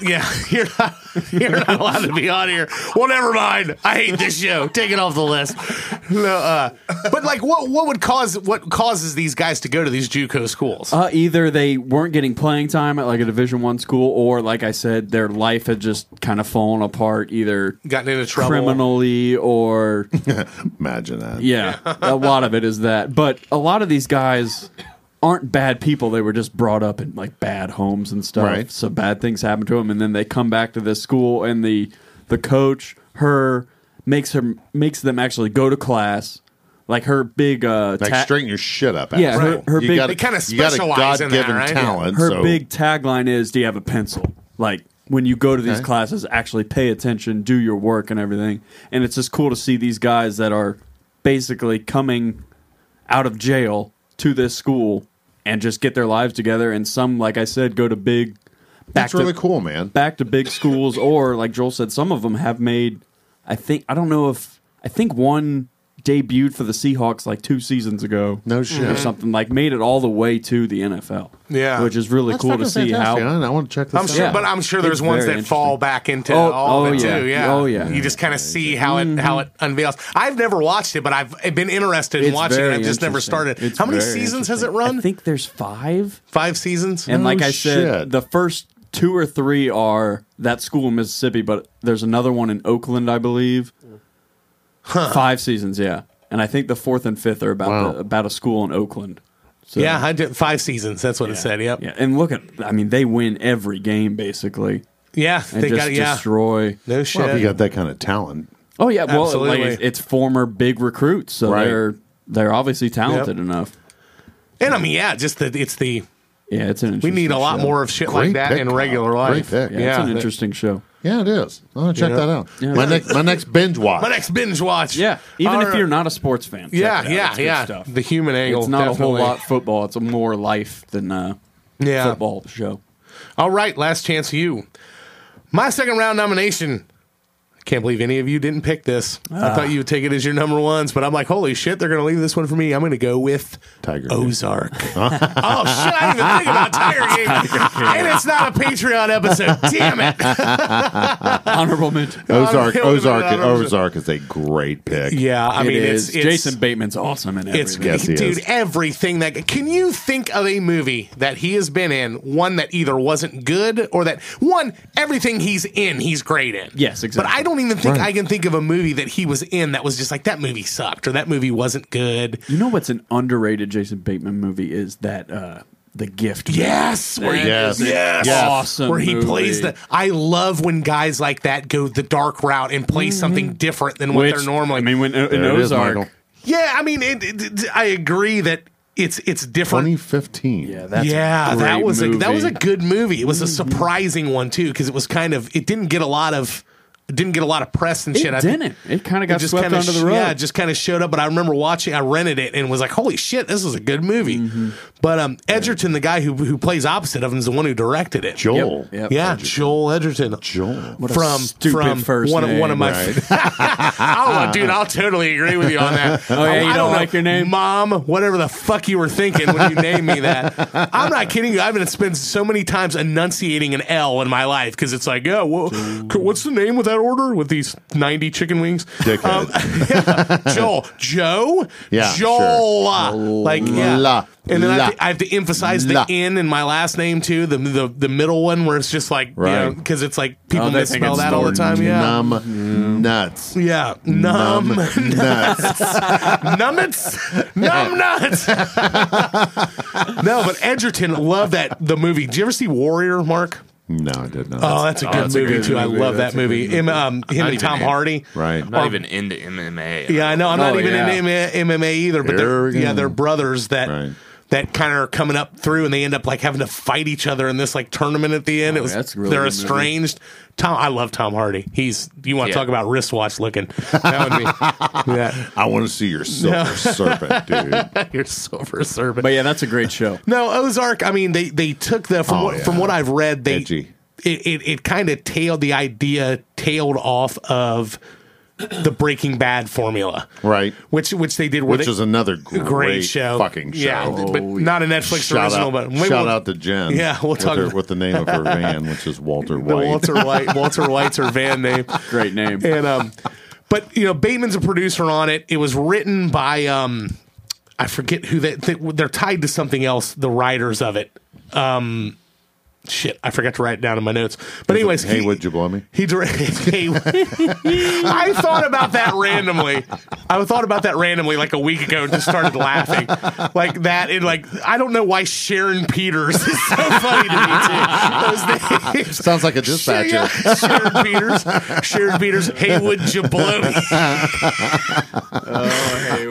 yeah, you're not, you're not allowed to be on here. Well, never mind. I hate this show. Take it off the list. No, uh, but like, what what would cause what causes these guys to go to these JUCO schools?
Uh, either they weren't getting playing time at like a Division One school, or like I said, their life had just kind of fallen apart, either
Gotten into trouble.
criminally or
Imagine that.
yeah. a lot of it is that, but a lot of these guys aren't bad people. They were just brought up in like bad homes and stuff,
Right.
so bad things happen to them, and then they come back to this school, and the the coach her makes her makes them actually go to class. Like her big uh,
Like,
ta-
straighten your shit up.
Yeah, her-
asshole.
her
you
big-
gotta-
They kinda
you got a
specialize in that,
God-given
right? Yeah.
talent.
her
so-
big tagline is do you have a pencil like when you go to these
Okay.
classes actually pay attention do your work and everything and it's just cool to see these guys that are basically coming out of jail to this school and just get their lives together. And some, like I said, go to big back
That's really
to
cool, man.
back to big schools, or like Joel said, some of them have made. I think I don't know if I think one debuted for the Seahawks like two seasons ago.
No shit.
or something like made it all the way to the NFL.
Yeah.
which is really
That's
cool to
fucking
see
fantastic.
how.
I want to check this
I'm
out.
sure,
Yeah.
but I'm sure there's
It's
ones
very
that fall back into
Oh,
all
oh,
of it
yeah.
too. Yeah,
Oh, yeah. Mm-hmm.
You just kind of see how it how it unveils. I've never watched it, but I've been interested in
It's
watching it.
very
I've just never
interesting.
started.
It's
how many
very
seasons has it
I
run?
think there's five,
Five seasons. Mm-hmm.
and
No
like I said,
shit.
the first two or three are that school in Mississippi, but there's another one in Oakland, I believe. Five seasons, yeah, and I think the fourth and fifth are about
Wow.
the, about a school in Oakland. So,
yeah, I did, five seasons. That's what it said. Yep. Yeah,
uh, yeah, and look at I mean they win every game basically. And
they
just
got yeah.
destroy.
No
Well, if
shit.
you got that kind of talent,
Oh yeah, well,
Absolutely.
like it's, it's former big recruits, so
Right.
they're they're obviously talented
Yep.
enough.
and I mean, yeah, just the it's the
Yeah, it's an.
we
Interesting
need a lot
show.
more of shit like
Great
that
pick,
in
Kyle.
regular life.
Great pick.
Yeah,
Yeah.
it's an interesting show.
yeah, it is. I want to check
Yeah.
that out.
Yeah.
My next, my next binge watch.
My next binge watch.
Yeah, even
All
if
right.
you're not a sports fan. check
Yeah,
it out.
yeah,
It's good
yeah.
stuff.
The human angle.
It's not
definitely.
a whole lot football. It's a more life than uh,
Yeah.
football show.
All right, last chance you. My second round nomination. I can't believe any of you didn't pick this. I thought you would take it as your number ones, but I'm like, holy shit, they're going to leave this one for me. I'm going to go with
Tiger King.
Ozark. oh shit, I didn't even think about Tiger King. and it's not a Patreon episode. Damn it.
Honorable mention.
Oh,
Ozark,
I'm-
Ozark,
I'm-
Ozark is a great pick.
Yeah, I
It
mean, it's,
is.
it's
Jason Bateman's awesome in
It's
everything.
Yes, he
dude,
is.
everything that can you think of a movie that he has been in, one that either wasn't good or that one everything he's in, he's great in.
Yes, exactly.
But I don't even think
Right.
I can think of a movie that he was in that was just like that movie sucked or that movie wasn't good.
You know what's an underrated Jason Bateman movie is that uh, The Gift.
Yes, where he,
Yes.
yes,
Yes. Awesome
where he
movie.
plays the. I love when guys like that go the dark route and play something different than what
Mm-hmm. Which,
they're normally.
I mean, when in
There it is,
Ozark,
Michael.
yeah, I mean, it, it, I agree that it's it's different.
2015.
yeah, that's a
yeah, that
great
was a, that was a
movie. Mm-hmm.
good movie. It was a surprising one too because it was kind of it didn't get a lot of it didn't get a lot of press and
It
shit. I think
didn't. It kind of got swept
kinda
under
sh-
the rug.
Yeah, it just kind of showed up. But I remember watching. I rented it and was like, "Holy shit, this is a good movie."
Mm-hmm.
But um, Edgerton, the guy who who plays opposite of him, is the one who directed it.
Joel.
Yep.
yeah, Joel Edgerton.
Joel.
What a
From
stupid
from
first
one, of- one of
name.
my, oh dude, I'll totally agree with you on that.
Oh, yeah, you
I
don't
know,
like your name?
mom. Whatever the fuck you were thinking when you named me that. I'm not kidding you. I've been spent so many times enunciating an L in my life because it's like, yeah, well, c- what's the name with that order with these 90 chicken wings? Um,
Dickhead.
yeah, Joel, Joe,
Yeah,
Joel, like yeah.
La.
and then I
La.
have, to, I have to emphasize
La.
the N in my last name too, the the, the middle one where it's just like,
Right.
you know, because it's like people
Oh, they think
misspell
it's
that all the time. Yeah.
Numb nuts.
Yeah, numb,
nuts.
numbnuts, numbnuts. no, but Edgerton loved that the movie. Did you ever see Warrior, Mark?
No, I did not.
Oh, that's a good
that's a
movie
good
too. I
movie.
love
That's
that
a good
movie. Him, um, him
not
and
even
Tom
in-
Hardy.
right.
I'm not even into MMA.
Yeah, I know. I'm not
Oh,
even
yeah.
in M- MMA either, but
Here
they're
we go.
yeah, they're brothers that
Right.
that kind of are coming up through, and they end up like having to fight each other in this like tournament at the end. it was
that's a really
they're
good movie.
estranged. Tom, I love Tom Hardy. He's you want to
Yeah.
talk about wristwatch looking? That would be yeah.
I want to see your silver serpent, dude.
Your silver serpent.
But yeah, that's a great show.
No, Ozark. I mean, they they took the from
Oh,
what,
yeah.
from what I've read, they
Edgy.
it it, it kind of tailed the idea tailed off of the Breaking Bad formula,
Right.
which which they did. where
Which
they-
is another great,
great show,
fucking show.
Yeah, but not a Netflix
shout
original.
out,
but maybe
shout
we'll-
out to Jen.
Yeah, we'll
with
talk
her,
about-
with the name of her van, which is Walter
the
White.
Walter White. Walter White's her van name.
Great name.
and um but you know bateman's a producer on it it was written by um i forget who they, they they're tied to something else the writers of it um shit i forgot to write it down in my notes but anyways
hey,
he-
would you blow me?
he directed. I thought about that randomly. I thought about that randomly like a week ago and just started laughing. Like that. And like, I don't know why Sharon Peters is so funny to me, too. Those names.
Sounds like a dispatcher.
Sharon Peters. Sharon Peters. Haywood Jablomi.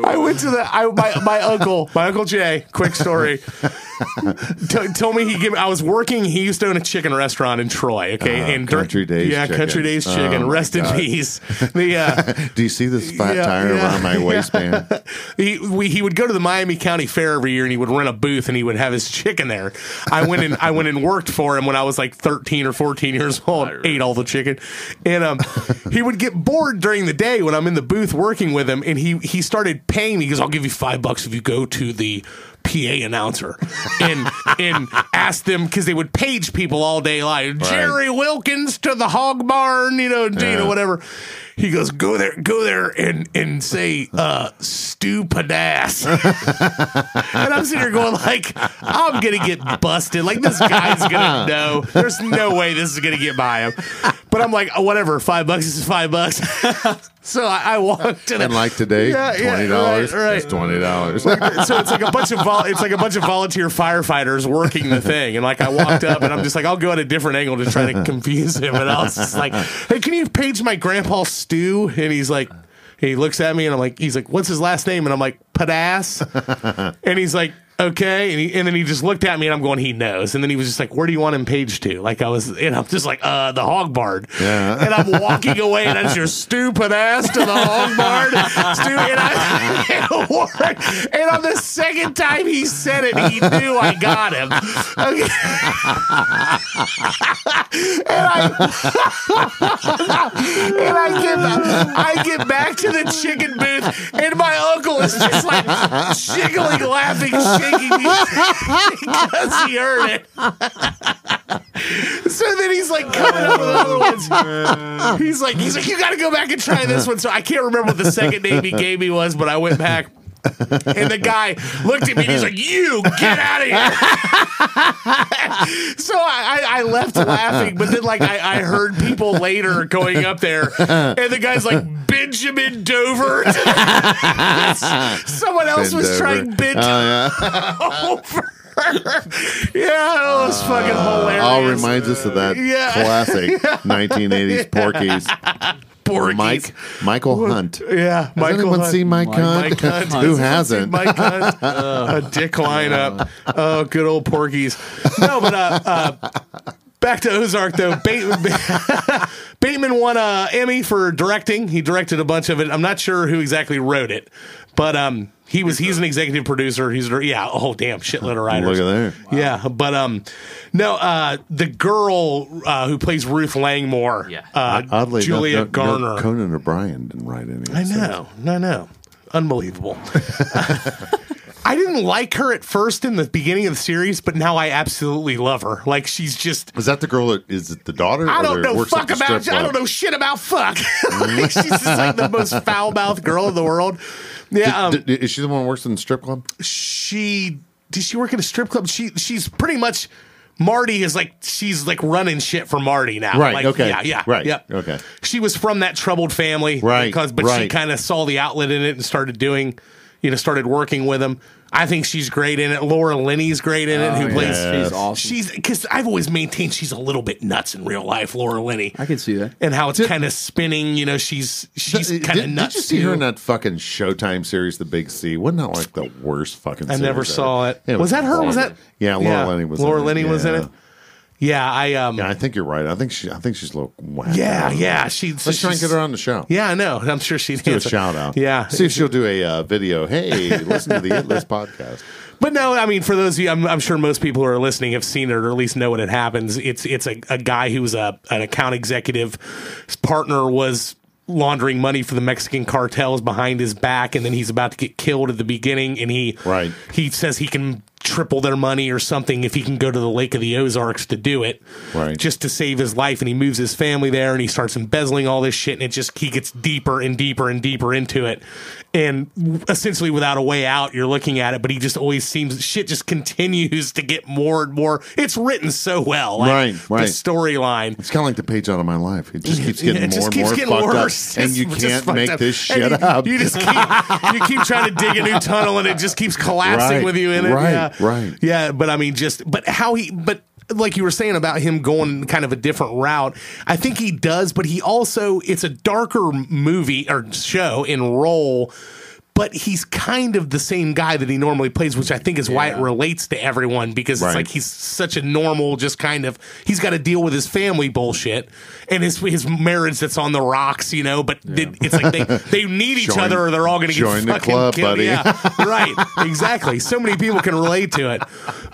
I went to the I, Oh, my my uncle my uncle Jay. Quick story. t- told me he gave. I was working. He used to own a chicken restaurant in Troy. Okay, and dur-
Country Days
yeah,
Chicken.
Country Days Chicken.
Oh, my
Rest in
God.
peace. The uh,
Do you see this fat
Yeah,
tire
yeah,
around my
yeah.
waistband?
he we, he would go to the Miami County Fair every year, and he would rent a booth, and he would have his chicken there. I went and I went and worked for him when I was like thirteen or fourteen years old. and Ate all the chicken, and um, he would get bored during the day when I'm in the booth working with him, and he he started paying me because I'll give you five bucks if you go to the PA announcer and and ask them because they would page people all day like Jerry Wilkins to the hog barn, you know, you know, whatever. He goes, go there, go there, and and say uh, stupid ass. and I'm sitting here going like, I'm gonna get busted. Like this guy's gonna know. There's no way this is gonna get by him. But I'm like, oh, whatever, five bucks is five bucks. so I, I walked in
And like today,
Yeah, yeah,
twenty dollars.
right, right.
It's twenty dollars.
so it's like a bunch of vol- it's like a bunch of volunteer firefighters working the thing, and like I walked up and I'm just like I'll go at a different angle to try to confuse him, and I was just like, "Hey, can you page my grandpa Stew?" And he's like, he looks at me and I'm like, he's like, "What's his last name?" And I'm like, "Padass," and he's like. Okay, and, he, and then he just looked at me, and I'm going, he knows. And then he was just like, "Where do you want him paged to?" Like I was, and I'm just like, "Uh, the hog barn."
Yeah.
And I'm walking away, and that's your stupid ass to the hog barn. Stu, and, I, it worked. and on the second time he said it, he knew I got him. Okay. and I get I get back to the chicken booth, and my uncle is just like jiggling, laughing, shaking me because he heard it. so then he's like coming up with other ones. He's like, he's like, you got to go back and try this one. So I can't remember what the second name he gave me was, but I went back. And the guy looked at me and he's like, You get out of here. so I, I, I left laughing, but then like I, I heard people later going up there and the guy's like Benjamin Dover. Someone else was
Dover.
trying Ben
Oh,
Dover. yeah, it was fucking
yeah.
hilarious.
All reminds us of that
Yeah.
classic 1980s Porky's.
Porky's.
Mike Michael Hunt. Has
Yeah, Michael
anyone
Hunt.
seen Mike, Hunt?
Mike Hunt.
Who hasn't?
Mike Hunt, a dick lineup. Oh, good old Porkies. No, but uh, uh, back to Ozark though. Bateman, Bateman won a Emmy for directing. He directed a bunch of it. I'm not sure who exactly wrote it, but um, he was he's an executive producer. He's a- yeah, oh damn, shitload of writers.
Look at there.
Yeah, but um, no, uh, the girl uh, who plays Ruth Langmore,
Yeah.
uh,
Oddly, no-
Julia
no, no,
Garner.
Conan O'Brien didn't write any. Of
I
those.
know. No, no. Unbelievable. I didn't like her at first in the beginning of the series, but now I absolutely love her. Like she's just
Was that the girl? That, is it the daughter?
I
or
don't
that
know
works at
fuck
the
about
strip
I
club?
don't know shit about fuck. Like, she's just like the most foul mouthed girl in the world. Yeah, um,
D- d- is she the one who works in the strip club?
she did she work at a strip club? She she's pretty much Marty is like she's like running shit for Marty now.
Right,
Like,
okay,
Yeah. Yeah.
right,
Yep.
okay.
She was from that troubled family.
Right,
Because but she
right.
kind of saw the outlet in it and started doing, you know, started working with him. I think she's great in it. Laura Linney's great in it.
Oh,
who plays?
She's Uh, awesome.
She's because I've always maintained she's a little bit nuts in real life. Laura Linney.
I can see that.
and how it's kind of spinning, you know, she's she's
Did-
kind of
did,
nuts.
Did you see her
too.
in uh, that fucking Showtime series, The Big C? Wasn't that like the worst fucking?
I
series
never
ever?
saw it.
It
was, that her? Was that
horrible. Yeah, Laura Linney was.
Laura
in
Linney
it.
was in
Yeah.
it. Yeah, I um.
Yeah,
Yeah,
I think you're right. I think she. I think she's a little. Whack.
yeah, she. so
Let's try
she's-
and get her on the show.
Yeah, I know. I'm sure she's
Do a shout out.
Yeah,
See if she'll do a uh, video. Hey, listen to the It List podcast.
but no, I mean, for those of you, I'm, I'm sure most people who are listening have seen it or at least know when it happens. It's it's a, a guy who's a an account executive. His partner was laundering money for the Mexican cartels behind his back, and then he's about to get killed at the beginning, and he
Right.
he says he can triple their money or something if he can go to the Lake of the Ozarks to do it.
Right.
Just to save his life and he moves his family there and he starts embezzling all this shit and it just he gets deeper and deeper and deeper into it. And essentially without a way out, you're looking at it, but he just always seems shit just continues to get more and more. It's written so well. Like,
Right, right.
The storyline.
It's kind of like the page out of my life. It just keeps
Yeah,
getting
it
more
just
and
keeps
more
getting
fucked
worse.
up, and
It's
you
just
can't
fucked
make
up.
this
And
shit
you,
up.
You just keep you keep trying to dig a new tunnel, and it just keeps collapsing
Right,
with you in it.
right,
yeah.
right.
Yeah, but I mean, just but how he but. Like you were saying about him going kind of a different route, I think he does, but he also it's a darker movie or show in role, but he's kind of the same guy that he normally plays, which I think is why it relates to everyone because it's
Right.
like he's such a normal, just kind of he's got to deal with his family bullshit and his his marriage that's on the rocks, you know. But then it's like they, they need each
Join-
other or they're all going to get
join the
fucking
club,
killed.
buddy.
Yeah, right, exactly. So many people can relate to it,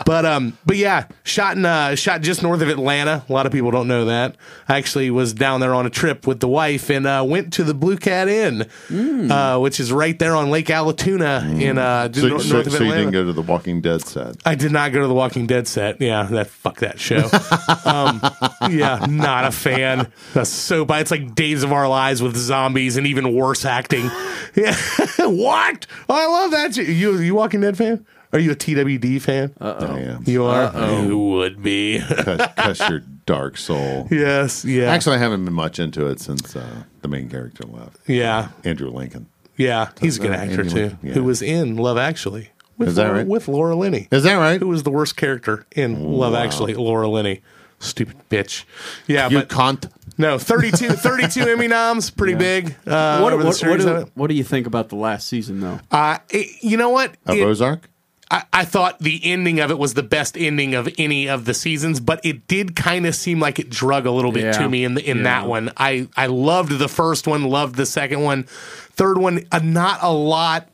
but um, but yeah, shot in uh, shot just north of Atlanta. A lot of people don't know that. I actually was down there on a trip with the wife and uh, went to the Blue Cat Inn,
Hmm.
uh, which is right there on Lake Allatoona in uh,
So,
nor-
so-
north of
so you
Atlanta.
didn't go to the Walking Dead set.
I did not go to the Walking Dead set. Yeah, that fuck that show. um, yeah, not a fan. The soap. It's like Days of Our Lives with zombies and even worse acting. Yeah, what? Oh, I love that. shit. You you Walking Dead fan? Are you a TWD fan?
Damn.
you are. You would be.
Cuss, cuss your dark soul.
yes. Yeah.
Actually, I haven't been much into it since uh, the main character left,
yeah.
Andrew Lincoln.
Yeah. He's a good
uh,
actor
Andy
too.
Lin- yeah.
Who was in Love Actually? With
Is that
Laura,
right?
With Laura Linney.
Is that right?
who was the worst character in Love Actually? Laura Linney. Stupid bitch. Yeah,
You
but
can't.
No, 32, 32 Emmy noms, pretty big. Uh,
what,
over the
what, what,
series of
do,
it.
what do you think about the last season, though?
Uh, it- you know what?
Of
It-
Ozark?
I, I thought the ending of it was the best ending of any of the seasons, but it did kind of seem like it drug a little bit
Yeah.
to me in the, in that one. I I loved the first one, loved the second one, third one. Uh, not a lot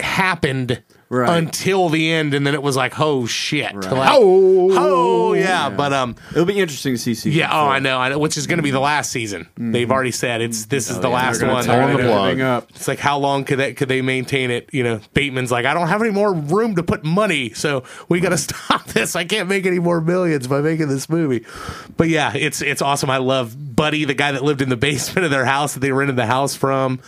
happened
Right.
until the end, and then it was like, oh shit, Like,
Oh.
oh yeah. But um,
It'll be interesting to see season.
yeah. Oh, I know, I know. Which is going to be the last season. They've already said it's this is the last
Mm-hmm. Oh, They're
one.
gonna tie
On the
everything
blog.
up.
It's like how long could that could they maintain it? You know, Bateman's like, I don't have any more room to put money, so we got to stop this. I can't make any more millions by making this movie. But yeah, it's it's awesome. I love Buddy, the guy that lived in the basement of their house that they rented the house from.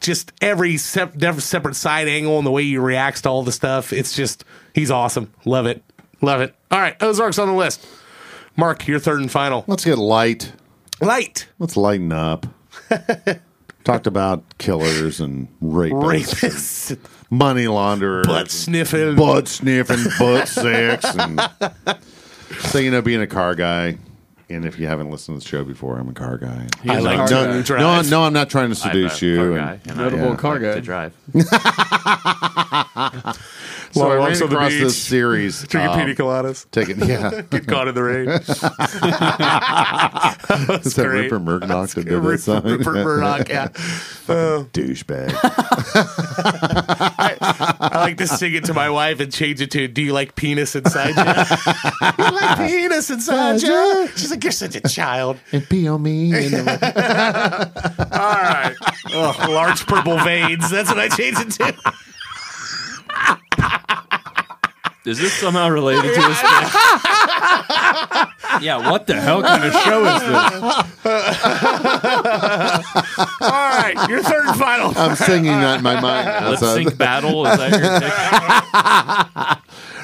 Just every sep- different- separate side angle and the way he reacts to all the stuff. It's just he's awesome. Love it, love it. All right, Ozark's on the list. Mark, your third and final
Let's get light.
light.
Let's lighten up. Talked about killers and rapists,
Rapists,
money launderers,
butt sniffing,
butt sniffing, butt sex, and so you know, being a car guy. And if you haven't listened to the show before, I'm a car guy.
I
a
like
hard
to
No,
drive.
no, no, I'm not trying to
I'm a
seduce
car
you. and-
guy, and I
Notable
like
car guy.
to drive.
So I
Long
ran
walks on the
across
beach.
this series.
Drinking
um,
pina coladas.
Taking, yeah.
Get caught in the rain.
Is that
great.
Rupert Murdoch that did that
Rupert,
song?
Rupert Murdoch. Yeah,
Douchebag.
I like to sing it to my wife and change it to "Do you like penis inside you?" you like penis inside you? She's like, "You're such a child."
and pee on me. And
All right, Ugh, Oh, large purple veins. That's what I changed it to.
Is this somehow related to his stuff?
Yeah, what the hell kind of show is this?
All right, your third and final.
I'm singing that in my mind.
Lip
So-
sync battle? Is that your next?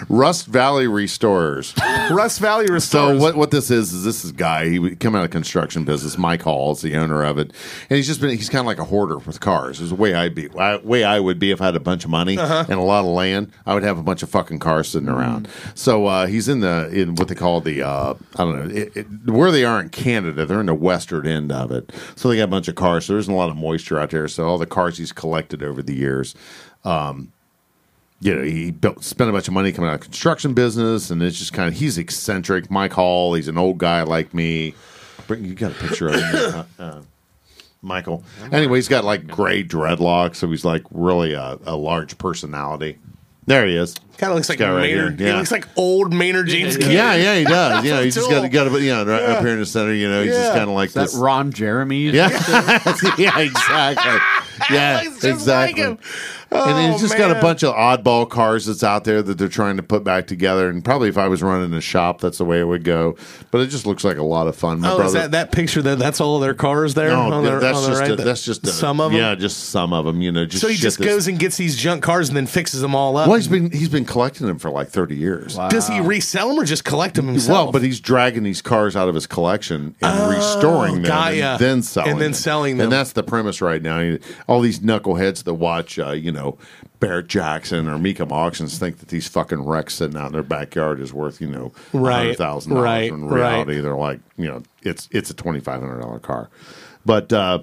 Rust Valley Restorers.
Rust Valley
So
Restores.
what what this is is this is a guy he would come out of the construction business. Mike Hall is the owner of it, and he's just been he's kind of like a hoarder with cars. Is the way I'd be I, way I would be if I had a bunch of money
Uh-huh.
and a lot of land. I would have a bunch of fucking cars sitting
Mm.
around. So uh, he's in the in what they call the uh, I don't know it, it, where they are in Canada. They're in the western end of it, so they got a bunch of cars. So there isn't a lot of moisture out there. So all the cars he's collected over the years you know, he built, spent a bunch of money coming out of construction business, and it's just kind of he's eccentric. Mike Hall, he's an old guy like me. Bring you got a picture of him, uh, uh, Michael. Anyway, he's got like gray dreadlocks, so he's like really a, a large personality. There he is.
kind of looks like
guy right
Maynard.
here, yeah.
He looks like old Maynard James. Kennedy.
Yeah, yeah, he does. You know, he's just got
Tool.
got a, you know right up here in the center. You know, he's just
Yeah.
kind of like
That
this.
Ron Jeremy?
Yeah, yeah, exactly. Yeah,
Looks just like
exactly.
him.
and he's
Oh,
just got a
man.
bunch of oddball cars that's out there that they're trying to put back together. And probably if I was running a shop, that's the way it would go. But it just looks like a lot of fun. My
Oh, is
brother,
that that picture? That that's all their cars there.
no,
on their,
that's,
on their
just
right
a-
there?
that's just a-
some of them.
Yeah, just some of them. You know, just
So he
shit
just
that's-
goes and gets these junk cars and then fixes them all up.
Well, he's been he's been collecting them for like thirty years.
Does he resell them or just collect them himself?
Well, but he's dragging these cars out of his collection and restoring them,
got
and
ya.
then selling,
And then selling them.
and that's the premise right now. All these knuckleheads that watch, uh, you know, Barrett Jackson or Mecum auctions think that these fucking wrecks sitting out in their backyard is worth, you know,
Right,
thousand
right,
dollars. In reality, they're like, you know, it's it's a twenty five hundred dollar car, but. uh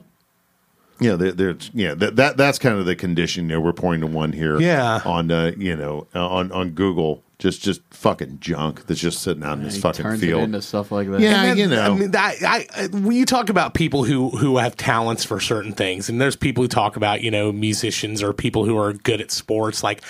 Yeah, there, there's yeah that, that that's kind of the condition. You know, we're pointing to one here.
Yeah.
on uh, you know on on Google, just just fucking junk that's just sitting out in this
He
fucking
turns it
field.
into stuff like that.
Yeah.
And
you
then,
know.
I mean, I, I, when you talk about people who who have talents for certain things, and there's people who talk about you know musicians or people who are good at sports. Like,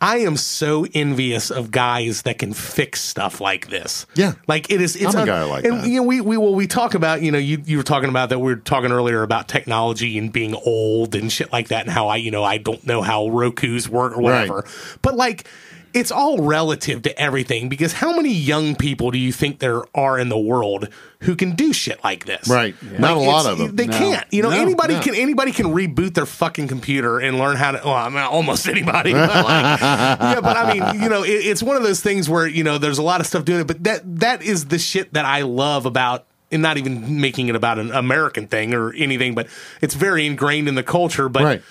I am so envious of guys that can fix stuff like this.
Yeah.
like it is. It's
I'm a
un-
guy like
and,
that.
You know, we we well, we talk about you know you you were talking about that we were talking earlier about technology and being old and shit like that, and how I you know I don't know how Roku's work or whatever, but like. It's all relative to everything because how many young people do you think there are in the world who can do shit like this?
Right.
Like,
Not a lot
it's-
of them.
They
No.
can't. You know,
No,
anybody
no.
can anybody can reboot their fucking computer and learn how to. Well, I mean, almost anybody. But like, yeah, but I mean, you know, it, it's one of those things where you know there's a lot of stuff doing it, but that that is the shit that I love about. And not even making it about an American thing or anything, but it's very ingrained in the culture. But
Right.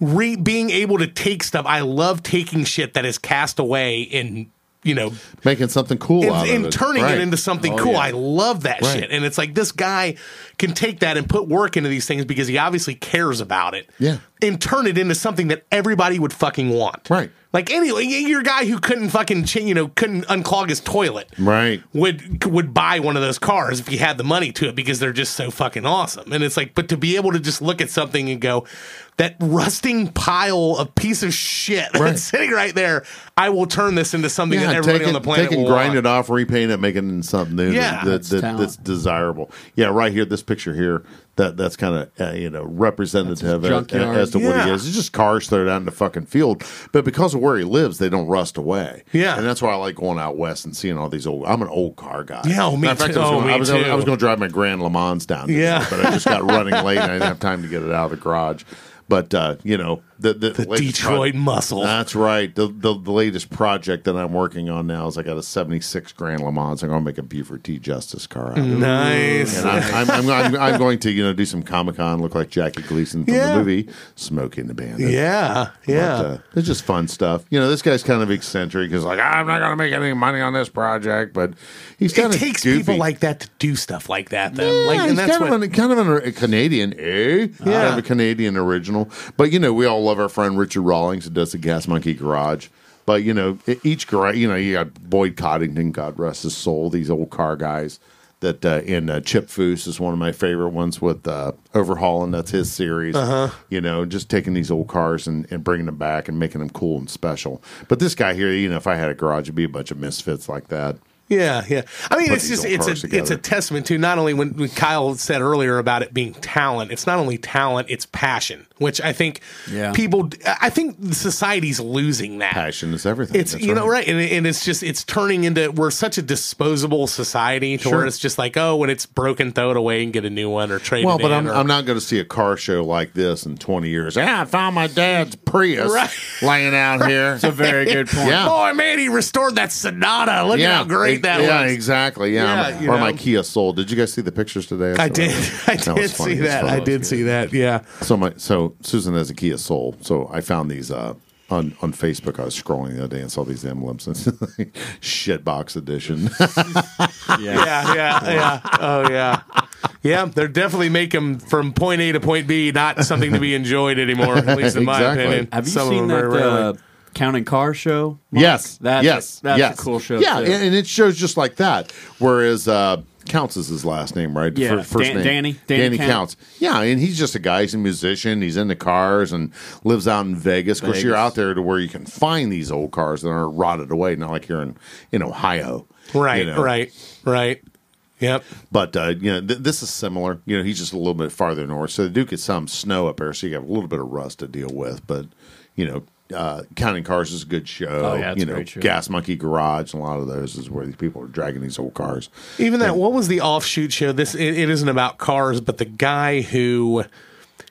re- being able to take stuff, I love taking shit that is cast away and you know
Making something cool out
and,
of
and
it,
turning
Right. Oh,
it into something cool. I love that
Right.
shit. And it's like this guy can take that and put work into these things because he obviously cares about it.
Yeah.
And turn it into something that everybody would fucking want.
Right.
Like anyway, your guy who couldn't fucking cha- you know couldn't unclog his toilet
right.
would would buy one of those cars if he had the money to it because they're just so fucking awesome. And it's like, but to be able to just look at something and go, that rusting pile of piece of shit that's
Right.
sitting right there, I will turn this into something that everybody
take
on the
it-
planet
take and
will
grind
want.
it off, repaint it, make it into something new.
Yeah.
that,
That's
that,
talent.
that's desirable. Yeah, right here, this picture here, that that's kind of uh, you know representative as,
junkyard.
as to what he
Yeah.
is. It's just cars thrown out in the fucking field, but because of where he lives, they don't rust away.
Yeah.
and that's why I like going out west and seeing all these old. I'm an old car guy.
Yeah, oh, me
Matter of fact,
too.
I was
Oh,
gonna- I
me
was, I was-
too.
I was going to drive my Grand Le Mans down. today,
Yeah.
but I just got running late and I didn't have time to get it out of the garage. But uh, you know the the, latest truck-
Detroit muscle.
that's right. The, the the latest project that I'm working on now is I got a 76 Grand Le Mans. I'm going to make a Buford T Justice car out of it.
Nice.
And I'm, I'm, I'm, I'm, I'm going to you know do some Comic Con, look like Jackie Gleason from
Yeah.
the movie Smoking the Bandit.
yeah, yeah.
But, uh, it's just fun stuff. You know, this guy's kind of eccentric. He's like, "Ah, I'm not going to make any money on this project, but he's
it
kind of
takes
goofy.
people like that to do stuff like that, though.
Yeah,
like,
he's
and that's
kind,
what.
of an, kind of an, a Canadian, eh? Yeah. Kind of a Canadian original. But, you know, we all love our friend Richard Rawlings who does the Gas Monkey Garage. But, you know, e- each garage, you know, you got Boyd Coddington, God rest his soul, these old car guys. That uh, in uh, Chip Foose is one of my favorite ones with uh, Overhauling. That's his series.
Uh-huh.
You know, just taking these old cars and, and bringing them back and making them cool and special. But this guy here, you know, if I had a garage, it'd be a bunch of misfits like that.
Yeah, yeah. I mean,
Put
it's
these
just
old
it's a
cars together.
it's a testament to not only when, when Kyle said earlier about it being talent. It's not only talent; it's passion, which I think
Yeah.
people. I think society's losing that.
Passion is everything.
It's
That's
you know right, and, and it's just it's turning into we're such a disposable society to where
Sure.
it's just like oh when it's broken throw it away and get a new one or trade.
Well,
it
but
in
I'm,
or-
I'm not going to see a car show like this in 20 years. Ah, I found my dad's Prius
Right.
laying out here.
It's a very good point.
Yeah.
Boy, man, he restored that Sonata. Look at how great
e-
that
yeah,
was.
exactly. Yeah,
Yeah,
or
you
my
know.
Kia Soul. Did you guys see the pictures today?
I
saw
did.
that.
I
was
did
funny
see
as
that.
fuck.
I did see that. Yeah.
So my so Susan has a Kia Soul. So I found these uh, on on Facebook. I was scrolling the other day and saw these emblems. Shitbox edition.
Yeah. Yeah. Yeah. Oh, yeah. Yeah. They're definitely making from point A to point B not something to be enjoyed anymore, at least in my
Exactly.
opinion.
Have you
Some of them
seen that
are rarely.
uh, Counting Car show? Mark?
Yes,
That's
yes,
a, that's
yes.
a cool show.
Yeah,
too.
and, and it shows just like that. Whereas uh, Counts is his last name, right?
Yeah,
Fir- first
Dan-
name.
Danny- Danny
Counts.
Counts.
Yeah, and he's just a guy. He's a musician. He's into cars and lives out in Vegas. Of course, you're
Vegas.
out there to where you can find these old cars that are rotted away, not like you're in in Ohio,
right.
you know.
Right. Right. Yep.
But uh, you know, th- this is similar. You know, he's just a little bit farther north, so they do get some snow up there, so you have a little bit of rust to deal with. But you know, uh, Counting Cars is a good show.
yeah, it's
you
a
know,
great show.
Gas Monkey Garage and a lot of those is where these people are dragging these old cars.
Even that, what was the offshoot show? This it, it isn't about cars, but the guy who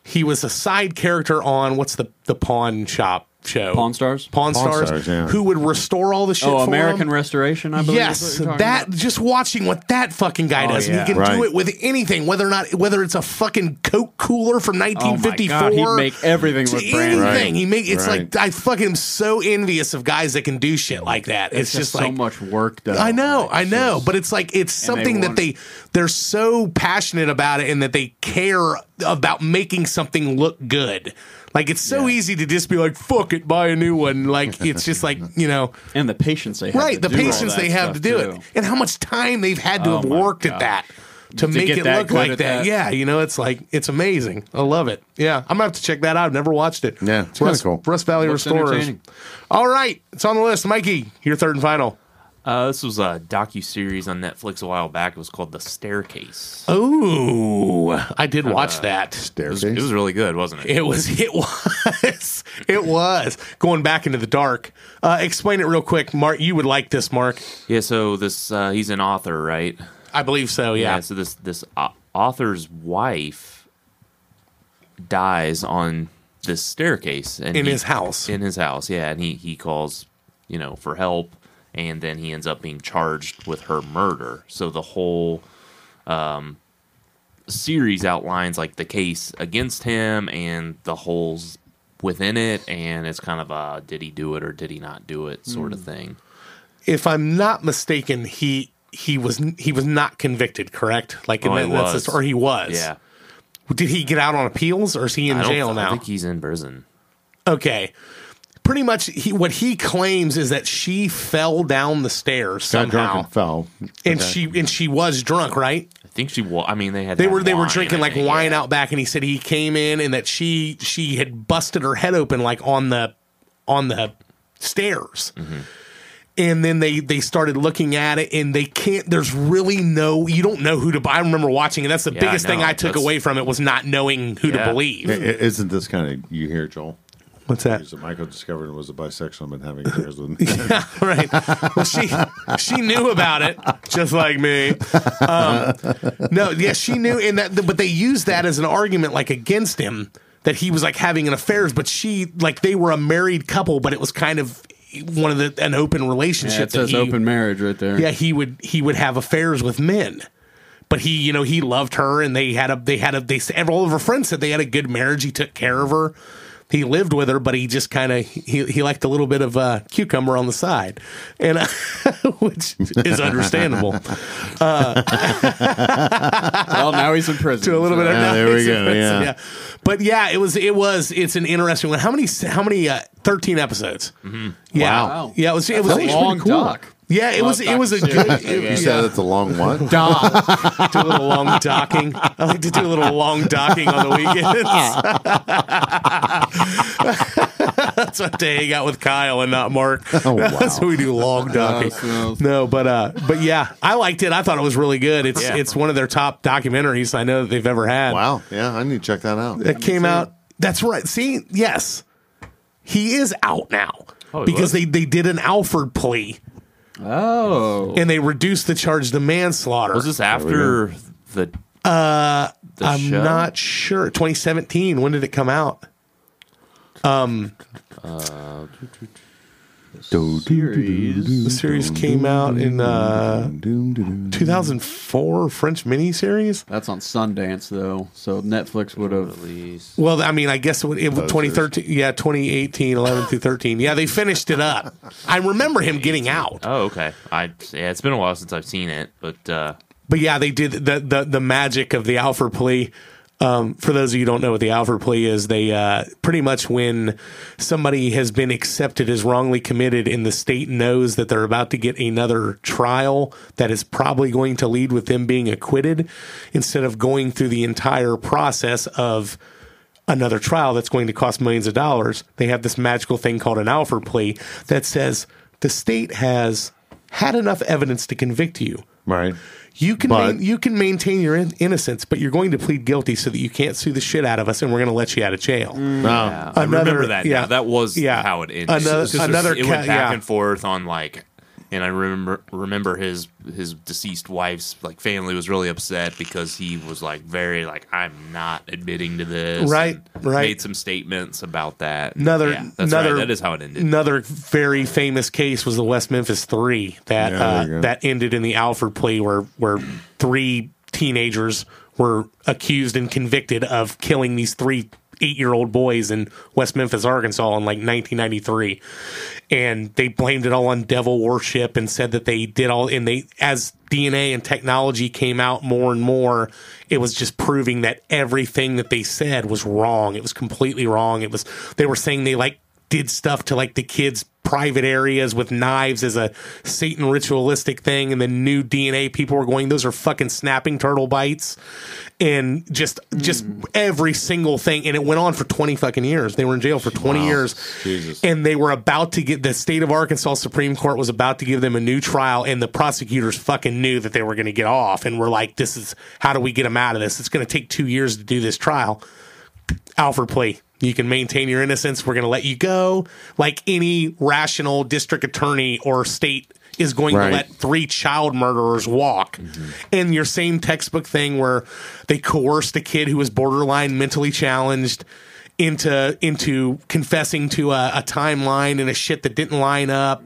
he was a side character on what's the the pawn shop show.
Pawn Stars?
Pawn,
Pawn
Stars,
Stars, yeah.
who would restore all the shit
Oh,
for
American
him.
Restoration, I believe. is
Yes,
what you're
that
talking about. Oh,
just watching what that fucking guy does, and
yeah.
he can
Right.
do it with anything, whether or not whether it's a fucking Coke cooler from
Oh my
1954.
God, he'd make everything
to
with
anything.
brand.
Right.
He make it's
Right.
like I fucking am so envious of guys that can do shit like that. It's, just,
so
like
much work done.
I
Oh,
know,
Like,
I know,
just-
but it's like it's
And they
something that
want-
they they're so passionate about it and that they care about making something look good. Like it's so easy to just be like, "Fuck it, buy a new one." Like it's just like you know,
and the patience they have.
right?
to
The
do all
patience
that
they have
stuff,
to do it,
too.
and how much time they've had to
Oh
have
my
worked at
gosh.
that to, make
get
it
that
look
good
like that.
at that.
Yeah, you know, it's like it's amazing. I love it. Yeah, I'm gonna have to check that out. I've never watched it.
Yeah, it's kinda
Rust,
cool.
Rust Valley
Looks
Restorers.
entertaining.
All right, it's on the list. Mikey, your third and final.
Uh, this was a docu series on Netflix a while back. It was called The Staircase.
Oh, I did watch that.
It was,
Staircase.
it was really good, wasn't it?
It was, it was, it was going back into the dark. Uh, explain it real quick, Mark. You would like this, Mark.
Yeah. So this uh, he's an author, right?
I believe so. Yeah.
So this this au- author's wife dies on this staircase and
In
he-
his house.
In his house, yeah. And he he calls, you know, for help, and then he ends up being charged with her murder. So the whole um, series outlines like the case against him and the holes within it, and it's kind of a did he do it or did he not do it sort of
Hmm.
thing.
If I'm not mistaken, he he was he was not convicted, correct? Like,
Oh,
and
he
that's the
was.
story- or he was.
Yeah.
Did he get out on appeals, or is he in
I don't-
jail
I
now?
think he's in prison.
okay. Pretty much, he, what he claims is that she fell down the stairs
Got drunk
somehow,
and fell.
and she and she was drunk, right?
I think she was. I mean, they had
They
that
were they were
wine,
drinking
I
like
think,
wine
yeah.
out back, and he said he came in and that she she had busted her head open like on the on the stairs.
Mm-hmm.
And then they they started looking at it, and they can't. There's really no. You don't know who to. I remember watching, and that's the
Yeah, I
biggest thing
know.
I took
That's-
away from it was not knowing who to
Yeah.
believe.
I- i- Isn't this kind of you hear, Joel?
What's that?
That Michael discovered was a bisexual and been having affairs with. him.
right. Well, she she knew about it, just like me. Um, no, yeah, she knew, and that, but they used that as an argument, like against him, that he was like having an affairs, but she, like, they were a married couple, but it was kind of one of the an open relationship.
Yeah, it
that
says
he-
open marriage right there.
Yeah, he would he would have affairs with men. But he, you know, he loved her, and they had a they had a they and all of her friends said they had a good marriage. He took care of her. He lived with her, but he just kind of he, he liked a little bit of uh, cucumber on the side, and uh, which is understandable.
Well, now he's in prison.
to a little bit of
Yeah, there we
nice
go,
offensive,
yeah.
but yeah, it was it was it's an interesting one. How many how many uh, thirteen episodes? Yeah,
Wow.
yeah, it was it was
Mm-hmm. a long doc.
Yeah, it was it was a
Doctor
good.
Seuss, I
you
it-
guess.
said
yeah.
it's a long one.
Doc.
do a little long docking. I like to do a little long docking on the weekends. That's what to hang out with Kyle and not Mark.
Oh, wow.
That's what we do long docking.
Yes, yes.
No, but uh, but yeah, I liked it. I thought it was really good. It's
Yeah.
it's one of their top documentaries I know that they've ever had.
Wow. Yeah, I need to check that out.
That came out. That's right. See, yes, he is out now
Oh, he
because
was?
they they did an Alford plea
Oh.
and they reduced the charge to manslaughter.
Was this after the? Uh, the
I'm
show?
not sure. 2017. When did it come out? The series came out in uh, 2004 French miniseries.
That's on Sundance though, so Netflix would have.
Well, I mean, I guess it, would- it was 2013. Yeah, 2018, 11 through 13. Yeah, they finished it up. I remember him getting out.
Oh, okay. I yeah, it's been a while since I've seen it, but uh,
But yeah, they did the the, the magic of the Alford plea. Um, for those of you who don't know what the Alford plea is, they uh, pretty much when somebody has been accepted as wrongly committed and the state knows that they're about to get another trial that is probably going to lead with them being acquitted, instead of going through the entire process of another trial that's going to cost millions of dollars, they have this magical thing called an Alford plea that says the state has had enough evidence to convict you.
Right.
You can
But-
main, you can maintain your in- innocence, but you're going to plead guilty so that you can't sue the shit out of us, and we're going to let you out of jail.
Wow.
Mm. I
Another-
remember that.
yeah.
Yeah, that was
Yeah.
how it ended.
Another-
It was just-
another
it went
ca-
back
yeah.
and forth on like and I remember remember his his deceased wife's like family was really upset because he was like very like I'm not admitting to this.
Right,
and
right.
Made some statements about that.
Another,
Yeah, that's
another,
right. That is how it ended.
Another very famous case was the West Memphis Three that
Yeah, there you
uh,
go.
that ended in the Alford plea, where where three teenagers were accused and convicted of killing these three eight year old boys in West Memphis, Arkansas, in like 1993, and they blamed it all on devil worship and said that they did all and they as DNA and technology came out more and more, it was just proving that everything that they said was wrong. It was completely wrong. It was they were saying they like did stuff to like the kids' private areas with knives as a Satan ritualistic thing, and the new DNA people were going, those are fucking snapping turtle bites, and just just every single thing, and it went on for twenty fucking years. They were in jail for twenty years, and they were about to get the state of Arkansas Supreme Court was about to give them a new trial, and the prosecutors fucking knew that they were going to get off, and were like, this is how do we get them out of this? It's going to take two years to do this trial. Alfred plea. You can maintain your innocence. We're going to let you go. Like any rational district attorney or state is going
Right.
to let three child murderers walk. And your same textbook thing where they coerced a kid who was borderline mentally challenged into into confessing to a, a timeline and a shit that didn't line up.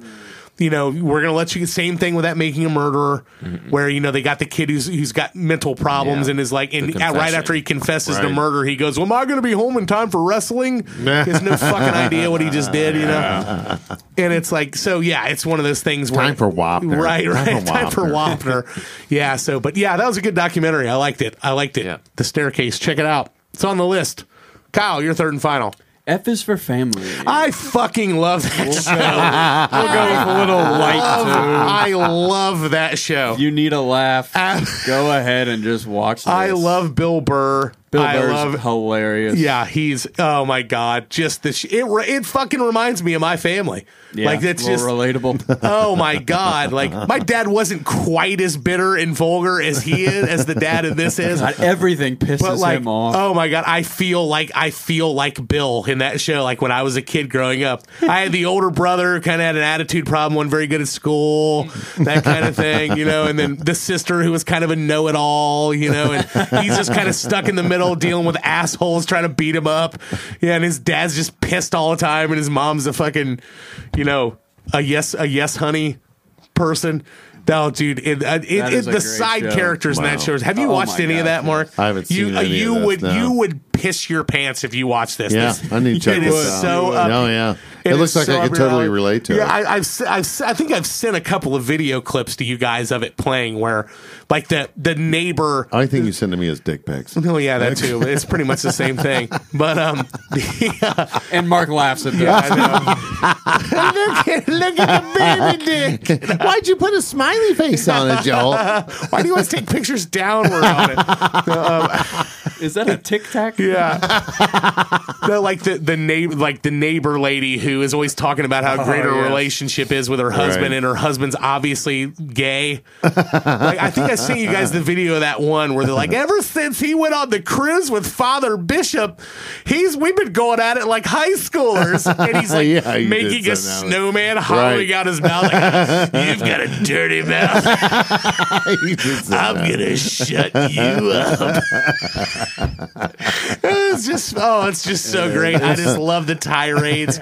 You know, we're gonna let you. Same thing with that making a murderer, where you know they got the kid who's who's got mental problems
Yeah.
and is like, and
The
right after
confession.
he confesses the
Right.
murder, he goes, well, "Am I going to be home in time for wrestling?" he has no fucking idea what he just did, you know. And it's like, so yeah, it's one of those things. Where,
Time for Wapner.
right?
Time
Right.
for
Time for Wapner. yeah. So, but yeah, that was a good documentary. I liked it. I liked it.
Yeah.
The staircase. Check it out. It's on the list. Kyle, your third and final.
F is for family.
I fucking love that show.
We'll go with a little light.
I love that show.
too. You need a laugh.
Ah.
go ahead and just watch. This.
I love Bill Burr.
Bill
I
Burr's
love
hilarious.
Yeah, he's oh my god, just the sh- it re- it fucking reminds me of my family. like that's
more
just
relatable.
oh my god, like my dad wasn't quite as bitter and vulgar as he is as the dad in this is.
God, everything pisses
But like,
him off.
oh my god, I feel like I feel like Bill in that show. Like when I was a kid growing up, I had the older brother kind of had an attitude problem, wasn't very good at school, that kind of thing, you know. And then the sister who was kind of a know-it-all, you know, and he's just kind of stuck in the middle, dealing with assholes trying to beat him up. Yeah, and his dad's just pissed all the time, and his mom's a fucking, you know, a yes, a yes, honey person. No, dude, it, it,
That
it,
is a
the
great
side
show.
characters in that
Wow.
show. Have you
Oh
watched
my
any of
gosh,
that, Mark?
I haven't
you,
seen
uh,
any of
you
this,
would
no.
you would piss your pants if you watched this.
Yeah,
This-
I need to check
it
this
is
out.
so up-
oh yeah, it,
is
looks like
so
I
up
could
your
totally
alley.
relate to
yeah,
it.
I, I've, s- I've s- I think I've sent a couple of video clips to you guys of it playing where, like the the neighbor.
I think you send to me as dick pics.
Oh yeah, that too. It's pretty much the same thing. But um, oh.
and Mark laughs at that.
look, at, look at the baby dick. Why'd you put a smiley face on it, Joel?
why do you always take pictures downward on it?
Is that a Tic Tac?
Yeah. no, like the the neighbor, like the neighbor lady who is always talking about how great her
yes.
relationship is with her husband,
Oh, Right.
and her husband's obviously gay. like I think I sent you guys the video of that one where they're like, ever since he went on the cruise with Father Bishop, he's we've been going at it like high schoolers, and he's like
Yeah, you did
making a
send that one.
snowman hollering
Right.
out his mouth. Like, You've got a dirty mouth.
You did send
I'm
that.
gonna shut you up. it's just oh, it's just so great. I just love the tirades.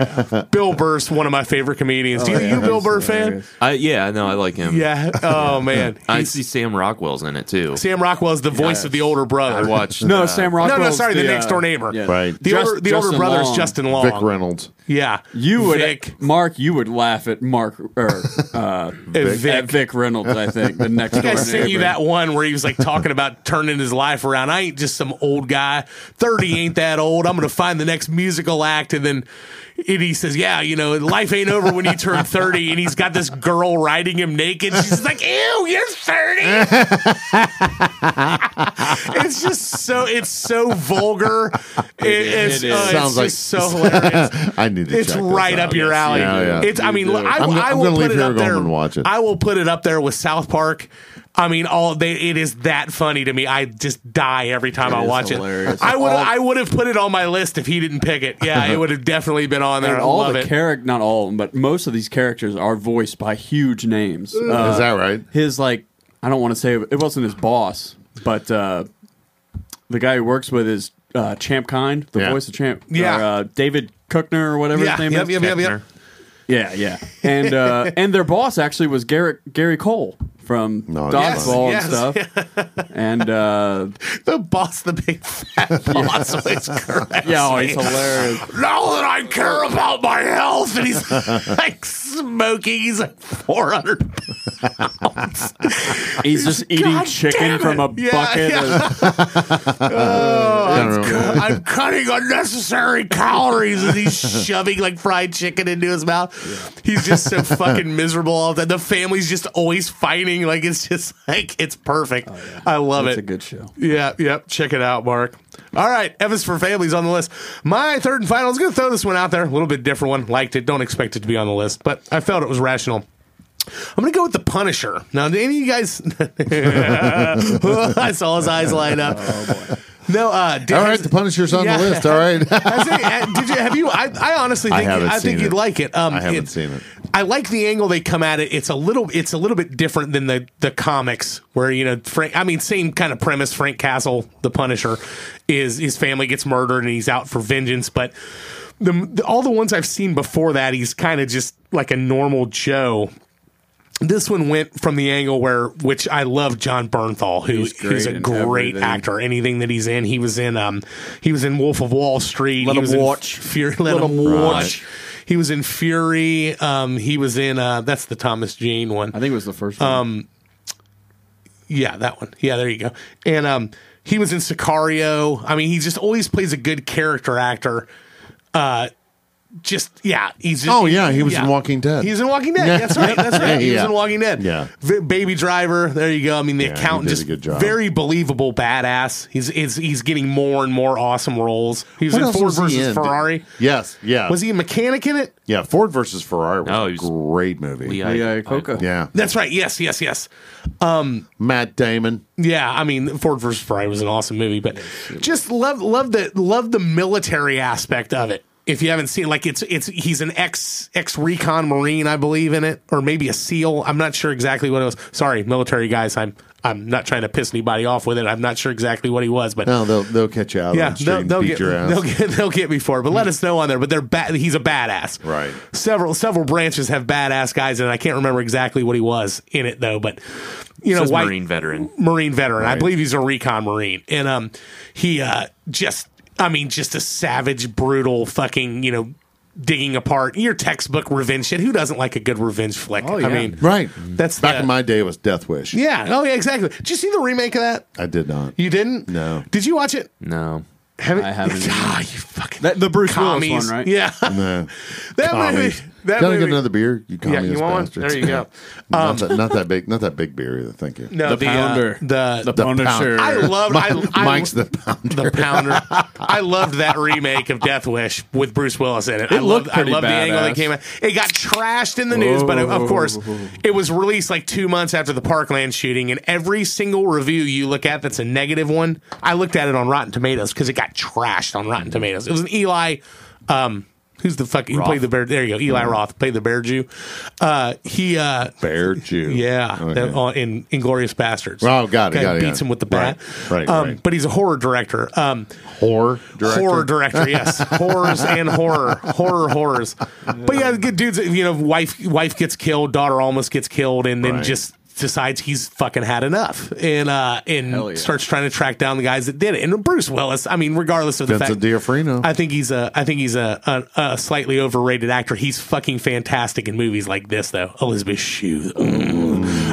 Bill Burr's one of my favorite comedians. Do you, you a Bill Burr fan?
I, yeah, no, I like him.
Yeah. Oh man.
I see Sam Rockwell's in it too.
Sam Rockwell's the voice of the older
I
brother.
watched
No,
uh,
Sam
no,
Rockwell.
sorry, the next-door neighbor.
Right.
The
Just-
older the older
Justin
brother is
Long.
Justin Long.
Vic Reynolds.
Yeah.
You would,
Vic.
Mark. You would laugh at Mark or uh,
Vic.
at Vic Reynolds. I think the next door
I sent you
neighbor.
that one where he was like talking about turning his life around. I ain't just some old guy. 30 ain't that old. I'm going to find the next musical act. And then and he says, Yeah, you know, life ain't over when you turn 30. And he's got this girl riding him naked. She's like, Ew, you're 30. it's just so, it's so vulgar. It, it's,
It is.
uh, it's
Sounds
just
like-
so hilarious.
I need to.
It's
check this
right
out.
up your alley.
Yeah, yeah.
It's. I mean, look, I,
I'm gonna-
I
I'm
will
gonna
put
leave
it
here
up
going
there
and watch it.
I will put it up there with South Park. I mean, all they, it is that funny to me. I just die every time I
is
watch
hilarious.
it. I would
All-
I would have put it on my list if he didn't pick it. Yeah, it would have definitely been on there.
And
I
all
love
the
it.
character, not all, of them, but most of these characters are voiced by huge names. Uh,
Is that right?
his like, I don't want to say it wasn't his boss, but uh, the guy he works with is uh, Champ Kind, the
Yeah.
voice of Champ,
Yeah.
or, uh, David Kuckner or whatever
yeah,
his name
yep,
is.
yep, yep, yep.
Yeah, yeah. And uh, and their boss actually was Garrett Gary Cole from
No, that's
Dodgeball
Yes,
and stuff. And uh,
The boss, the big fat boss, was correct.
yeah, oh, he's hilarious.
Now that I care about my health, and he's like smoking. He's like four hundred.
He's just eating chicken from a
Yeah,
bucket. of-
I'm cutting unnecessary calories and he's shoving like fried chicken into his mouth. He's just so fucking miserable all the time. The family's just always fighting. Like it's just like it's perfect.
Oh,
I love
It's
it.
a good show.
yeah, yep. Check it out, Mark. All right, Evans for Families on the list. My third and final. I was going to throw this one out there. A little bit different one. Liked it. Don't expect it to be on the list, but I felt it was rational. I'm going to go with The Punisher. Now, did any of you guys. I saw his eyes light up. No, uh, did,
Oh, All right, the Punisher's on
Yeah.
the list. All right.
Has any- uh, did you have you? I, I honestly
I
think I,
haven't
think
seen
you'd
it.
like it. Um,
I haven't seen it.
I like the angle they come at it. It's a little it's a little bit different than the the comics where you know Frank. I mean, same kind of premise. Frank Castle, the Punisher, is his family gets murdered and he's out for vengeance, but. The, the, all the ones I've seen before that, he's kind of just like a normal Joe, this one went from the angle where, which I love, John Bernthal, who
He's great
who's a
in
great
everything.
actor. Anything that he's in, he was in, um, he was in Wolf of Wall Street.
Let
he
him
was in
watch.
Fury. Let,
Let
him
him
watch.
watch.
He was in Fury. Um, he was in uh, that's the Thomas Jane one.
I think it was the first
Um,
one.
Yeah, that one. Yeah, there you go. And um, he was in Sicario. I mean, he just always plays a good character actor. Uh, just yeah, he's. Just,
Oh, yeah, he was in Walking Dead.
He's in Walking Dead.
Yeah.
That's right. That's right. He was
Yeah.
in Walking Dead.
Yeah.
V- Baby Driver. There you go. I mean, the
he
accountant
did a
just
good job.
very believable badass. He's, he's he's getting more and more awesome roles. He was
What
in
else
Ford
was he
versus
in?
Ferrari.
yes. Yeah.
Was he a mechanic in it?
Yeah. Ford versus Ferrari was
No,
a
he was-
great movie.
uh,
yeah, Coca.
Yeah.
That's right. Yes, yes, yes.
Matt Damon.
Yeah, I mean, Ford versus Ferrari was an awesome movie, but just love love the love the military aspect of it. If you haven't seen, like it's it's he's an ex ex recon marine, I believe in it, or maybe a SEAL. I'm not sure exactly what it was. Sorry, military guys. I'm I'm not trying to piss anybody off with it. I'm not sure exactly what he was, but
No, Oh, they'll they'll catch you out.
yeah,
on the street
they'll,
and
they'll
beat
get,
your ass. Hmm.
they'll get they'll get me for it. But let us know on there. But they're ba- he's a badass.
Right.
Several several branches have badass guys, and I can't remember exactly what he was in it though. But you know,
Says
white
Marine veteran.
Marine veteran. I
Right.
believe he's a recon Marine. And um he uh just I mean just a savage, brutal fucking, you know, digging apart your textbook revenge shit. Who doesn't like a good revenge flick?
Oh,
I mean
right.
that's
Back
the-
in my day, it was Death Wish.
Yeah. Oh yeah, exactly. Did you see the remake of that?
I did not.
You didn't?
No.
Did you watch it?
No.
Have
I haven't.
Ah, you fucking
That- the Bruce Willis
commies.
one, right?
Yeah.
No.
That
Commies.
movie. That
Can I
movie.
get another beer? You
yeah,
communist
you want one?
bastards.
There you go. Um,
not, that, not that big. Not that big beer either. Thank you.
No, the,
The
uh,
Pounder.
the
The Punisher.
I love. I, I,
Mike's the pound.
the pounder. I loved that remake of Death Wish with Bruce Willis in it. I
looked
loved, I
pretty
loved the angle
badass.
that came out. It got trashed in the news, but of of course, it was released like two months after the Parkland shooting. And every single review you look at that's a negative one, I looked at it on Rotten Tomatoes because it got trashed on Rotten Tomatoes. It was an Eli. Um, Who's the fuck? Who played the bear? There you go. Eli
Mm-hmm.
Roth played the bear Jew. Uh, he uh,
Bear Jew.
yeah,
Okay.
that- uh, in Inglorious Bastards.
Oh, got it,
Guy
got it, got
Beats
it.
him with the bat.
Right, right,
um,
right.
But he's a horror director. Um,
Horror director.
Horror director, yes. Horrors and horror, horror horrors. But yeah, good dudes. You know, wife wife gets killed, daughter almost gets killed, and then
Right.
just decides he's fucking had enough and uh and
Hell yeah.
starts trying to track down the guys that did it. And Bruce Willis, I mean, regardless of the
Vincent
fact,
D'Onofrio.
I think he's a I think he's a, a, a slightly overrated actor. He's fucking fantastic in movies like this, though. Elizabeth Shue. Mm.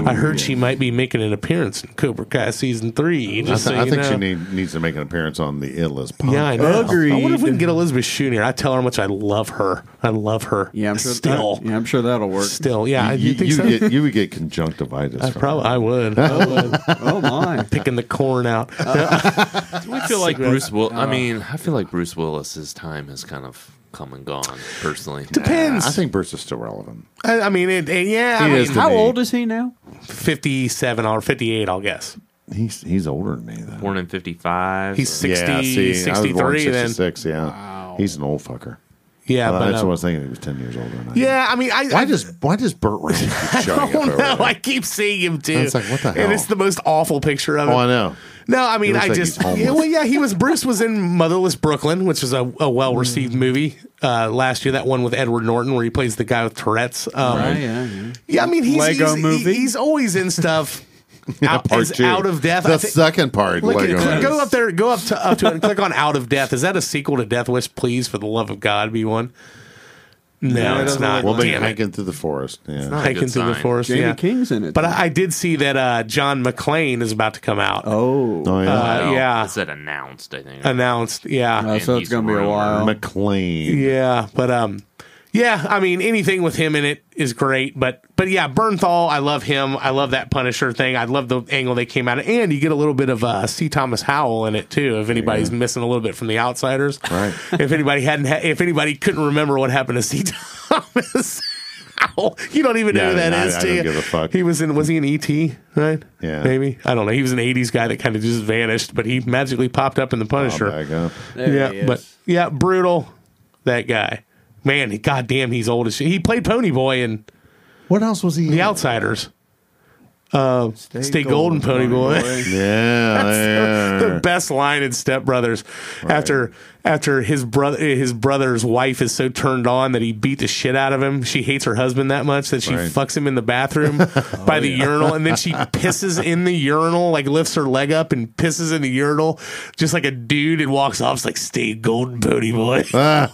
I heard she might be making an appearance in Cobra Kai season three.
I,
Just
th-
so
I
you
think she
know.
need, needs to make an appearance on the It List podcast.
Yeah, I know.
Agreed.
I wonder if we can get Elizabeth Shue in here. I tell her how much I love her. I love her.
Yeah, I'm sure
still,
That, yeah, I'm sure that'll work.
still, yeah. I
You,
you think
you
so?
get, you would get conjunctivitis.
I
from
probably,
it.
I would. I would.
Oh my.
Picking the corn out.
Do we feel like Bruce Will I mean, I feel like Bruce Willis's time has kind of come and gone. Personally,
Depends.
I think Bruce is still relevant.
I, I mean, it, it- yeah. I
He
mean,
is to
How
me.
old is he now?
57 or 58, I'll guess.
He's he's older than me though.
born in '55.
He's 60,
yeah, see, I was born
63 then.
66, yeah. He's an old fucker.
Yeah,
Uh,
but
that's
um,
what I was thinking. He was ten years older. Than I am.
yeah, I mean, I,
Why
I
does Why does Burt Reynolds keep showing up?
don't
over
know.
there?
I keep seeing him too.
It's like, what the hell?
And it's the most awful picture of him.
oh, I know.
No, I mean,
looks
I
like
just
he's homeless.
yeah, well, yeah. He was Bruce was in Motherless Brooklyn, which was a, a well received movie uh, last year. That one with Edward Norton, where he plays the guy with Tourette's. Um,
Oh, yeah, yeah.
Yeah, I mean, he's
Lego
he's, he-
movie?
he's always in stuff. out,
Part
as
two.
out of death.
The
I thi-
second part.
Look at-
Lego
click-
Man.
go up there, go up to up to it, and click on Out of Death. Is that a sequel to Death Wish? Please, for the love of God, be one. No, it's not.
We'll be
Damn it.
hiking through the forest. Yeah.
not-
hiking
Good
through the
sign.
forest.
Jamie
yeah.
King's in it.
But I, I did see that uh, John McClane is about to come out.
oh,
oh yeah.
Uh,
Well,
yeah.
It said announced. I think.
Announced. Yeah.
Uh, so
and
it's
he's
gonna be a while.
McLean.
Yeah, but um, yeah, I mean, anything with him in it is great. But but yeah, Bernthal, I love him. I love that Punisher thing. I love the angle they came out of, and you get a little bit of uh, C. Thomas Howell in it too. If anybody's missing a little bit from the Outsiders,
Right.
If anybody hadn't, ha- if anybody couldn't remember what happened to C. Thomas. Howell, You don't even know
Yeah,
who
I
that
mean, I-
is,
I
do
don't
you?
give a fuck.
He was in. Was he in ET? Right?
Yeah.
Maybe I don't know. He was an '80s guy that kind of just vanished, but he magically popped up in the
I'll
Punisher
back up.
yeah, but yeah, brutal. That guy, man, he- goddamn, he's old as shit. He played Ponyboy in
What else was he?
The
in?
Outsiders. Stay, golden, Ponyboy.
Yeah, there.
the best line in Step Brothers. After after his brother his brother's wife is so turned on that he beat the shit out of him. She hates her husband that much that she
Right. Oh,
fucks him in the bathroom by the urinal and then she pisses in the urinal, like lifts her leg up and pisses in the urinal just like a dude and walks off. It's like stay golden pony boy.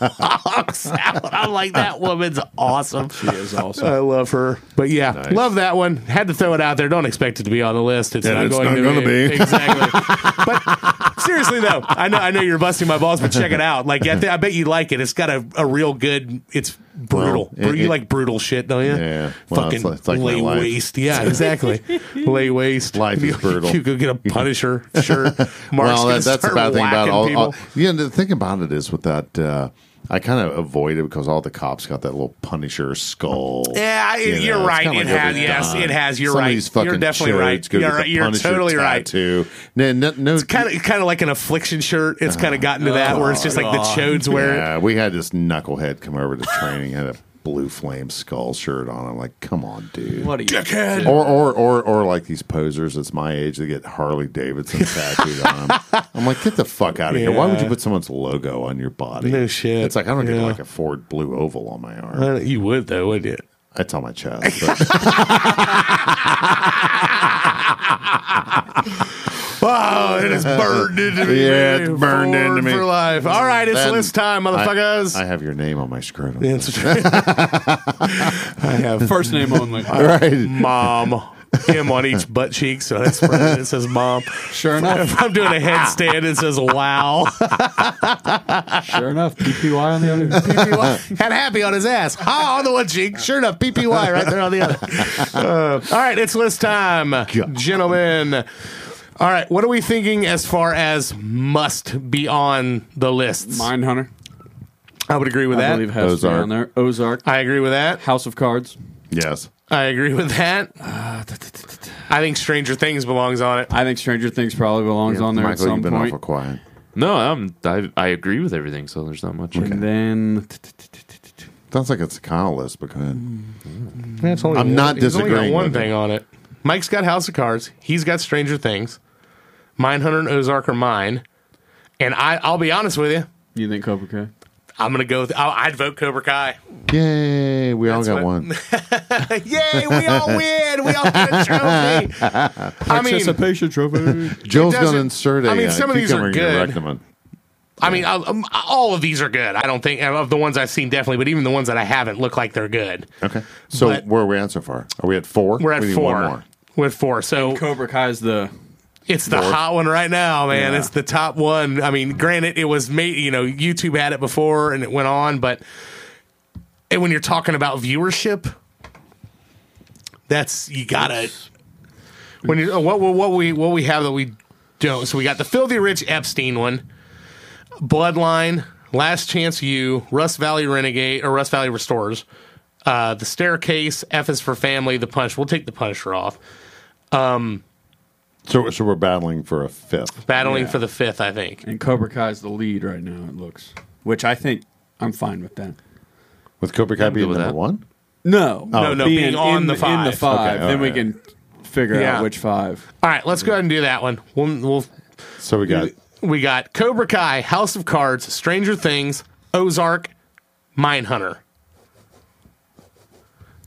Walks out. I'm like that woman's awesome.
she is awesome.
I love her. But yeah, love that one. Had to throw it out there. Don't expect it to be on the list. It's
Yeah,
not
it's
going
not
to
gonna
be.
be.
Exactly. but seriously though, I know I know you're busting my balls, but check it out. Like I, thi- I bet you like it. It's got a, a real good it's brutal.
Well, it-
you
it-
like brutal shit, don't you?
Yeah. Well,
Fucking
it's like- it's like my
lay
life.
waste. Yeah, exactly. lay waste.
Life
you,
is brutal.
You go get a Punisher shirt. Mark's
well,
gonna
that, that's the
start
bad thing about
whacking
all,
people.
all. Yeah, the thing about it is with that, uh, I kind of avoid it because all the cops got that little Punisher skull.
Yeah, I-
You know,
you're
it's
right.
kinda
It
like
has.
every
Yes,
time.
it has. You're
Some of
right.
these fucking
You're definitely
churds
right.
go to
You're,
the
right. you're
Punisher
totally right.
tattoo. No, no, no,
It's kind of kind of like an affliction shirt. It's kind of gotten to that where it's just like the chodes wear it.
Uh, oh, Yeah, we had this knucklehead come over to training, had a blue flame skull shirt on. I'm like, come on, dude.
What are you?
Or, or, or, or like these posers that's my age that get Harley Davidson tattooed on them. I'm like, get the fuck out of here. Why would you
Yeah.
put someone's logo on your body?
No shit.
It's like, I don't get
Yeah.
like a Ford blue oval on my arm.
Uh, You would though, wouldn't you?
It's on my chest. But
Oh, it is burned into me.
Yeah, it's
baby.
burned into
Forward
me.
for life. All right, it's
Then
list time, motherfuckers.
I have your name on my scrotum.
That's right. I have
First name only.
Mm.
Right.
mom. Him on each butt cheek, so that's right. It says mom.
Sure enough.
If I'm doing a headstand, it says wow.
Sure enough. PPY on the other.
Had happy on his ass. Ha on the one cheek. Sure enough, PPY right there on the other. Uh, all right, it's list time, gentlemen. All right, what are we thinking as far as must be on the lists?
Mindhunter.
I would agree with
I
that.
believe has to
Ozark.
be on there. Ozark.
I agree with that.
House of Cards.
Yes.
I agree with that. I think Stranger Things belongs on it.
I think Stranger Things probably belongs on there at
Michael,
some
you've been
point.
awful quiet.
No, I'm, I I agree with everything. So there's not much.
And then
Sounds like it's a Kyle list, but go ahead.
Mm. It's only
I'm not
it's only got
disagreeing
one
with
thing on it. Mike's got House of Cards. He's got Stranger Things. Mindhunter and Ozark are mine. And I, I'll be honest with you.
you think Cobra Kai?
I'm gonna go. With, I'll, I'd vote Cobra Kai.
Yay, we all got
what-
one.
Yay! We all win. We all get a trophy. I mean,
Participation trophy.
Joe's
doesn't-
going to insert a
I mean,
uh,
some of these are
cucumber in your
good.
rectum and-
I mean, uh, um, all of these are good. I don't think of the ones I've seen definitely, but even the ones that I haven't look like they're good.
Okay. So
But-
where are we at so far? Are we at four?
We're at
we need
four.
One more.
We're at four. So
Cobra Kai's the
It's the hot one right now, man. It's the top one. I mean, granted, it was made, you know, YouTube had it before and it went on, but and when you're talking about viewership, that's you gotta. When you what what what we what we have that we don't, so we got the filthy rich Epstein one, Bloodline, Last Chance U, Rust Valley Renegade, or Rust Valley Restorers, uh, The Staircase, F is for Family, The Punch. We'll take The Punisher off.
So, so we're battling for a fifth.
Battling for the fifth, I think.
And Cobra Kai is the lead right now. It looks, which I think I'm fine with that.
With Cobra Kai
I'm good
being
with
number
that.
one?
No,
No, no, being on
in,
the
in the
five.
five.
Okay, all
then we
right.
can figure
Yeah.
out which five.
All right, let's go ahead and do that one. We'll, we'll,
So we got
we got Cobra Kai, House of Cards, Stranger Things, Ozark, Mindhunter.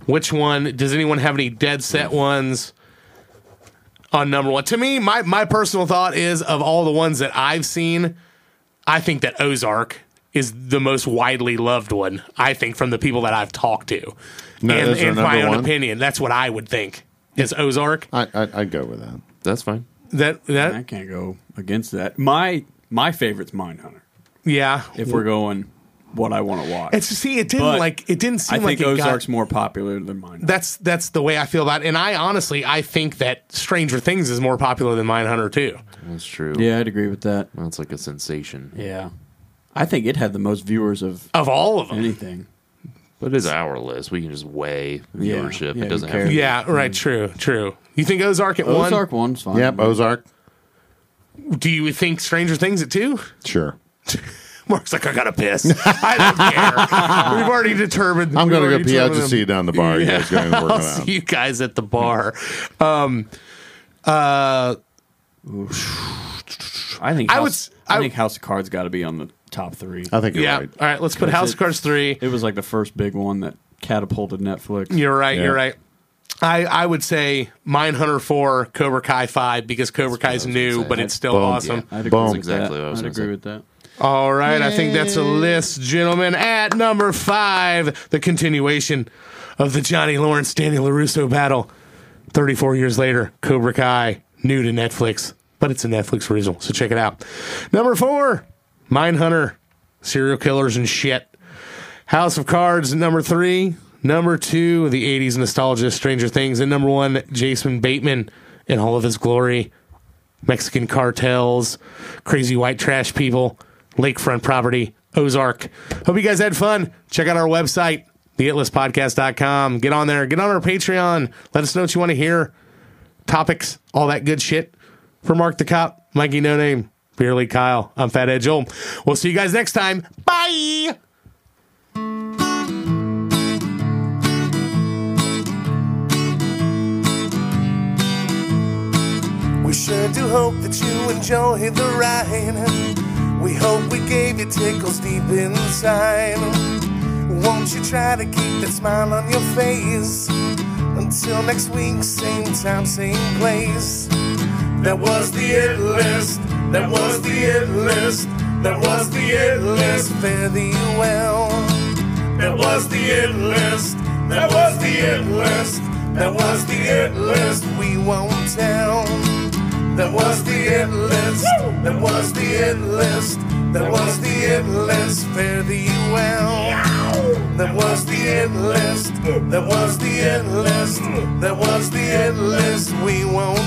Which one? Does anyone have any dead
Mm.
set ones on number one? To me, my, my personal thought is of all the ones that I've seen, I think that Ozark is the most widely loved one, I think, from the people that I've talked to.
No,
and
is there
in my
number
own
one?
opinion, that's what I would think is Ozark.
I, I I'd go with that.
That's fine.
That,
I
that,
can't go against that. My my favorite's Mindhunter.
yeah.
If we're going, what I want to watch,
It's see, it didn't
But
like it didn't
I
seem like
think
it
Ozark's
got.
more popular than Mindhunter.
That's that's the way I feel about it. And I honestly, I think that Stranger Things is more popular than Mindhunter too.
That's true.
yeah, I'd agree with that.
That's like a sensation.
Yeah, I think it had the most viewers of
Of all of them,
anything.
But it is our list. We can just weigh
Yeah.
viewership.
Yeah,
it doesn't
who
have to
cares?
yeah, right, true, true. You think Ozark at
Ozark one's fine.
Yep, Ozark.
one? Do you think Stranger Things at two?
Sure.
Mark's like, I gotta piss. I don't care. We've already determined.
I'm
we've
gonna
already
go pee. I'll
determined
just see you down the bar. You guys going to work
I'll
it out.
see you guys at the bar. Um,
I think
I
House, I,
would s- I
think House of Cards got to be on the top three.
I think you're
yeah.
right.
All right, let's put House of
it-
Cards three.
It was like the first big one that catapulted Netflix.
You're right.
Yeah.
You're right. I, I would say Mindhunter 4, Cobra Kai 5, because Cobra Kai is
was gonna
new,
say.
but
That-
it's still
boom.
awesome.
I'd agree
Boom.
with
That's
exactly
that.
what I was
I'd
gonna
agree
say.
with that.
All right. I think that's a list, gentlemen. At number five, the continuation of the Johnny Lawrence Danny LaRusso battle. 34 years later, Cobra Kai, new to Netflix, but it's a Netflix original, so check it out. Number four, Mindhunter, serial killers and shit. House of Cards, number three. Number two, the 80s nostalgia, Stranger Things. And number one, Jason Bateman in all of his glory. Mexican cartels, crazy white trash people, lakefront property, Ozark. Hope you guys had fun. Check out our website, theitlistpodcast.com. Get on there. Get on our Patreon. Let us know what you want to hear. Topics, all that good shit. For Mark the Cop, Mikey No Name, Beer League Kyle, I'm Fat Ed Joel. We'll see you guys next time. Bye.
We sure do hope that you enjoy the ride. We hope we gave you tickles deep inside. Won't you try to keep that smile on your face? Until next week, same time, same place. That was the it list. That was the it list. That was the it list. Fare thee well. That was the it list. That was the it list. That was the it list. We won't tell. That was the it list. That was the it list. That was the it list. Fare thee well. That was the it list. That was the it list. That was the it list. We won't